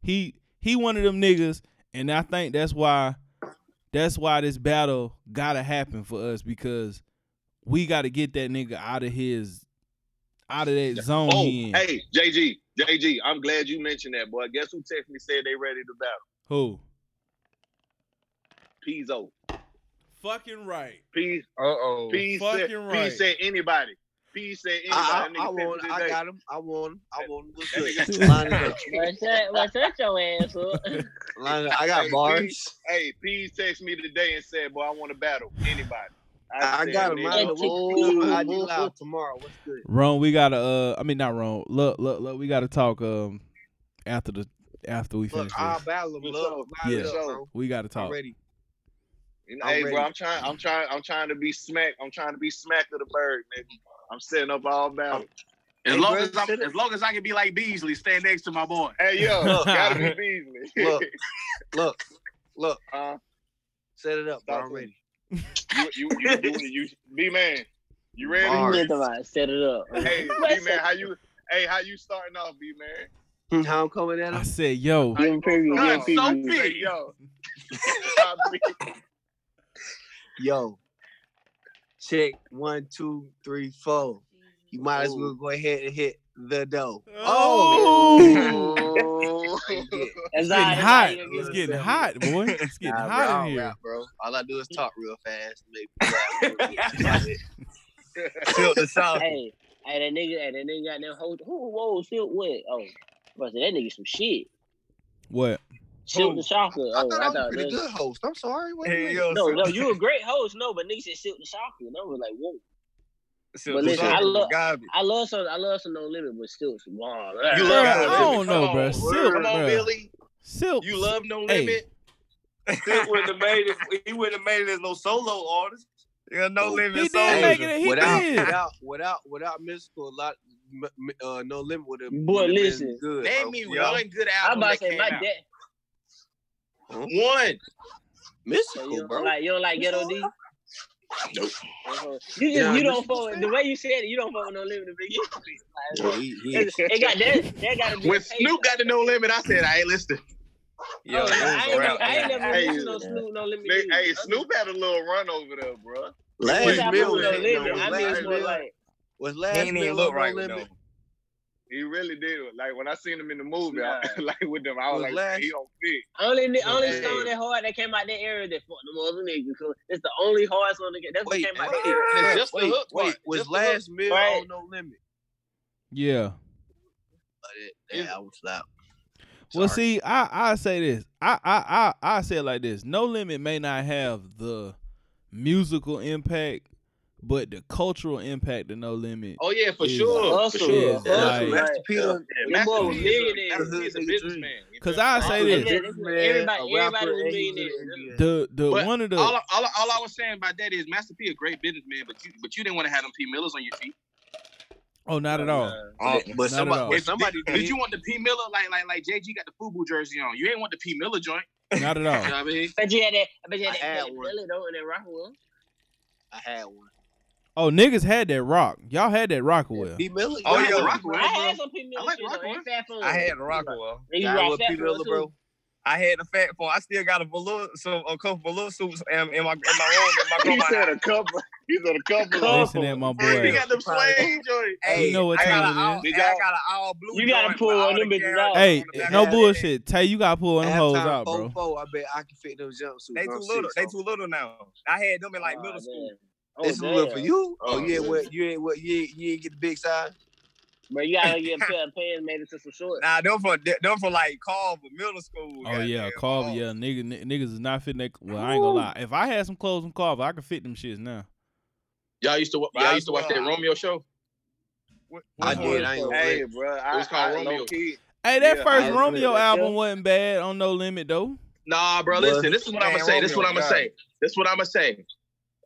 B: He he one of them niggas, and I think that's why that's why this battle gotta happen for us because we gotta get that nigga out of his out of that zone
D: Oh,
B: he in.
D: hey, JG, JG, I'm glad you mentioned that, boy. Guess who texted me said they ready to battle?
B: Who?
D: Pizzo.
B: Fucking right.
D: P,
C: Uh oh.
D: P, said,
B: Fucking
D: P
B: right.
D: said anybody. P said anybody.
F: I,
D: That
F: I, I
D: nigga
F: want.
D: texted me
F: I
D: today.
F: got him. I want. him. I want. him. What's
D: That
F: good?
B: nigga-
F: Line it up.
A: What's that? What's that? Your ass up.
F: Line it up. I
D: Hey,
F: got bars.
D: Hey, P texted me today and said, boy, I want to battle anybody.
F: I
D: said,
F: got him.
D: nigga,
F: Line it up.
A: Ooh.
F: I do live tomorrow. What's good?
B: Rome, we gotta uh I mean not Rome. Look, look, look, we gotta talk um after the after we
F: Look,
B: finish
F: I'll
B: this.
F: battle him. Love. Line it
B: Yeah.
F: up, bro.
B: We gotta
F: I'm
B: talk.
F: ready.
E: You know,
F: I'm
E: hey, bro,
F: ready.
E: I'm trying, I'm trying, I'm trying to be smack. I'm trying to be smack of the bird, nigga. I'm setting up all battle.
C: As
E: Hey,
C: long
E: bro,
C: as I'm, as long as I can be like Beasley, stand next to my boy.
E: Hey, yo, gotta be Beasley.
F: Look, look, look.
D: Uh-huh.
E: Uh,
F: Set it up, bro.
E: Stop
F: I'm
E: it.
F: ready.
E: you, you, you, you, you, B man, you ready?
A: Nigga, like, set it up.
E: Hey, B man, how you? Hey, how you starting off, B man?
F: How I'm coming at
B: I
F: him?
B: said, yo,
A: Give him preview. Give him
E: That's so
A: preview.
E: Hey, yo. Stop it.
F: Yo, check one, two, three, four. You might as well go ahead and hit the dough.
B: oh,
E: Oh.
A: That's
B: it's
A: all
B: getting
A: right,
B: hot.
A: that's all
B: It's
A: right.
B: getting hot, boy. It's getting
F: Nah, bro, I
B: hot in
F: don't
B: here.
F: rap, bro. All I do is talk real fast. Maybe Tilt the sound.
A: Hey, hey, that nigga, hey, that nigga got that whole. Who, whoa, silk wet. Oh, bro, that nigga some shit.
B: What?
A: Silk the shocker.
F: I
A: Oh,
F: thought I was a pretty
A: that-
F: good host. I'm sorry. What
D: Hey, yo,
A: No,
D: so-
A: no, you a great host, no, but nigga said silk the shocker, and I was like, whoa.
D: so
A: but listen, I
D: Garbage,
A: love-
D: garbage.
A: I love some, I love some no limit, but still some long.
D: You
B: Bruh,
D: love
B: I
D: No
B: don't
D: Limit.
B: know,
M: Come
B: Oh, bro.
M: on,
B: Silk,
M: word.
C: Come on,
B: bro.
C: Billy.
B: Silk.
C: You love no
B: Hey.
C: limit.
M: Silk wouldn't have made it. He wouldn't have made it as no solo artist.
D: Yeah, no limit.
B: He
D: soldier.
B: did make it. He
F: without,
B: did.
F: without, without, without mystical, a lot. m- m- Uh, no limit with him.
A: Boy, listen.
F: Good, bro.
C: Name me
D: Yeah.
C: one good
A: I'm
C: album
A: about to
C: that
A: say
C: came
A: my
C: out.
A: dad. So
C: One.
A: you
F: mystical,
A: don't
F: bro.
A: like you don't like ghetto D. Uh-huh.
N: Nope.
A: You just you,
F: Nah,
A: don't
F: this-
A: fuck with the way you said it. You don't fuck with no limit to begin with.
F: Yeah,
A: Like,
F: he, he,
A: it, it got that. That got to be. a
C: When
A: patient.
C: Snoop got to no limit, I said I ain't listening.
D: Yo,
A: Oh,
D: it was
A: I
D: a
A: ain't
D: wrap.
A: never, I ain't never
E: Hey,
A: listened to no Snoop no limit.
E: Nigga,
A: music.
E: Hey, Snoop had a little run over there, bro.
A: I
F: last
A: mean, I
E: Wait,
F: meal
A: fuck
E: Bill
A: with no
F: was,
E: ain't no
A: limit.
F: was
A: I
E: limit.
A: mean, it's
F: last
A: more
F: meal,
A: like
F: was
D: He
F: last
D: ain't
F: meal
D: even
F: was
D: look
F: no
D: right with no.
F: limit.
E: He really did. Like when I seen him in the movie, I- like with them, I was
F: Was
E: like,
F: last-
E: he don't fit.
A: only ni- only
E: Hey.
A: song that hard that came out that era that fucked them other niggas. 'cause It's the only hard song that that's
F: Wait,
A: what came out.
F: wait,
A: that era.
F: wait,
C: Just the
F: wait,
C: hook
F: wait,
C: part,
F: was
C: just the
F: last meal
A: Right.
F: on no limit?
B: Yeah.
F: Uh, that- that album slap.
B: Well,
F: Sorry.
B: see, I I say this. I I I I say it like this. No Limit may not have the musical impact, but the cultural impact of No Limit.
C: Oh yeah, for
B: Is-
C: sure.
A: Hustle,
B: shit is
A: hustle,
B: like-
A: right.
F: Master P done-
A: Them boy was
E: That's
A: millionaires.
E: he's a businessman. you
B: Cause
E: feel me?
B: I say
A: Them
B: this.
A: niggas-
F: Man,
A: Everybody,
F: a
A: everybody
F: rapper,
A: was
F: and he's
A: millionaires.
F: an NBA.
B: The the
C: But
B: one of the
C: All, I- all, I- all I was saying about that is Master P a great businessman, but you but you didn't want to have them P Millers on your feet.
B: oh not at all.
C: Uh,
F: Oh,
B: Not
F: but
B: at all.
F: somebody, but
C: If-
F: somebody
C: did, did you want the P Miller like like like JG got the Fubu jersey on? You ain't want the P Miller joint.
B: Not at
C: You know
B: all.
C: what I mean?
A: I bet you had that. I bet you had
F: I
A: that.
F: had
A: belly
F: one.
A: belly though, and that rock one.
F: I had one.
B: Oh niggas had that rock. Y'all had that Rockwell.
F: B Miller.
D: Oh,
F: y'all
D: yeah,
F: had
D: Rock-
F: one.
A: I had some P
C: I
A: Miller.
C: like
A: shit,
C: rock
A: though,
C: one.
A: and Fat Phone.
D: I had Rockwell.
A: Nigga, you
F: Y'all
A: rock
F: with
A: Fat
F: P
A: Phone,
F: Miller,
A: too.
F: bro.
D: I had the fat phone. I still got a balloon, so a couple balloon suits
F: um,
D: in, in my in my room in
E: He
D: my
E: said
D: grandma.
E: a couple. He said a couple. of-
B: Listen at my
C: He
B: boy.
C: got them suede joints.
D: Hey,
B: You know what
D: I got
B: time
D: a
B: it
D: all,
B: is.
D: hey, I got a all blue.
A: You gotta
D: joint with
A: pull
D: all
A: one
D: the
A: them bitches
D: carrots
A: out.
D: on
B: Hey,
D: the back
B: no
D: of it.
B: bullshit. Tay, you gotta pull them hoes
F: Halftime
B: out,
F: four
B: bro.
F: four. I bet I can fit those jumpsuits.
D: They
F: bro.
D: too
F: I'm
D: little.
F: six,
D: They
F: so-
D: too little now. I had them in like
A: Oh,
D: middle school.
A: damn. Oh,
F: This is little for
A: damn.
F: you.
E: Oh,
F: Oh, yeah,
E: yeah.
F: what you ain't what you ain't, you ain't get the big size.
A: But you gotta get a pair of pants made into some shorts.
D: Nah, them for them for like Carver middle school.
B: Oh yeah,
D: goddamn.
B: Carver. Yeah, nigga, ni- niggas is not fitting that. Well, I ain't gonna lie. If I had some clothes from Carver, I could fit them shits now.
N: Y'all used to wa- y'all used to watch that Romeo show.
D: What-
F: I
D: what-
F: did. I ain't gonna
E: Hey,
F: hey,
E: bro, I,
N: It's called
E: I,
N: Romeo.
E: low-key-
B: Hey, that
E: Yeah,
B: first
A: I was
B: Romeo
A: with it.
B: album wasn't bad on No Limit though.
C: Nah, bro.
F: What?
C: Listen, this is what I'm
D: Man,
C: gonna say. This is what I'm
D: Romeo
C: gonna say. This is what I'm gonna say.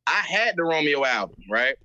C: I had the Romeo album, right?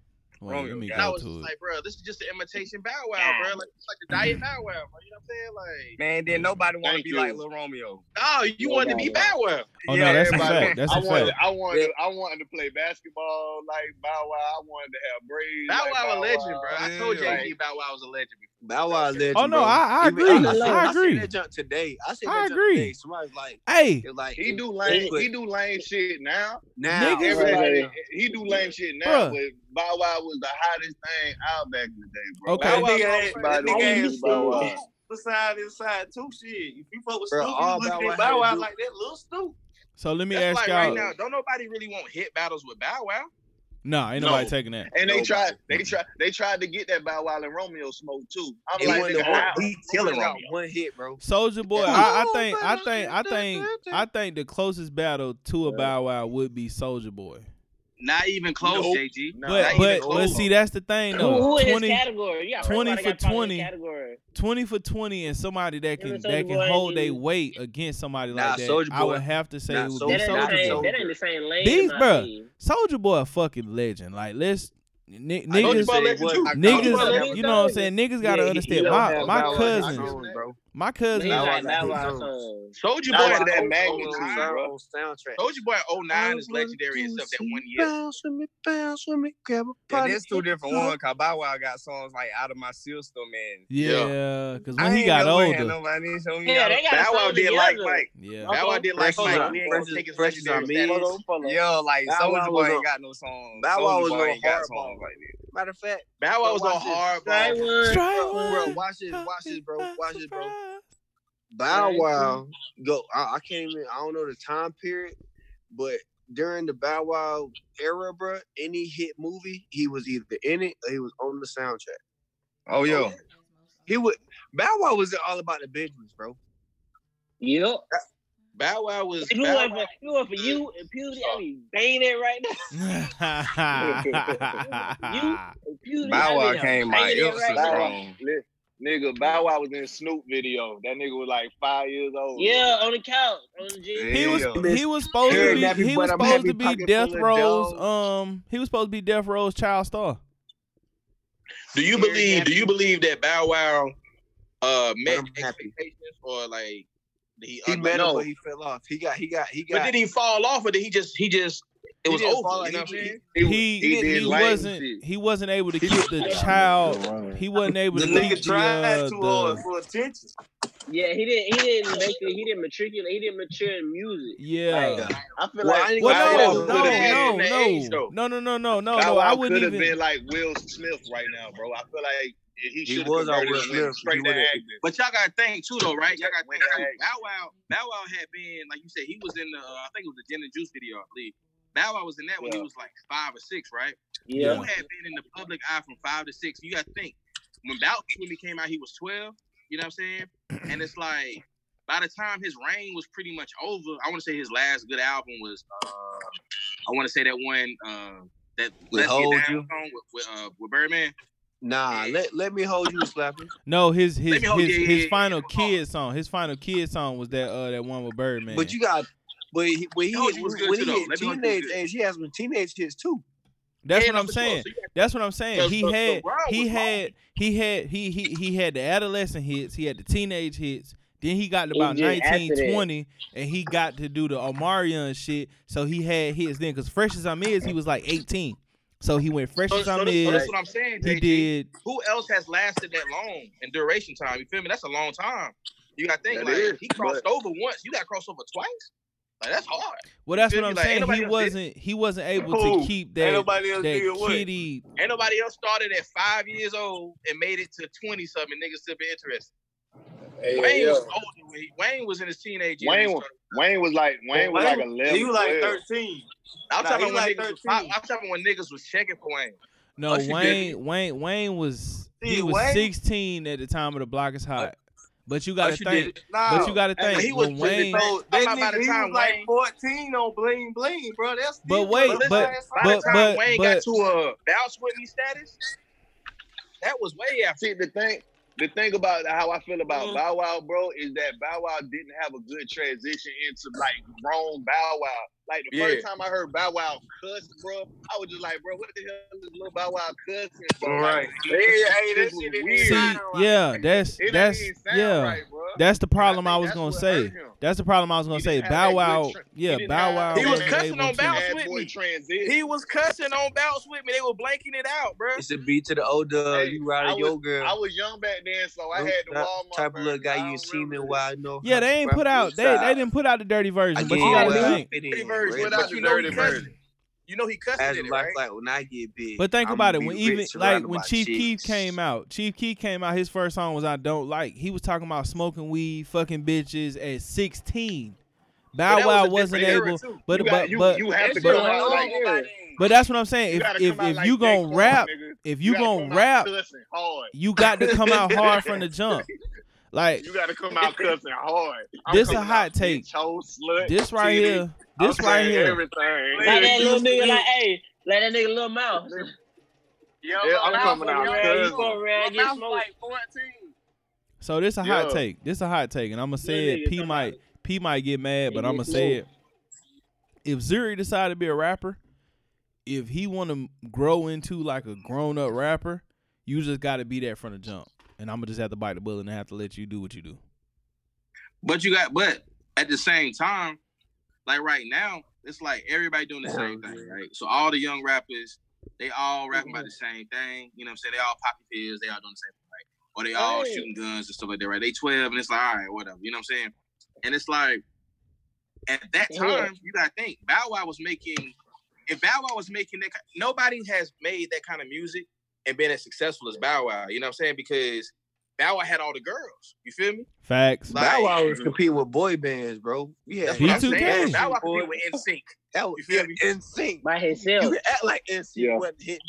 B: Wait,
D: Romeo,
B: let me
D: yeah.
C: And I
B: go
C: was just
B: to it.
C: like, bro, this is just an imitation Bow Wow, bro. Like it's like the diet Bow Wow, bro. You know what I'm saying? Like,
D: Man, then nobody want to
E: Thank
D: be
E: you.
D: like Lil Romeo.
C: oh, you wanted to be Bow Wow.
B: Oh no, that's a
D: everybody-
B: fact. That's
E: I
B: a
E: wanted,
B: fact.
E: I wanted, I wanted to play basketball like Bow Wow. I wanted to have braids.
C: Bow
E: like
C: Wow a legend,
E: Wow.
C: bro. I
D: Yeah,
C: told JG
E: like-
C: Bow Wow was a legend.
F: Bow Wow legend.
B: Oh no,
F: bro.
B: I, I
F: Even-
B: agree.
F: I, seen-
B: I
F: seen
B: agree.
F: that jump today. I seen
B: I
F: that jump
B: agree.
F: today. Somebody's like,
B: Hey,
F: it like
E: He do lame. He do lame shit now.
F: now.
B: Niggas-
E: Everybody, he do lame shit
B: Bruh.
E: now. But Bow Wow was the hottest thing out back in the day, bro.
B: Okay.
E: Bow
B: That
E: Wow
N: nigga had-
E: everybody
N: that nigga
E: was
N: had
E: Bow Wow.
N: Snoop Beside inside too shit. If you fuck with
F: Bro,
N: Snoop,
F: all
N: you
F: Bow
N: looking
F: Wow
N: at Bow
F: had to
N: Wow
F: do-
N: like that little Snoop.
B: so let me
C: That's
B: ask
C: like right
B: y'all.
C: now, don't nobody really want hit battles with Bow Wow.
B: nah, ain't
E: No.
B: nobody taking that.
E: And they
F: Nobody.
E: tried, they tried, they tried to get that Bow Wow and Romeo smoke too. I'm
F: It
E: like,
F: wasn't
E: nigga,
F: a one.
E: how-
F: He killing got one hit, bro.
B: Soldier Boy, I, I think, I think, I think, I think the closest battle to a Bow Wow would be Soldier Boy.
O: Not even close,
B: Nope.
O: JG. Not
B: But
O: even
B: but
O: close.
B: let's see that's the thing though.
O: Who- who in his
B: 20,
O: category? Yeah, right,
B: 20
O: everybody
B: for
O: got probably in
B: 20,
O: category.
B: 20 for twenty, and somebody that can
A: Soulja
B: that can
A: Boy
B: hold
A: and-
B: their weight against somebody
A: Nah,
B: like that.
A: Soulja
B: I
A: Boy-
B: would have to say
A: Nah,
B: it would
A: Soulja-
B: be
A: That ain't the
B: Soulja
A: same-
B: Boy.
A: that ain't the same lane in
B: These
A: my
B: bro, Soldier Boy, a fucking legend. Like let's. Ni-
A: I told you
B: niggas,
A: about legend too. I told you about
B: niggas,
A: legend.
B: you know what I'm saying? Niggas gotta
A: Yeah, he- he
B: understand.
A: don't
B: My
A: have
B: my
A: Bow Wow
B: cousins,
A: songs, bro.
B: my cousins,
A: He's like
B: Bow
A: Bow
B: Wow
A: Wow
B: songs.
A: songs.
E: Soldier
A: Bow
E: Boy
A: Wow
E: to that
A: old-
E: magnitude,
A: old-
E: bro.
A: old soundtrack.
E: Soldier Boy in 09 is legendary except that one year.
F: Bounce with me, bounce with me, grab a
P: Yeah,
F: body,
P: there's two
F: hit
P: different
F: the
P: ones. Cause Bow Wow got songs like "Out of My System" and
B: Yeah, because
P: I
B: when he
P: ain't
B: got
P: never had
B: older,
P: nobody, so we
E: Yeah,
P: got
E: they got
P: Bow
E: a
P: Wow
E: song
P: did like
E: together.
P: Mike.
B: Yeah.
E: Bow Wow did like
P: Precious-
E: Mike. We ain't gonna
P: Precious-
E: take his
P: Precious
E: legendary
P: Armenians.
E: status.
P: Yo, like
F: Bow Wow
P: Soldier
F: was
P: Boy
F: on-
P: ain't got no songs.
F: Bow Wow
P: Soulja
F: was
P: Boy
F: on
P: ain't got
F: Hardball.
P: songs like that.
F: Matter of fact,
P: Bow Wow was
F: bro,
P: on
F: watch this.
P: Hardball. Strike
F: Bro,
P: one.
F: bro, watch this, watch this, bro, watch this, bro. Bow
P: Strike
F: Wow, go. I, I can't even. I don't know the time period, but during the Bow Wow era, bro, any hit movie, he was either in it or he was on the soundtrack.
P: Oh yeah,
F: he would. Bow Wow was all about the business, bro.
A: Yep.
E: Bow Wow was.
A: If it wasn't for, if it wasn't for you and Pewdie, I'd be banging it right now. you and Pewdie,
P: Bow
A: I
P: Wow
A: be
P: came
A: banging
P: out
A: it
P: Ilsa
A: right now.
P: strong.
D: Li- Nigga, Bow Wow was in Snoop video. That nigga was like five years old.
A: Yeah, on the couch, on the gym.
B: He was
D: Yeah.
B: he was supposed
D: Very
B: to
D: nappy,
B: be he
D: but
B: was
D: I'm
B: supposed
D: happy
B: to be
D: pocket
B: Death
D: full of
B: Row's um he was supposed to be Death Row's child star.
E: Do you believe? Do you believe that Bow Wow uh, met expectations or like did he?
F: He
E: un-
F: met
E: no.
F: him, but he fell off. He got, he got, he got.
E: But did he fall off or did he just? He just. It
F: He
E: was
F: didn't
E: over.
F: fall off,
E: You
F: he
E: know what I'm
F: just-
E: saying?
B: He he, he wasn't he wasn't able to keep the child. He wasn't able
F: The
B: to
F: nigga
B: keep the,
F: tried
B: uh,
F: too
B: the-
F: hard for attention.
A: Yeah, he didn't. He didn't make it. He didn't matriculate. He didn't mature in music.
B: Yeah.
A: I feel
B: Well,
A: like
B: no, no,
D: could've had it
B: no,
D: in the
B: no,
D: age, though.
B: no, no, no, no, no,
D: Bow
B: no.
D: Wow
B: I wouldn't
D: could have
B: even.
D: been like Will Smith right now, bro. I feel like he
F: He
D: should have
F: was on
D: converted
F: Will
D: and went
F: Smith.
D: straight
F: He
D: to
F: would've-
D: acting.
E: But y'all gotta think too, though, right? Y'all gotta
D: Went
E: think
D: to
E: too.
D: acting.
E: Bow Wow, Bow Wow had been like you said, he was in the uh, I think it was the Gin and Juice video, I believe. Bow Wow was in that when
D: Yeah.
E: he was like five or six, right?
A: Yeah.
E: You had been in the public eye from five to six. You gotta think when Bow when he came out, he was twelve. You know what I'm saying? And it's like by the time his reign was pretty much over, I want to say his last good album was uh, I want to say that one uh, that
F: With
E: Let's
F: Hold
E: Get Down
F: You?
E: song with with, uh, with Birdman.
F: Nah, let, let me hold you, Slappy.
B: No, his
F: Let
B: his
F: me hold-
B: his,
F: yeah, yeah,
B: his
F: yeah,
B: final kid song. His final kid song was that uh that one with Birdman.
F: But you got, but he, when he,
B: Hold
F: hit,
B: You was good
F: when
B: too,
F: he
B: though.
F: hit
B: Let me hold You was
F: teenage
B: good.
F: age, he has some teenage hits too.
B: That's
F: Yeah,
B: what I'm
F: for sure.
B: saying.
F: So you
B: That's what I'm
F: So-
B: saying. He
F: so- so
B: had
F: Brown
B: he
F: was wrong.
B: had he had he he he had the adolescent hits. He had the teenage hits. Then he got to
A: He
B: about
A: did after that.
B: 19, 20, and he got to do the Omarion shit. So he had his then because Fresh as I'm is, he was like 18. So he went Fresh
E: So-
B: as
E: so
B: I'm
E: that's-
B: is.
E: so that's what I'm saying,
B: He
E: JG.
B: did.
E: who else has lasted that long in duration time? You feel me? That's a long time. You gotta think
B: That
E: like
B: is,
E: he crossed
B: but-
E: over once. You gotta cross over twice. Like that's hard.
B: Well,
E: You
B: that's
E: feel
B: what
E: me?
B: I'm
E: Like, ain't
B: saying.
E: nobody
B: He
E: else did it.
B: wasn't he wasn't able
E: Who?
B: to keep
E: Ain't
B: that
E: nobody else did
B: that
E: what?
B: kitty.
E: Ain't nobody else started at five years old and made it to twenty something. Niggas still be interested.
D: Hey,
E: Wayne
D: yo.
E: was older. When he, Wayne was in his teenage years.
D: Wayne, was, Wayne was like Wayne was like eleven. 12.
E: I'm
D: Nah,
E: talking
D: he
E: when
D: like
E: niggas. Was, I, I'm talking when niggas was checking for Wayne.
B: No,
E: Oh, she
B: Wayne, Wayne, Wayne was he
E: See,
B: was
E: Wayne-
B: 16 at the time of the block is hot. but you gotta
E: oh, she did
B: think.
E: it. Nah.
B: but you gotta
E: And
B: think.
E: he was
B: when
E: pretty
B: Wayne,
E: old.
B: but,
E: That
P: That
E: by
P: nigga,
E: the
P: he
E: time
P: was like 14 on Bling Bling, bro. That's still-
B: wait,
P: that's
B: but
P: last
B: but
P: time.
B: but but,
E: Wayne got to a bounce with me status. That was way after. Mm-hmm.
D: See, the thing, the thing about how I feel about Bow Wow, bro, is that Bow Wow didn't have a good transition into like grown Bow Wow. Like the
E: Yeah.
D: first time I heard Bow Wow cuss, bro, I was just like, bro, what the hell is little Bow Wow cussing, bro? Like,
P: Right.
D: this
P: Yeah,
D: is-
P: hey, that
D: this
P: shit
D: was
P: didn't
D: weird.
B: see, yeah, that's
D: It
B: that's
D: ain't sound
B: yeah,
D: right, bruh.
B: that's the
D: And I
B: problem
D: think
B: I was
D: that's
B: gonna
D: what
B: say.
D: hurt him.
B: That's the problem I was gonna say.
D: didn't have
B: Bow
D: that good
B: Wow,
D: tra- he
B: yeah,
D: didn't
B: Bow
D: have
B: Wow.
D: that- He was
B: wasn't
D: cussing
B: able
E: on
B: to-
E: Bounce
D: Bad
E: with
D: boy
E: me.
D: transition.
E: He was cussing on bounce with me. They were blanking it out, bro.
F: It's a beat to the old dub. You
D: I
F: ride
D: was,
F: your girl.
D: I was young back then, so I
F: Look,
D: had the
F: that
D: Walmart.
F: type of little guy you seen in wide no.
B: Yeah, they ain't put out. They they didn't put out the dirty version. but you gotta think.
E: Dirty version,
F: Red
E: but
F: Bull
E: you know he
F: Dirty
E: cussed
F: Version.
E: it. You know he cussed
F: As
E: it,
F: life
E: right?
F: like when I get big.
B: But think
F: I'ma
B: about it.
F: be
B: When
F: rich,
B: even like
F: surrounded
B: when
F: by
B: Chief
F: chicks.
B: Keef came out, Chief Keef came out. His first song was "I Don't Like." He was talking about smoking weed, fucking bitches at sixteen.
D: But
B: Bow
D: that
B: Wow
D: was a
B: wasn't
D: different era,
B: able,
D: too.
B: but
D: You
B: but
D: got- you-
B: but
D: you have to
B: but,
D: come out like-
B: but that's what I'm saying. If
D: gotta
B: if,
D: come out
B: if
D: like
B: you
D: Jake
B: gonna
D: Paul,
B: rap,
D: nigga.
B: if
D: You
B: you
D: gotta
B: gonna
D: come out
B: rap,
D: cussing hard.
B: you got to come out hard from the jump. Like
H: you gotta come out cussing hard.
B: This a
H: coming
B: hot
H: out
B: take.
H: bitch, hoe, slut,
B: This right
H: titty.
B: here. This
H: I'm
B: right
H: saying
B: here.
H: Everything.
A: Like that little nigga, like, hey, let that nigga little mouth. Yo,
H: Yeah, I'm coming out
A: You
H: cussing.
A: go around,
H: My
A: get
H: mouth
A: smoked.
B: So this a hot
H: Yeah.
B: take. This a hot take, and I'm gonna say it.
A: nigga,
B: P might P might get mad, but
A: Nigga,
B: I'm gonna
A: it's
B: say
A: new.
B: it. If Zuri decided to be a rapper, if he want to grow into like a grown up rapper, you just got to be there from the jump, and I'm gonna just have to bite the bullet and have to let you do what you do.
E: But you got, but at the same time, like right now, it's like everybody doing the same thing, right? So all the young rappers, they all rapping about the same thing. You know what I'm saying? They all popping pills, they all doing the same thing, right? Or they all
A: Right.
E: shooting guns and stuff like that, right? They 12 and it's like, all right, whatever. You know what I'm saying? And it's like, at that
A: Yeah.
E: time, you gotta think Bow Wow was making. If Bow Wow was making that, ki- nobody has made that kind of music and been as successful as Bow Wow. You know what I'm saying? Because Bow Wow had all the girls. You feel me?
B: Facts.
E: Like-
F: Bow Wow was competing with boy bands, bro. We had
E: That's what I'm
B: B2K.
E: saying. Bow Wow could be with NSYNC.
F: that
E: You
F: was
E: feel me?
F: in sync.
A: By
F: You
A: himself.
F: can act like in sync
C: Yeah.
F: wasn't hitting.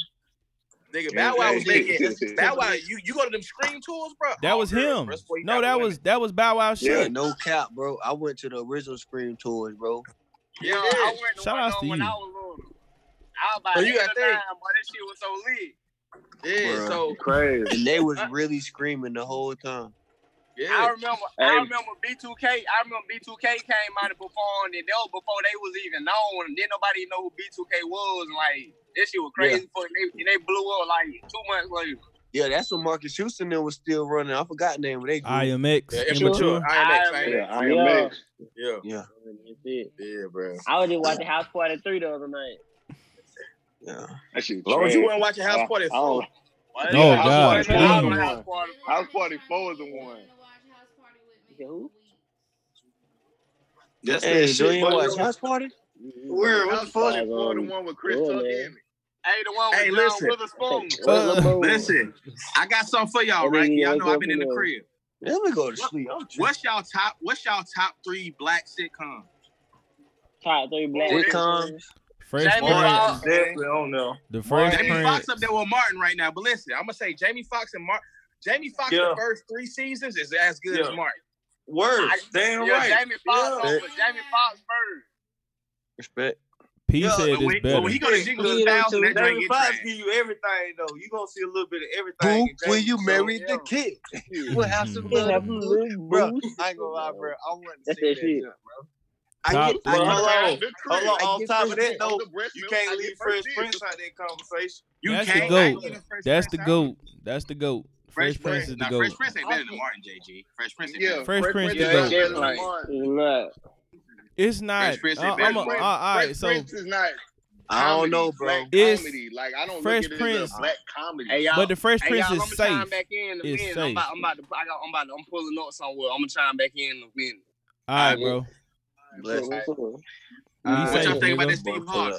E: Nigga, Bow Wow was
C: Yeah.
E: making Bow Wow. You you go to them scream tours, bro.
B: That was him. No, that was that was Bow Wow shit.
F: Yeah, no cap, bro. I went to the original Scream tours, bro.
H: Yo, I went to
B: Shout
H: one
B: outs
H: though
B: to
H: when
B: you.
H: I was little. I was about
E: So
H: you
E: you
H: got
E: gotta
H: that shit
E: think.
H: was so lit.
E: Yeah.
F: Bruh.
E: So
C: Crazy.
F: And they was really screaming the whole time.
H: I
E: yeah.
H: remember, I
C: Hey.
H: remember B2K. I remember B2K came out and performed, and that was before they was even known, and then nobody know who B2K was. And like this shit was crazy, for and they, and they blew up like two months later.
F: Yeah, that's when Marcus Houston then was still running. I forgot the name of they group.
B: IMX
E: Yeah,
B: immature.
E: IMX,
H: I-
E: IMX.
C: Yeah, I
A: Yeah.
C: am next.
E: Yeah.
F: yeah,
A: That's it.
E: Yeah, bro.
A: I was just watching House Party 3 the other night.
F: yeah.
C: That shit
E: As long as you
C: trash.
E: weren't watching House Party
C: I don't-
E: Four.
H: What?
B: Oh, God,
H: House Party- I was
B: please.
H: on House Party.
C: House Party four is the one.
A: You said who?
E: That's
F: Hey,
E: that
F: do
E: shit.
F: you
E: boy.
F: watch House Party?
C: Where?
H: House
C: Party
H: four, the
C: one with
A: Chris Tucker in
H: Hey, the one with
E: Hey,
H: John
E: listen.
H: Witherspoon.
F: Uh,
E: Listen, I got something for y'all,
A: That
E: right?
A: nigga
E: Y'all
A: wake
E: know I've
A: up
E: been in the
A: and go,
E: crib.
F: Let me go to sleep. I'm just
E: What's y'all top? What's y'all top three black sitcoms?
A: Top three black.
F: Here
A: people.
F: comes-
B: Fresh
H: Jamie
B: Prince.
C: uh,
H: Foxx.
C: don't know.
B: The Fresh
E: Jamie Foxx
B: Prince.
E: up there with Martin right now. But listen, I'm gonna say Jamie Foxx and Martin. Jamie Foxx
C: Yeah.
E: the first three seasons is as good as
C: Yeah.
E: Martin.
C: Word.
H: I-
C: Damn
H: Yeah,
C: right.
H: Jamie Foxx
F: Yeah.
H: over Jamie Foxx first.
F: respect.
B: P
C: Yeah,
B: said
E: But when,
B: it's
E: but
B: better.
E: when he go to Jingle
A: Lead
E: a
A: him
E: Thousand,
A: to
E: that drink
C: Jamie
E: is
C: Foxx
E: trash.
C: give you everything though. You gonna see a little bit of everything.
F: Boo,
C: in
F: will
C: Jamie,
F: you
C: so,
F: marry
C: yeah.
F: the kid? You will have some
B: Mhm.
A: Just
F: little
A: have a
F: boo.
A: little
F: Bro,
A: boost.
F: I ain't gonna lie, bro. I want to
A: That's
F: see
A: that
F: that
A: shit.
F: jump, bro. I
B: Top
F: get,
B: three.
F: I
C: Well,
F: get,
C: hold
H: Crib.
C: on. Hold
F: I
C: on. On
F: get
C: top
F: first
C: of that
F: pick.
C: though,
H: breast
C: you
H: milk, I
C: can't
H: get
C: leave Fresh
H: first
C: Prince out of that conversation.
E: You
B: That's
E: can't.
B: the
E: I ain't
B: goat.
E: leaving Fresh
B: That's
E: Prince
B: the
E: out.
B: goat. That's the goat. Fresh Prince is the
E: Nah,
B: goat.
E: Fresh Prince ain't better than Martin, JG. Fresh Prince is better.
B: Fresh Prince is
C: yeah,
B: dope.
C: better than
A: Like-
C: Martin.
A: It's not.
B: It's not.
E: Prince is
B: I-
E: better
B: I'm a,
E: than Prince.
B: Oh, all right, so
C: is not.
F: I don't know, bro.
B: It's
C: Like I don't
B: Fresh Prince.
C: comedy.
H: Hey, y'all,
B: but the Fresh
H: hey,
B: Prince
H: y'all,
B: is
H: I'm gonna chime
B: safe.
H: back in. in a
B: It's
H: minute.
B: safe.
H: I'm about, I'm about to, I got, I'm about to, I'm pulling up somewhere. I'm gonna chime back in in a minute.
B: All right, bro.
F: Bless.
B: What you
E: What y'all
B: say,
E: think about
B: nigga?
E: that Steve Harvey?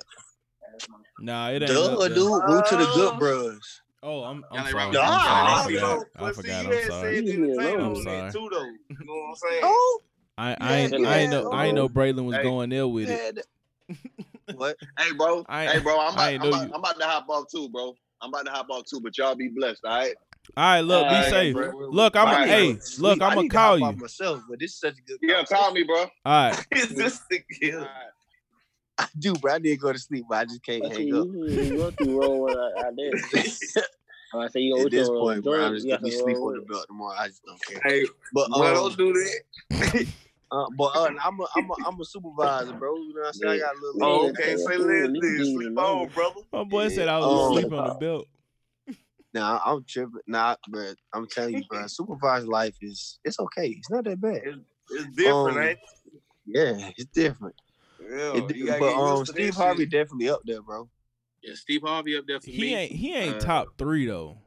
B: Nah, it ain't. up
F: Duh,
B: there.
F: dude. Who to the good bros?
B: Oh, I'm.
E: Y'all
B: I'm
E: ain't
B: sorry.
E: right with
B: I'm
E: that.
B: sorry.
E: Nah,
B: I forgot. I forgot. I'm sorry.
A: said-
B: I'm sorry.
C: Too though. You know what I'm saying?
F: Oh,
B: I I ain't
A: Yeah,
B: I ain't know
F: yeah,
B: I ain't know Braylon was
C: Hey.
B: going there with it.
F: man. What?
C: Hey, bro.
B: I
C: hey, bro. I'm about,
B: I
C: I'm,
B: ain't
C: about,
B: know you.
C: I'm about to hop off too, bro. I'm about to hop off too, but y'all be blessed, all right?
B: All right, look,
A: All
B: be
A: right,
B: safe.
C: bro.
B: Look, I'm a
C: Bye,
B: hey.
C: bro.
B: Look,
F: I
B: I'm gonna
F: need to
B: call
F: hop
B: you.
F: off
B: All
F: myself, but this is such a good.
C: Yeah, call me, bro.
B: right,
F: It's just a
C: All
F: good.
C: right.
F: I do, but I need to go to sleep, but I just can't hang up.
A: You go through roll one out out there. Oh, I say you go
F: At
A: with
F: this
A: your
F: point, bro, I'm
A: joint,
F: just
A: you
F: gonna
A: got
F: be
A: to
F: sleep
A: roll
F: on
A: with
F: the
A: it.
F: belt tomorrow. I just don't care.
C: Hey,
F: But um,
C: bro, don't do that.
F: uh, but uh, I'm a, I'm a, I'm a supervisor, bro. You know what I'm saying? I got a little.
C: Oh,
A: Yeah,
C: okay.
A: that's
C: Say
A: cool.
C: less
A: You
C: than
A: need to
C: sleep
A: know.
C: on, brother.
B: my boy
F: Yeah.
B: said I was
F: Oh.
B: asleep on the belt.
F: Nah, I'm tripping. Nah, but I'm telling you, bro, supervised life is it's okay. It's not that bad.
C: It's different,
F: Um,
C: ain't
F: Yeah, it's different. It
C: it? Yeah,
F: di-
C: you gotta
F: but
C: get used
F: um,
C: to that
F: Steve
C: shit.
F: Harvey definitely up there, bro.
E: Yeah, Steve Harvey up there for
B: He
E: me.
B: ain't he ain't
E: Uh,
B: top three though.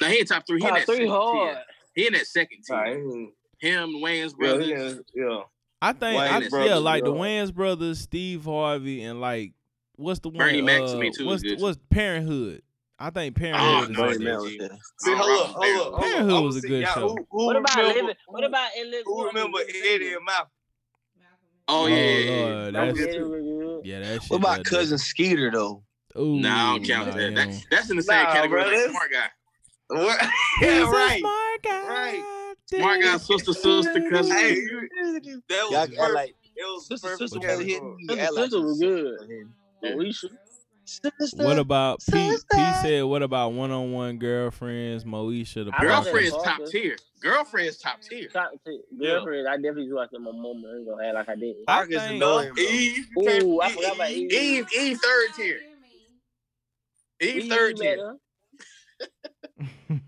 E: No, he in top three. He in
A: Top
E: that
A: three
E: second
A: hard.
E: tier. He in that second
C: All
E: tier.
C: right, mm,
E: Him, Wayne's
C: Yeah,
E: brothers.
C: yeah, yeah.
B: I think
C: Wayans
B: I, yeah,
C: brothers,
B: like the
C: yeah.
B: Wayans brothers, Steve Harvey, and like what's the one?
E: Bernie Mac to
B: uh,
E: me too is
B: What's
E: good.
B: what's Parenthood? I think
E: Oh,
B: Parenthood is
E: no,
B: on
F: Right
E: it
B: there.
F: now,
E: is.
F: yeah.
C: See,
E: Ron
C: hold up,
E: Robert
C: hold up,
B: Perry
C: hold up.
B: Who
C: I'm
B: was a
C: gonna
B: good
C: see-
B: show.
C: Who, who
A: What about
C: remember,
A: living? What about Ellis?
C: who remember Eddie and Malcolm?
E: Oh
B: Oh,
E: yeah, yeah, yeah.
B: Lord,
A: That was
B: that's-
A: really good.
B: yeah, that shit.
F: What about
B: right there.
F: cousin Skeeter though?
B: Ooh,
E: Nah, I don't count
B: nah,
E: that.
B: he
E: That's
B: don't.
E: that's in the same
C: Nah,
E: category
C: bro,
E: as that
C: that's-
E: smart guy.
C: What?
B: He's
C: yeah,
B: a
C: right.
B: smart guy.
C: Right.
E: Smart guy, sister, sister, cousin.
D: Hey, you, that
A: Y'all
D: was
A: got
D: perfect.
A: like-
D: it was
F: Sister,
D: perfect.
F: sister
D: That
F: was hitting
D: was-
F: me.
A: Sister,
F: act like
A: sister was good. Alicia.
B: What about P? P said, "What about one-on-one girlfriends, Moesha, the
A: I love that
B: process?
E: Girlfriend's top
A: Parker.
E: tier. Girlfriend's top tier.
A: Top tier. Girlfriend, I definitely watched my mama. I ain't gonna act like I didn't.
B: I
D: Marcus
B: think-
D: Noah, Eve. you can't
A: Ooh, I
D: forget
A: forgot about Eve.
E: Eve, Eve third tier. Eve
A: Eve
E: third
A: met
E: tier.
A: her.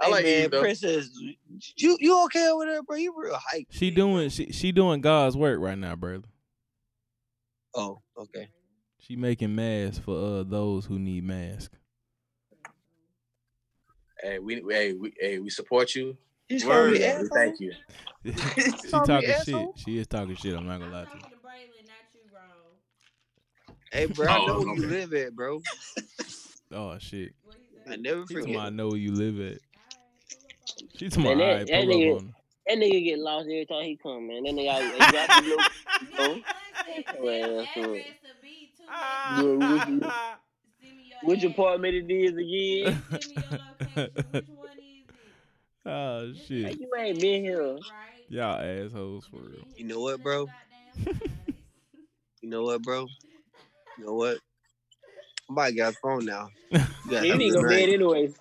E: I like
F: hey, man,
E: Eve though.
F: princess. You you okay over there, bro? You real hype.
B: She doing she she doing God's work right now, brother.
F: Oh, okay.
B: She making masks for uh those who need masks.
E: Hey, we, hey, we, hey, we support you.
F: He's calling
E: Word.
F: me
E: We
F: asshole.
E: thank you.
B: she
F: Call me
B: talking shit.
F: asshole?
B: She is talking shit. I'm not gonna lie to you.
F: Hey, bro, I
E: Oh,
F: know where you
E: okay.
F: live at, bro.
B: Oh shit.
F: I never
B: She talking about I
F: forget.
B: know where you live at. She talking
A: And
B: about
A: that-
B: all right,
A: that
B: pull
A: nigga-
B: up on her.
A: That nigga get lost every time he come, man. That nigga out exactly no
B: Ah.
A: You a rookie. which apartment it is again.
B: oh
A: Hey,
B: shit.
A: you ain't been here.
B: Y'all assholes for real.
F: You know what, bro? You know what, bro? You know what? I might got a phone now. You gotta
A: You
F: have a
A: need
F: good
A: to go
F: night.
A: bed anyways.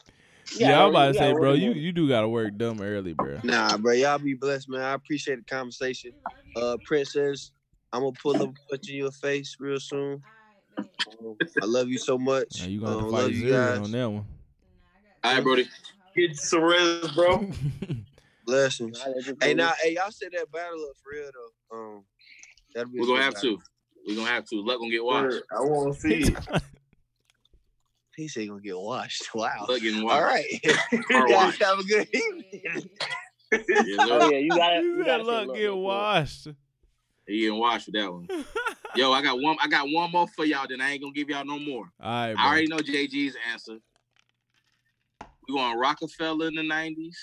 A: You
B: Yeah,
A: gotta
B: I'm about to
A: work- you
B: say,
A: gotta
B: bro,
A: work
B: you
A: tomorrow.
B: you do gotta work dumb early, bro.
F: Nah, bro, y'all be blessed, man. I appreciate the conversation. Uh, princess, I'm gonna pull up a punch in your face real soon. Um, I love you so much.
B: Now you gonna have to
F: Um,
B: fight
F: love you
B: Zero
F: guys.
B: on that one.
E: All right, Brody.
D: Get some rest, bro.
F: Blessings.
A: I'll let you
F: Hey,
A: go.
F: now, hey, y'all said that battle up for real though. Um, that'll be a
E: We're gonna
F: good
E: have
F: battle.
E: to. We're gonna have to. Luck gonna get washed.
D: Word, I want to see it.
F: He said he gonna get washed. Wow.
E: Luck getting washed.
F: All right.
E: Car
F: guys,
E: wash.
F: have a good evening.
E: Yeah,
A: Oh
E: Luck,
A: yeah, you gotta.
B: you
A: You
B: said
A: gotta
B: luck get washed.
E: he getting washed with that one. Yo, I got one. I got one more for y'all. Then I ain't gonna give y'all no more.
B: All
E: I
B: right,
E: already know JG's answer. We going Rockefeller in the '90s,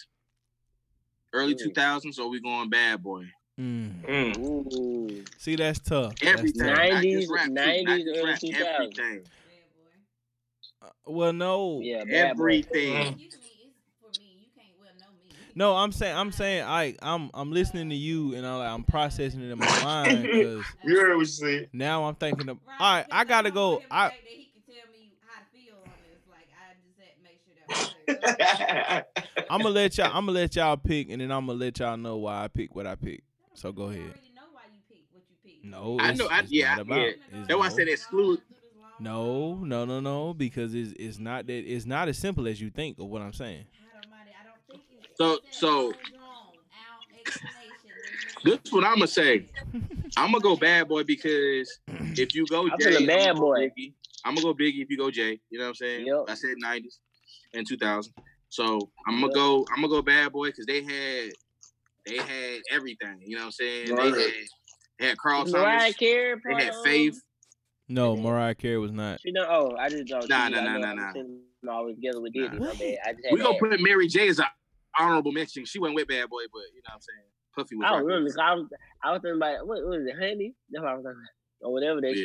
E: early
A: Mm.
E: 2000s, or we going Bad Boy?
B: bro. Mm.
D: Mm.
A: Ooh.
B: See, that's tough. That's
E: Everything.
B: tough.
E: Not just
A: 90s,
E: rap, too, not
A: 90s,
E: just
A: early
E: rap,
A: 2000s.
E: Everything.
B: Well, no,
A: Yeah, bad boy.
E: Everything.
B: no. I'm saying, I'm saying, I, I'm, I'm listening to you, and I'm, like, I'm processing it in my mind because
D: You heard what you said.
B: now I'm thinking of. All right, I gotta go. I, I'm gonna let y'all, I'm gonna let y'all pick, and then I'm gonna let y'all know why I pick what I pick. So go ahead. No,
E: I
B: it's-
E: know- I-
B: it's not
E: yeah, I- yeah.
B: about- it's
E: That's why I
B: no.
E: said exclude.
B: No, no, no, no, because it's it's not that it's not as simple as you think of what I'm saying.
E: So, so this is what I'm gonna say. I'm gonna go Bad Boy because if you go
A: I'm
E: Jay,
A: feeling Bad
E: I'ma go
A: Boy.
E: Biggie. I'm gonna go Biggie if you go Jay. You know what I'm saying?
A: Yep.
E: I said '90s and 2000. So I'm gonna
A: Yep.
E: go. I'm gonna go Bad Boy because they had they had everything. You know what I'm saying? They
A: Right.
E: had they had Carl
A: Mariah
E: Thomas.
A: Carey.
E: They
A: part
E: had
A: of-
E: Faith.
B: No, Mariah Carey was not.
A: She know. Oh, I just don't.
E: Nah,
A: she-
E: nah,
A: I
E: nah,
A: know
E: nah,
A: I'm
E: nah.
A: sitting Always together with Diddy. My
B: Nah.
A: bad. I just had
E: We gonna
A: to
E: put Mary J as an honorable mention. She went with Bad Boy, but you know what I'm saying? Puffy was.
A: I don't
E: right
A: remember.
E: there.
A: 'cause I was, I was thinking about what, what was it, honey? That's what I was thinking, about. or whatever that
E: Yeah.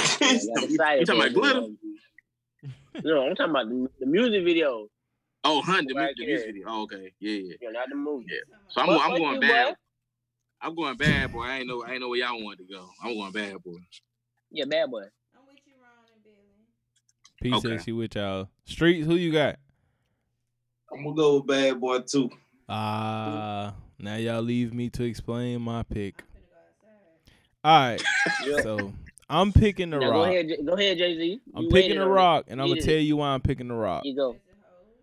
A: shit is. I got
E: You
A: excited.
E: you talking
A: for
E: about
A: it,
E: glitter?
A: but, um, No, I'm talking about the, the music video.
E: Oh, hun, the, mu-
A: Mariah
E: the music
A: Carey.
E: video. Oh, okay, yeah, yeah.
A: You know, not the movie.
E: Yeah. So I'm,
A: But
E: I'm
A: fuck
E: going
A: you,
E: bad.
A: boy.
E: I'm going bad boy. I ain't know. I ain't know where y'all wanted to go. I'm going bad boy.
A: Yeah, bad boy.
B: P
E: Okay.
B: says she with y'all. Streets, who you got?
D: I'm gonna go with Bad Boy too.
B: Ah, now y'all leave me to explain my pick. All right,
A: Yeah.
B: so I'm picking the
A: Now go
B: rock.
A: ahead, J- go ahead, Jay Z.
B: I'm picking the rock, and I'm gonna
A: Needed
B: tell
A: it.
B: you why I'm picking the rock.
A: You go.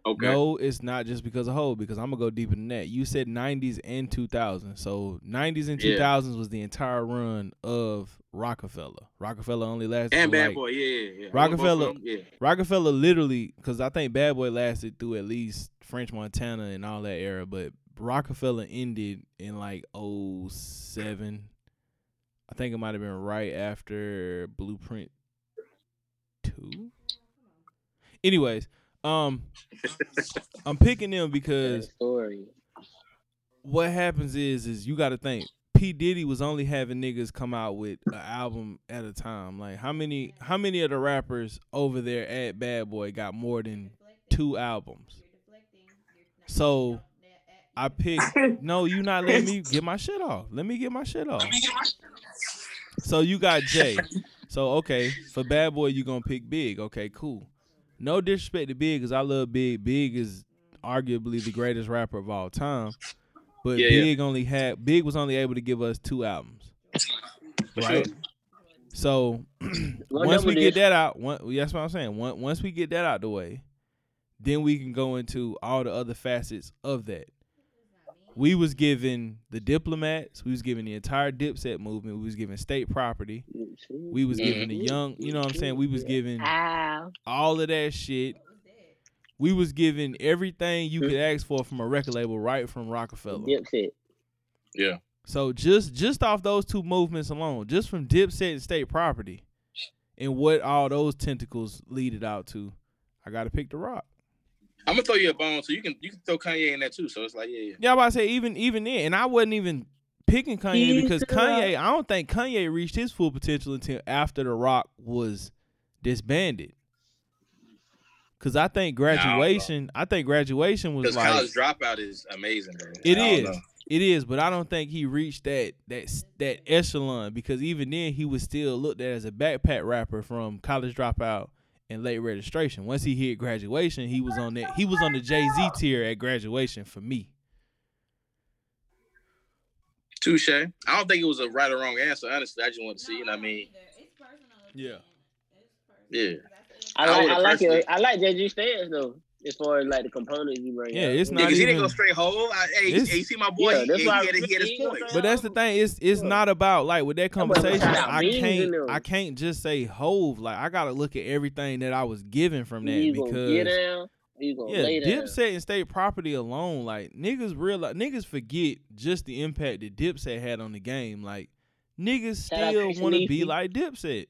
E: Okay.
B: No, it's not just because of hoe, because I'm gonna go deeper than that. You said '90s and 2000s, so '90s and
E: Yeah.
B: 2000s was the entire run of Rockefeller. Rockefeller only lasted
E: And
B: for
E: bad
B: like-
E: boy. Yeah, yeah, yeah. I want both
B: Rockefeller.
E: of them, Yeah.
B: Rockefeller literally, because I think Bad Boy lasted through at least French Montana and all that era, but Rockefeller ended in like 07. I think it might have been right after Blueprint 2. Anyways, um, I'm picking them
A: Tell the
B: because
A: story.
B: what happens is is you got to think P Diddy was only having niggas come out with an album at a time. Like how many how many of the rappers over there at Bad Boy got more than two albums? So I picked. no, you not letting me get my shit off. Let me get my shit off. So you got Jay. So okay, for bad boy, you gonna pick Big. Okay, cool. No disrespect to Big, cause I love Big. Big is arguably the greatest rapper of all time. But
Q: Yeah, yeah.
B: Big only had Big was only able to give us two albums. Right. So once
Q: number
B: we
Q: this.
B: get that out, one, that's what I'm saying. One, once we get that out the way, then we can go into all the other facets of that. We was given the diplomats, we was given the entire dipset movement, we was given state property, we was given the young, you know what I'm saying? We was given all of that shit. We was given everything you could ask for from a record label right from Rockefeller.
A: Dipset.
R: Yeah.
B: So just just off those two movements alone, just from Dipset and State Property, and what all those tentacles leaded out to, I gotta pick the Rock.
E: I'm gonna throw you a bone, so you can you can throw Kanye in that too. So it's like, yeah, yeah.
B: Yeah, I about to say even even then, and I wasn't even picking Kanye
E: He's
B: because
E: the
B: Kanye,
E: Rock.
B: I don't think Kanye reached his full potential until after the Rock was disbanded. Cause I think graduation, I think graduation was
E: Because
B: like
E: college dropout is amazing, bro.
B: It
E: I don't
B: is.
E: know.
B: It is, but I don't think he reached that that s- that echelon because even then he was still looked at as a backpack rapper from college dropout and late registration. Once he hit graduation, he was on that he was on the Jay Z tier at graduation for me.
E: Touche. I don't think it was a right or wrong answer. Honestly, I just want to see. You know what I mean?
B: Yeah.
E: Yeah.
A: I like, I like
E: it.
A: your, I like JG stance though, as far as like the components you bring.
B: Yeah,
A: up.
B: it's
E: Yeah,
B: not
E: because he didn't
B: even.
E: go straight whole. I, hey,
B: It's-
E: hey, you see my boy?
A: Yeah,
E: he,
A: that's
E: he,
A: why
E: had, he had his
A: he
E: point.
B: But that's the thing. It's it's not about like with that
A: boy
B: conversation.
A: got
B: I
A: beans in
B: can't
A: him.
B: I can't just say hove. Like I gotta look at everything that I was given from that
A: you
B: because
A: gonna get down, or you gonna
B: Yeah,
A: lay down.
B: Dipset and state property alone, like niggas realize niggas forget just the impact that Dipset had on the game. Like niggas
A: Shout out
B: still
A: Christian
B: want to be
A: Leafy.
B: like Dipset.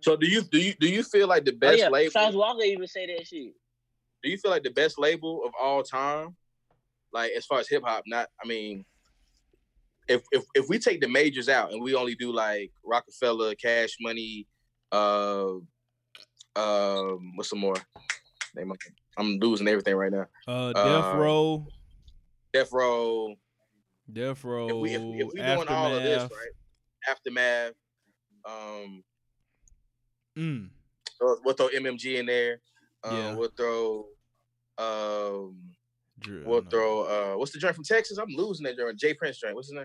E: So do you do you do you feel like the
A: Oh
E: best
A: yeah,
E: label?
A: Charles Walker even say that shit.
E: do you feel like the best label of all time? Like as far as hip hop, not I mean, if if if we take the majors out and we only do like Rockefeller, Cash Money, uh, um, what's some more? Name of- I'm losing everything right now.
B: Uh, Death
E: Uh,
B: Row,
E: Death Row.
B: Death Row,
E: If we if, we- if we doing all of this
B: Aftermath.
E: right, aftermath. Um,
B: Mm.
E: throw- we'll throw MMG in there. Um,
B: Yeah.
E: We'll throw. Um,
B: Drew,
E: we'll throw. Uh, what's the joint from Texas? I'm losing that joint. Jay Prince joint. What's his name?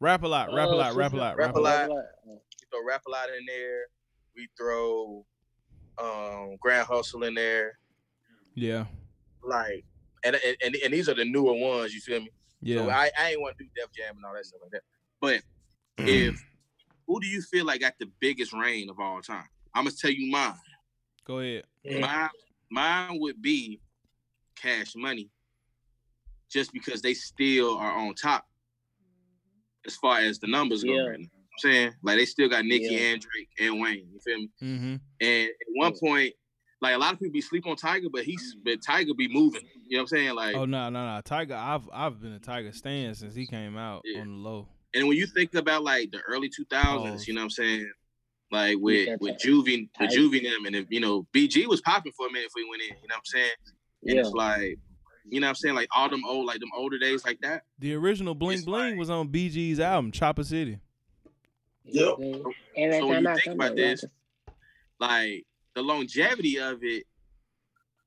B: Rap a lot,
A: Oh,
B: rap a lot, rap a lot,
E: Rap a lot. We
A: lot.
E: throw rap a lot in there. We throw um Grand Hustle in there.
B: Yeah,
E: Like, and and and, and these are the newer ones. You feel me? So
B: yeah.
E: I, I ain't want to do Def Jam and all that stuff like that. But if who do you feel like got the biggest reign of all time? I'm gonna tell you mine.
B: Go ahead.
E: Mine, mine would be Cash Money, just because they still are on top as far as the numbers go.
A: Yeah.
E: Right now. I'm saying like they still got Nicki
A: Yeah.
E: and Drake and Wayne. You feel me?
B: Mm-hmm.
E: And at one point, like a lot of people be sleep on Tiger, but he's but Tiger be moving. You know what I'm saying? Like,
B: Oh no, no, no. Tiger, I've I've been a Tiger stan since he came out on the low.
E: and when you think about like the early 2000s, you know what I'm saying? Like with
B: Yeah,
E: with
B: Tiger.
E: Juvie, with
B: Tiger.
E: Juvie and them, and if, you know, BG was popping for a minute before he went in. You know what I'm saying? And it's
B: Yeah.
E: like, you know what I'm saying? Like all them old, like them older days, like that.
B: The original Bling Bling was on BG's album Chopper City.
E: Yep.
A: And
E: So when you think about this, like the longevity of it,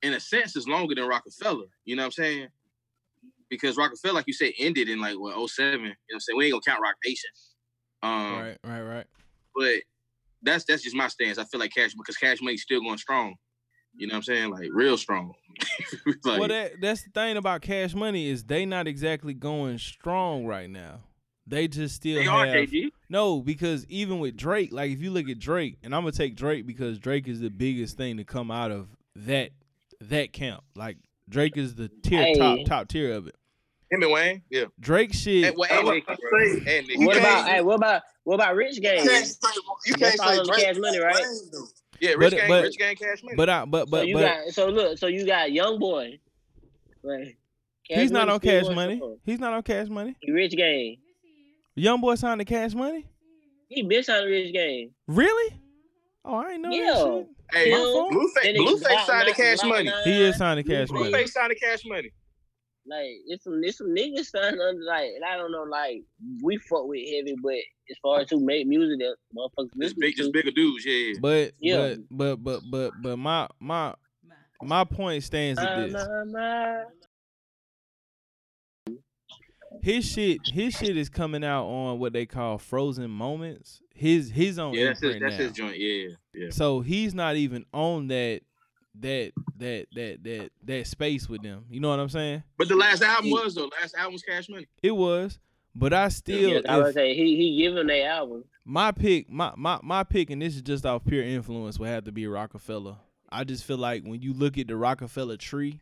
E: in a sense, is longer than Rockefeller. You know what I'm saying? Because Rockefeller, like you said, ended in like what 07. You know what I'm saying? We ain't gonna count Rock Nation. Um,
B: Right, right, right.
E: but that's that's just my stance. I feel like cash because cash money's still going strong. You know what I'm saying? Like real strong. like,
B: well, that that's the thing about Cash Money is they not exactly going strong right now. They just still
E: They
B: have
E: are, KG.
B: no because even with Drake, like if you look at Drake, and I'm gonna take Drake because Drake is the biggest thing to come out of that that camp. Like Drake is the tier
E: Hey.
B: top top tier of it.
E: him and Wayne, yeah.
B: Drake shit.
E: And, well, and Nicki, bro. And Nicki.
A: What about hey, what about what about Rich Gang?
E: You can't say- you
A: That's
E: can't
A: all
E: say
A: under
E: Drake
A: cash money, right?
E: Yeah, Rich Gang, Rich Gang, Cash Money.
B: But I, but
A: so
B: but
A: you
B: but
A: got so look, so you got Young Boy. Right. Cash
B: he's not
A: Money
B: on
A: still
B: Cash
A: going
B: Money.
A: strong.
B: He's not on Cash Money.
A: Rich Gang.
B: Young boy signed to Cash Money.
A: He been signed to Rich Gang.
B: Really? Oh, I ain't know that
A: Yeah.
B: shit.
E: Hey,
A: Blue-
E: Blueface,
A: Then it-
E: Blueface
A: Glock
E: signed to
A: nine-
E: Cash
A: Glock
E: Money.
A: nine.
B: He is signed to Cash Money.
E: Blueface signed to Cash Money.
A: Like it's some it's some niggas signed under like and I don't know like we fuck with heavy, but as far as who make music that motherfuckers
E: This
A: listen
E: big, this
A: to,
E: bigger dudes, yeah. yeah.
B: But
A: Yeah.
B: but but but but but my my my point stands at
A: Uh,
B: this.
A: nah, nah.
B: His shit his shit is coming out on what they call frozen moments. His his own
E: yeah, that's his,
B: imprint
E: that's
B: now.
E: his joint. Yeah, yeah.
B: So he's not even on that that that that that that space with them. You know what I'm saying?
E: But the last album was though. Last album was Cash Money.
B: It was, but I still
A: Yeah, I
B: if-
A: would say he he giving their album.
B: my pick, my, my my pick, and this is just off pure influence, would have to be Rockefeller. I just feel like when you look at the Rockefeller tree,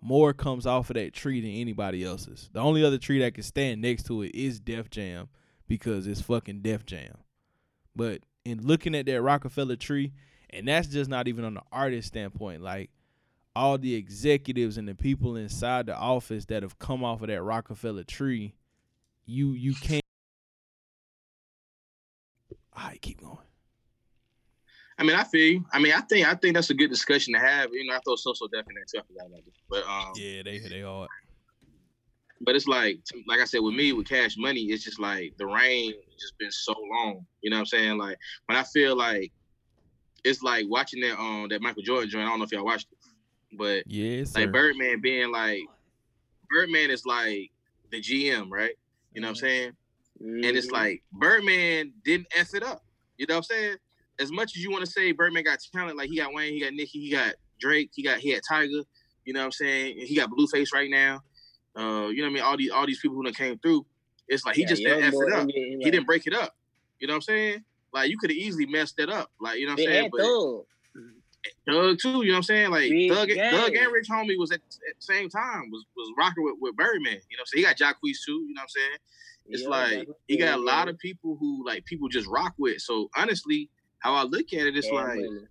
B: more comes off of that tree than anybody else's. The only other tree that can stand next to it is Def Jam because it's fucking Def Jam. But in looking at that Rockefeller tree, and that's just not even on the artist standpoint, like all the executives and the people inside the office that have come off of that Rockefeller tree, you you can't I keep going.
E: I mean, I feel. You. I mean, I think I think that's a good discussion to have. You know, I throw social death in there too. I forgot about that. But um,
B: Yeah, they they are.
E: but it's like like I said with me with Cash Money, it's just like the rain just been so long. You know what I'm saying? Like when I feel like it's like watching that um that Michael Jordan joint. I don't know if y'all watched it, but
B: Yes,
E: like Birdman being like Birdman is like the GM, right? You know what I'm saying? And
A: Mm-hmm.
E: it's like Birdman didn't F it up. You know what I'm saying? As much as you want to say Birdman got talent, like he got Wayne, he got Nicki, he got Drake, he got he had Tiger, you know what I'm saying? And he got Blueface right now. Uh, you know what I mean? All these all these people who done came through. It's like he
A: Yeah,
E: just didn't
A: Young
E: F
A: Boy,
E: it up.
A: yeah, he
E: He
A: like-
E: didn't break it up. You know what I'm saying? Like you could have easily messed that up. Like, you know what I'm
A: They
E: saying?
A: had
E: But
A: Thug.
E: Thug too, you know what I'm saying? Like
A: Big
E: Thug, Thug
A: Gang.
E: and Rich Homie was at, at the same time, was was rocking with, with Birdman. You know what I'm saying? He got Jacquees too, you know what I'm saying? It's
A: Yeah,
E: like
A: Jacquees
E: he got a
A: Too,
E: lot
A: yeah.
E: of people who like people just rock with. So honestly, how I look at it, it's
A: Bad
E: like
A: Bunny,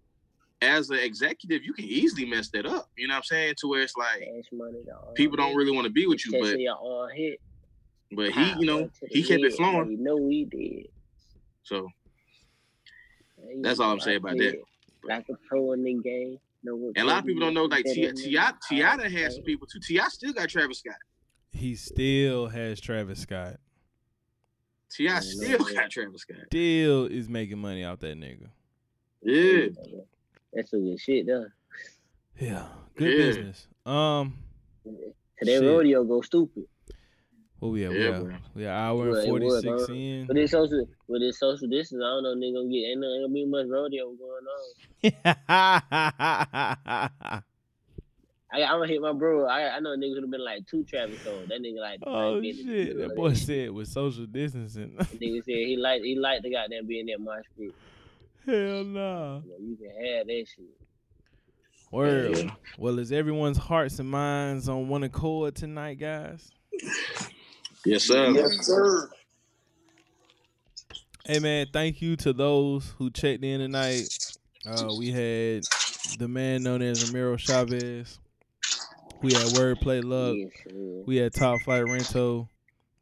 E: as an executive, you can easily mess that up. You know what I'm saying? To where it's like
A: Cash Money, the R&B.
E: people don't really want to be with you,
A: Tesla,
E: but
A: your own hit.
E: but he, you know,
A: Power to the
E: he kept
A: head,
E: it
A: like,
E: flowing.
A: You know he did.
E: So
A: Like,
E: That's all I'm saying about that.
A: Like a pro in the game. Know what
E: and a lot of people don't know like Ti
A: Kobe
E: Ti Ti
A: did.
E: done had some people too. Ti still got Travis Scott.
B: He still has Travis Scott.
E: Ti still
A: that.
E: got Travis Scott.
B: Still is making money off that nigga.
E: Yeah.
A: That's some good shit, though.
B: Yeah. Good
E: Yeah.
B: business. Um
A: Cause that
B: Shit.
A: rodeo go stupid.
B: what we at?
E: Yeah,
B: Yeah, we
E: bro.
B: at, we at hour and
A: Yeah, it
B: forty
A: was,
B: six
A: huh?
B: in.
A: But it's social, but it's social distance. I don't know, nigga, gonna get ain't, no- ain't gonna be much rodeo going on. I, I'm gonna hit my bro. I, I know niggas would've been like two Travis songs. That nigga like.
B: oh
A: like, been in the
B: shit.
A: middle
B: That
A: of
B: boy said with social distancing.
A: Nigga said he liked he liked the goddamn being that mosh pit.
B: Hell no.
A: You, know, you can have that shit.
B: Word. Well, is everyone's hearts and minds on one accord tonight, guys?
E: Yes, sir.
F: sir.
B: Hey man, thank you to those who checked in tonight. Uh, we had the man known as Ramiro Chavez. We had Wordplay Love.
A: Yes, sir.
B: We had Top Flight Rento.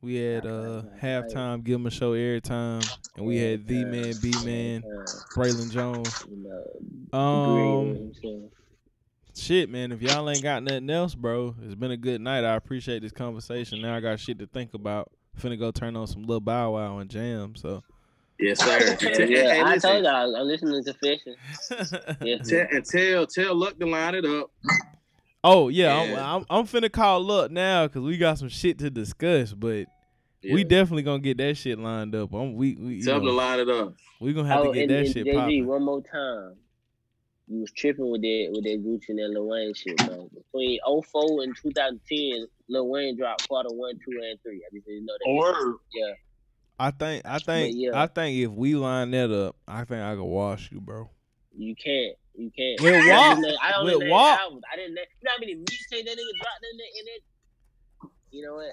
B: We had uh halftime Gilma Show airtime, and we had the man B man
A: Uh,
B: Braylon Jones.
A: you know,
B: Um,
A: green, you know what I'm saying?
B: shit, man. If y'all ain't got nothing else, bro, it's been a good night. I appreciate this conversation. Now I got shit to think about. Finna go turn on some little Bow Wow and jam. So
E: Yes, sir.
A: Yeah, I told y'all, I'm listening to Confession. Yeah.
E: Tell, and tell tell Luck to line it up.
B: Oh yeah, I'm,
E: Yeah.
B: I'm I'm finna call up now because we got some shit to discuss. But we
E: Yeah.
B: definitely gonna get that shit lined up. I'm we we you
E: Tell him to
B: know,
E: line it up.
B: we gonna have
A: oh,
B: to get
A: and,
B: that
A: and
B: shit
A: JG,
B: popping.
A: one more time. You was tripping with that with that Gucci and that Lil Wayne shit, bro. Between 04 and 2010, Lil Wayne dropped quarter one, two, and three. I just didn't know that.
F: Word.
A: yeah.
B: I think I think
A: yeah.
B: I think if we line that up, I think I can wash you, bro.
A: You can't. You can't.
B: We'll
A: I
B: walk.
A: only named- I only
B: We'll
A: named
B: walk.
A: albums. I didn't name, you know how many mixtapes that nigga dropped in it, in it? You know what?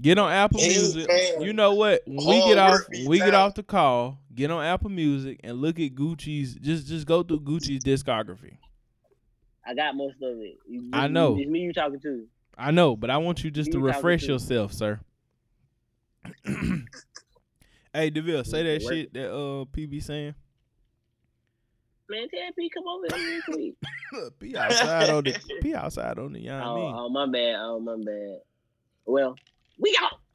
B: Get on Apple
F: Hey,
B: Music.
F: man.
B: You know what? When we
F: Hard
B: get off,
F: work
B: when
F: beats
B: we get
F: talent.
B: off the call, get on Apple Music and look at Gucci's. Just just go through Gucci's discography.
A: I got most of it. You-
B: I
A: you-
B: know.
A: It's me you talking to.
B: I know, but I want you just to
A: You talking
B: refresh
A: to-
B: yourself, sir. hey, Deville, say that
A: Work.
B: shit that uh PB saying.
A: Man, tell P, come over here real quick.
B: be outside on the be outside on the you know what I mean?
A: Oh, oh, my bad. Oh, my bad. Well, we out.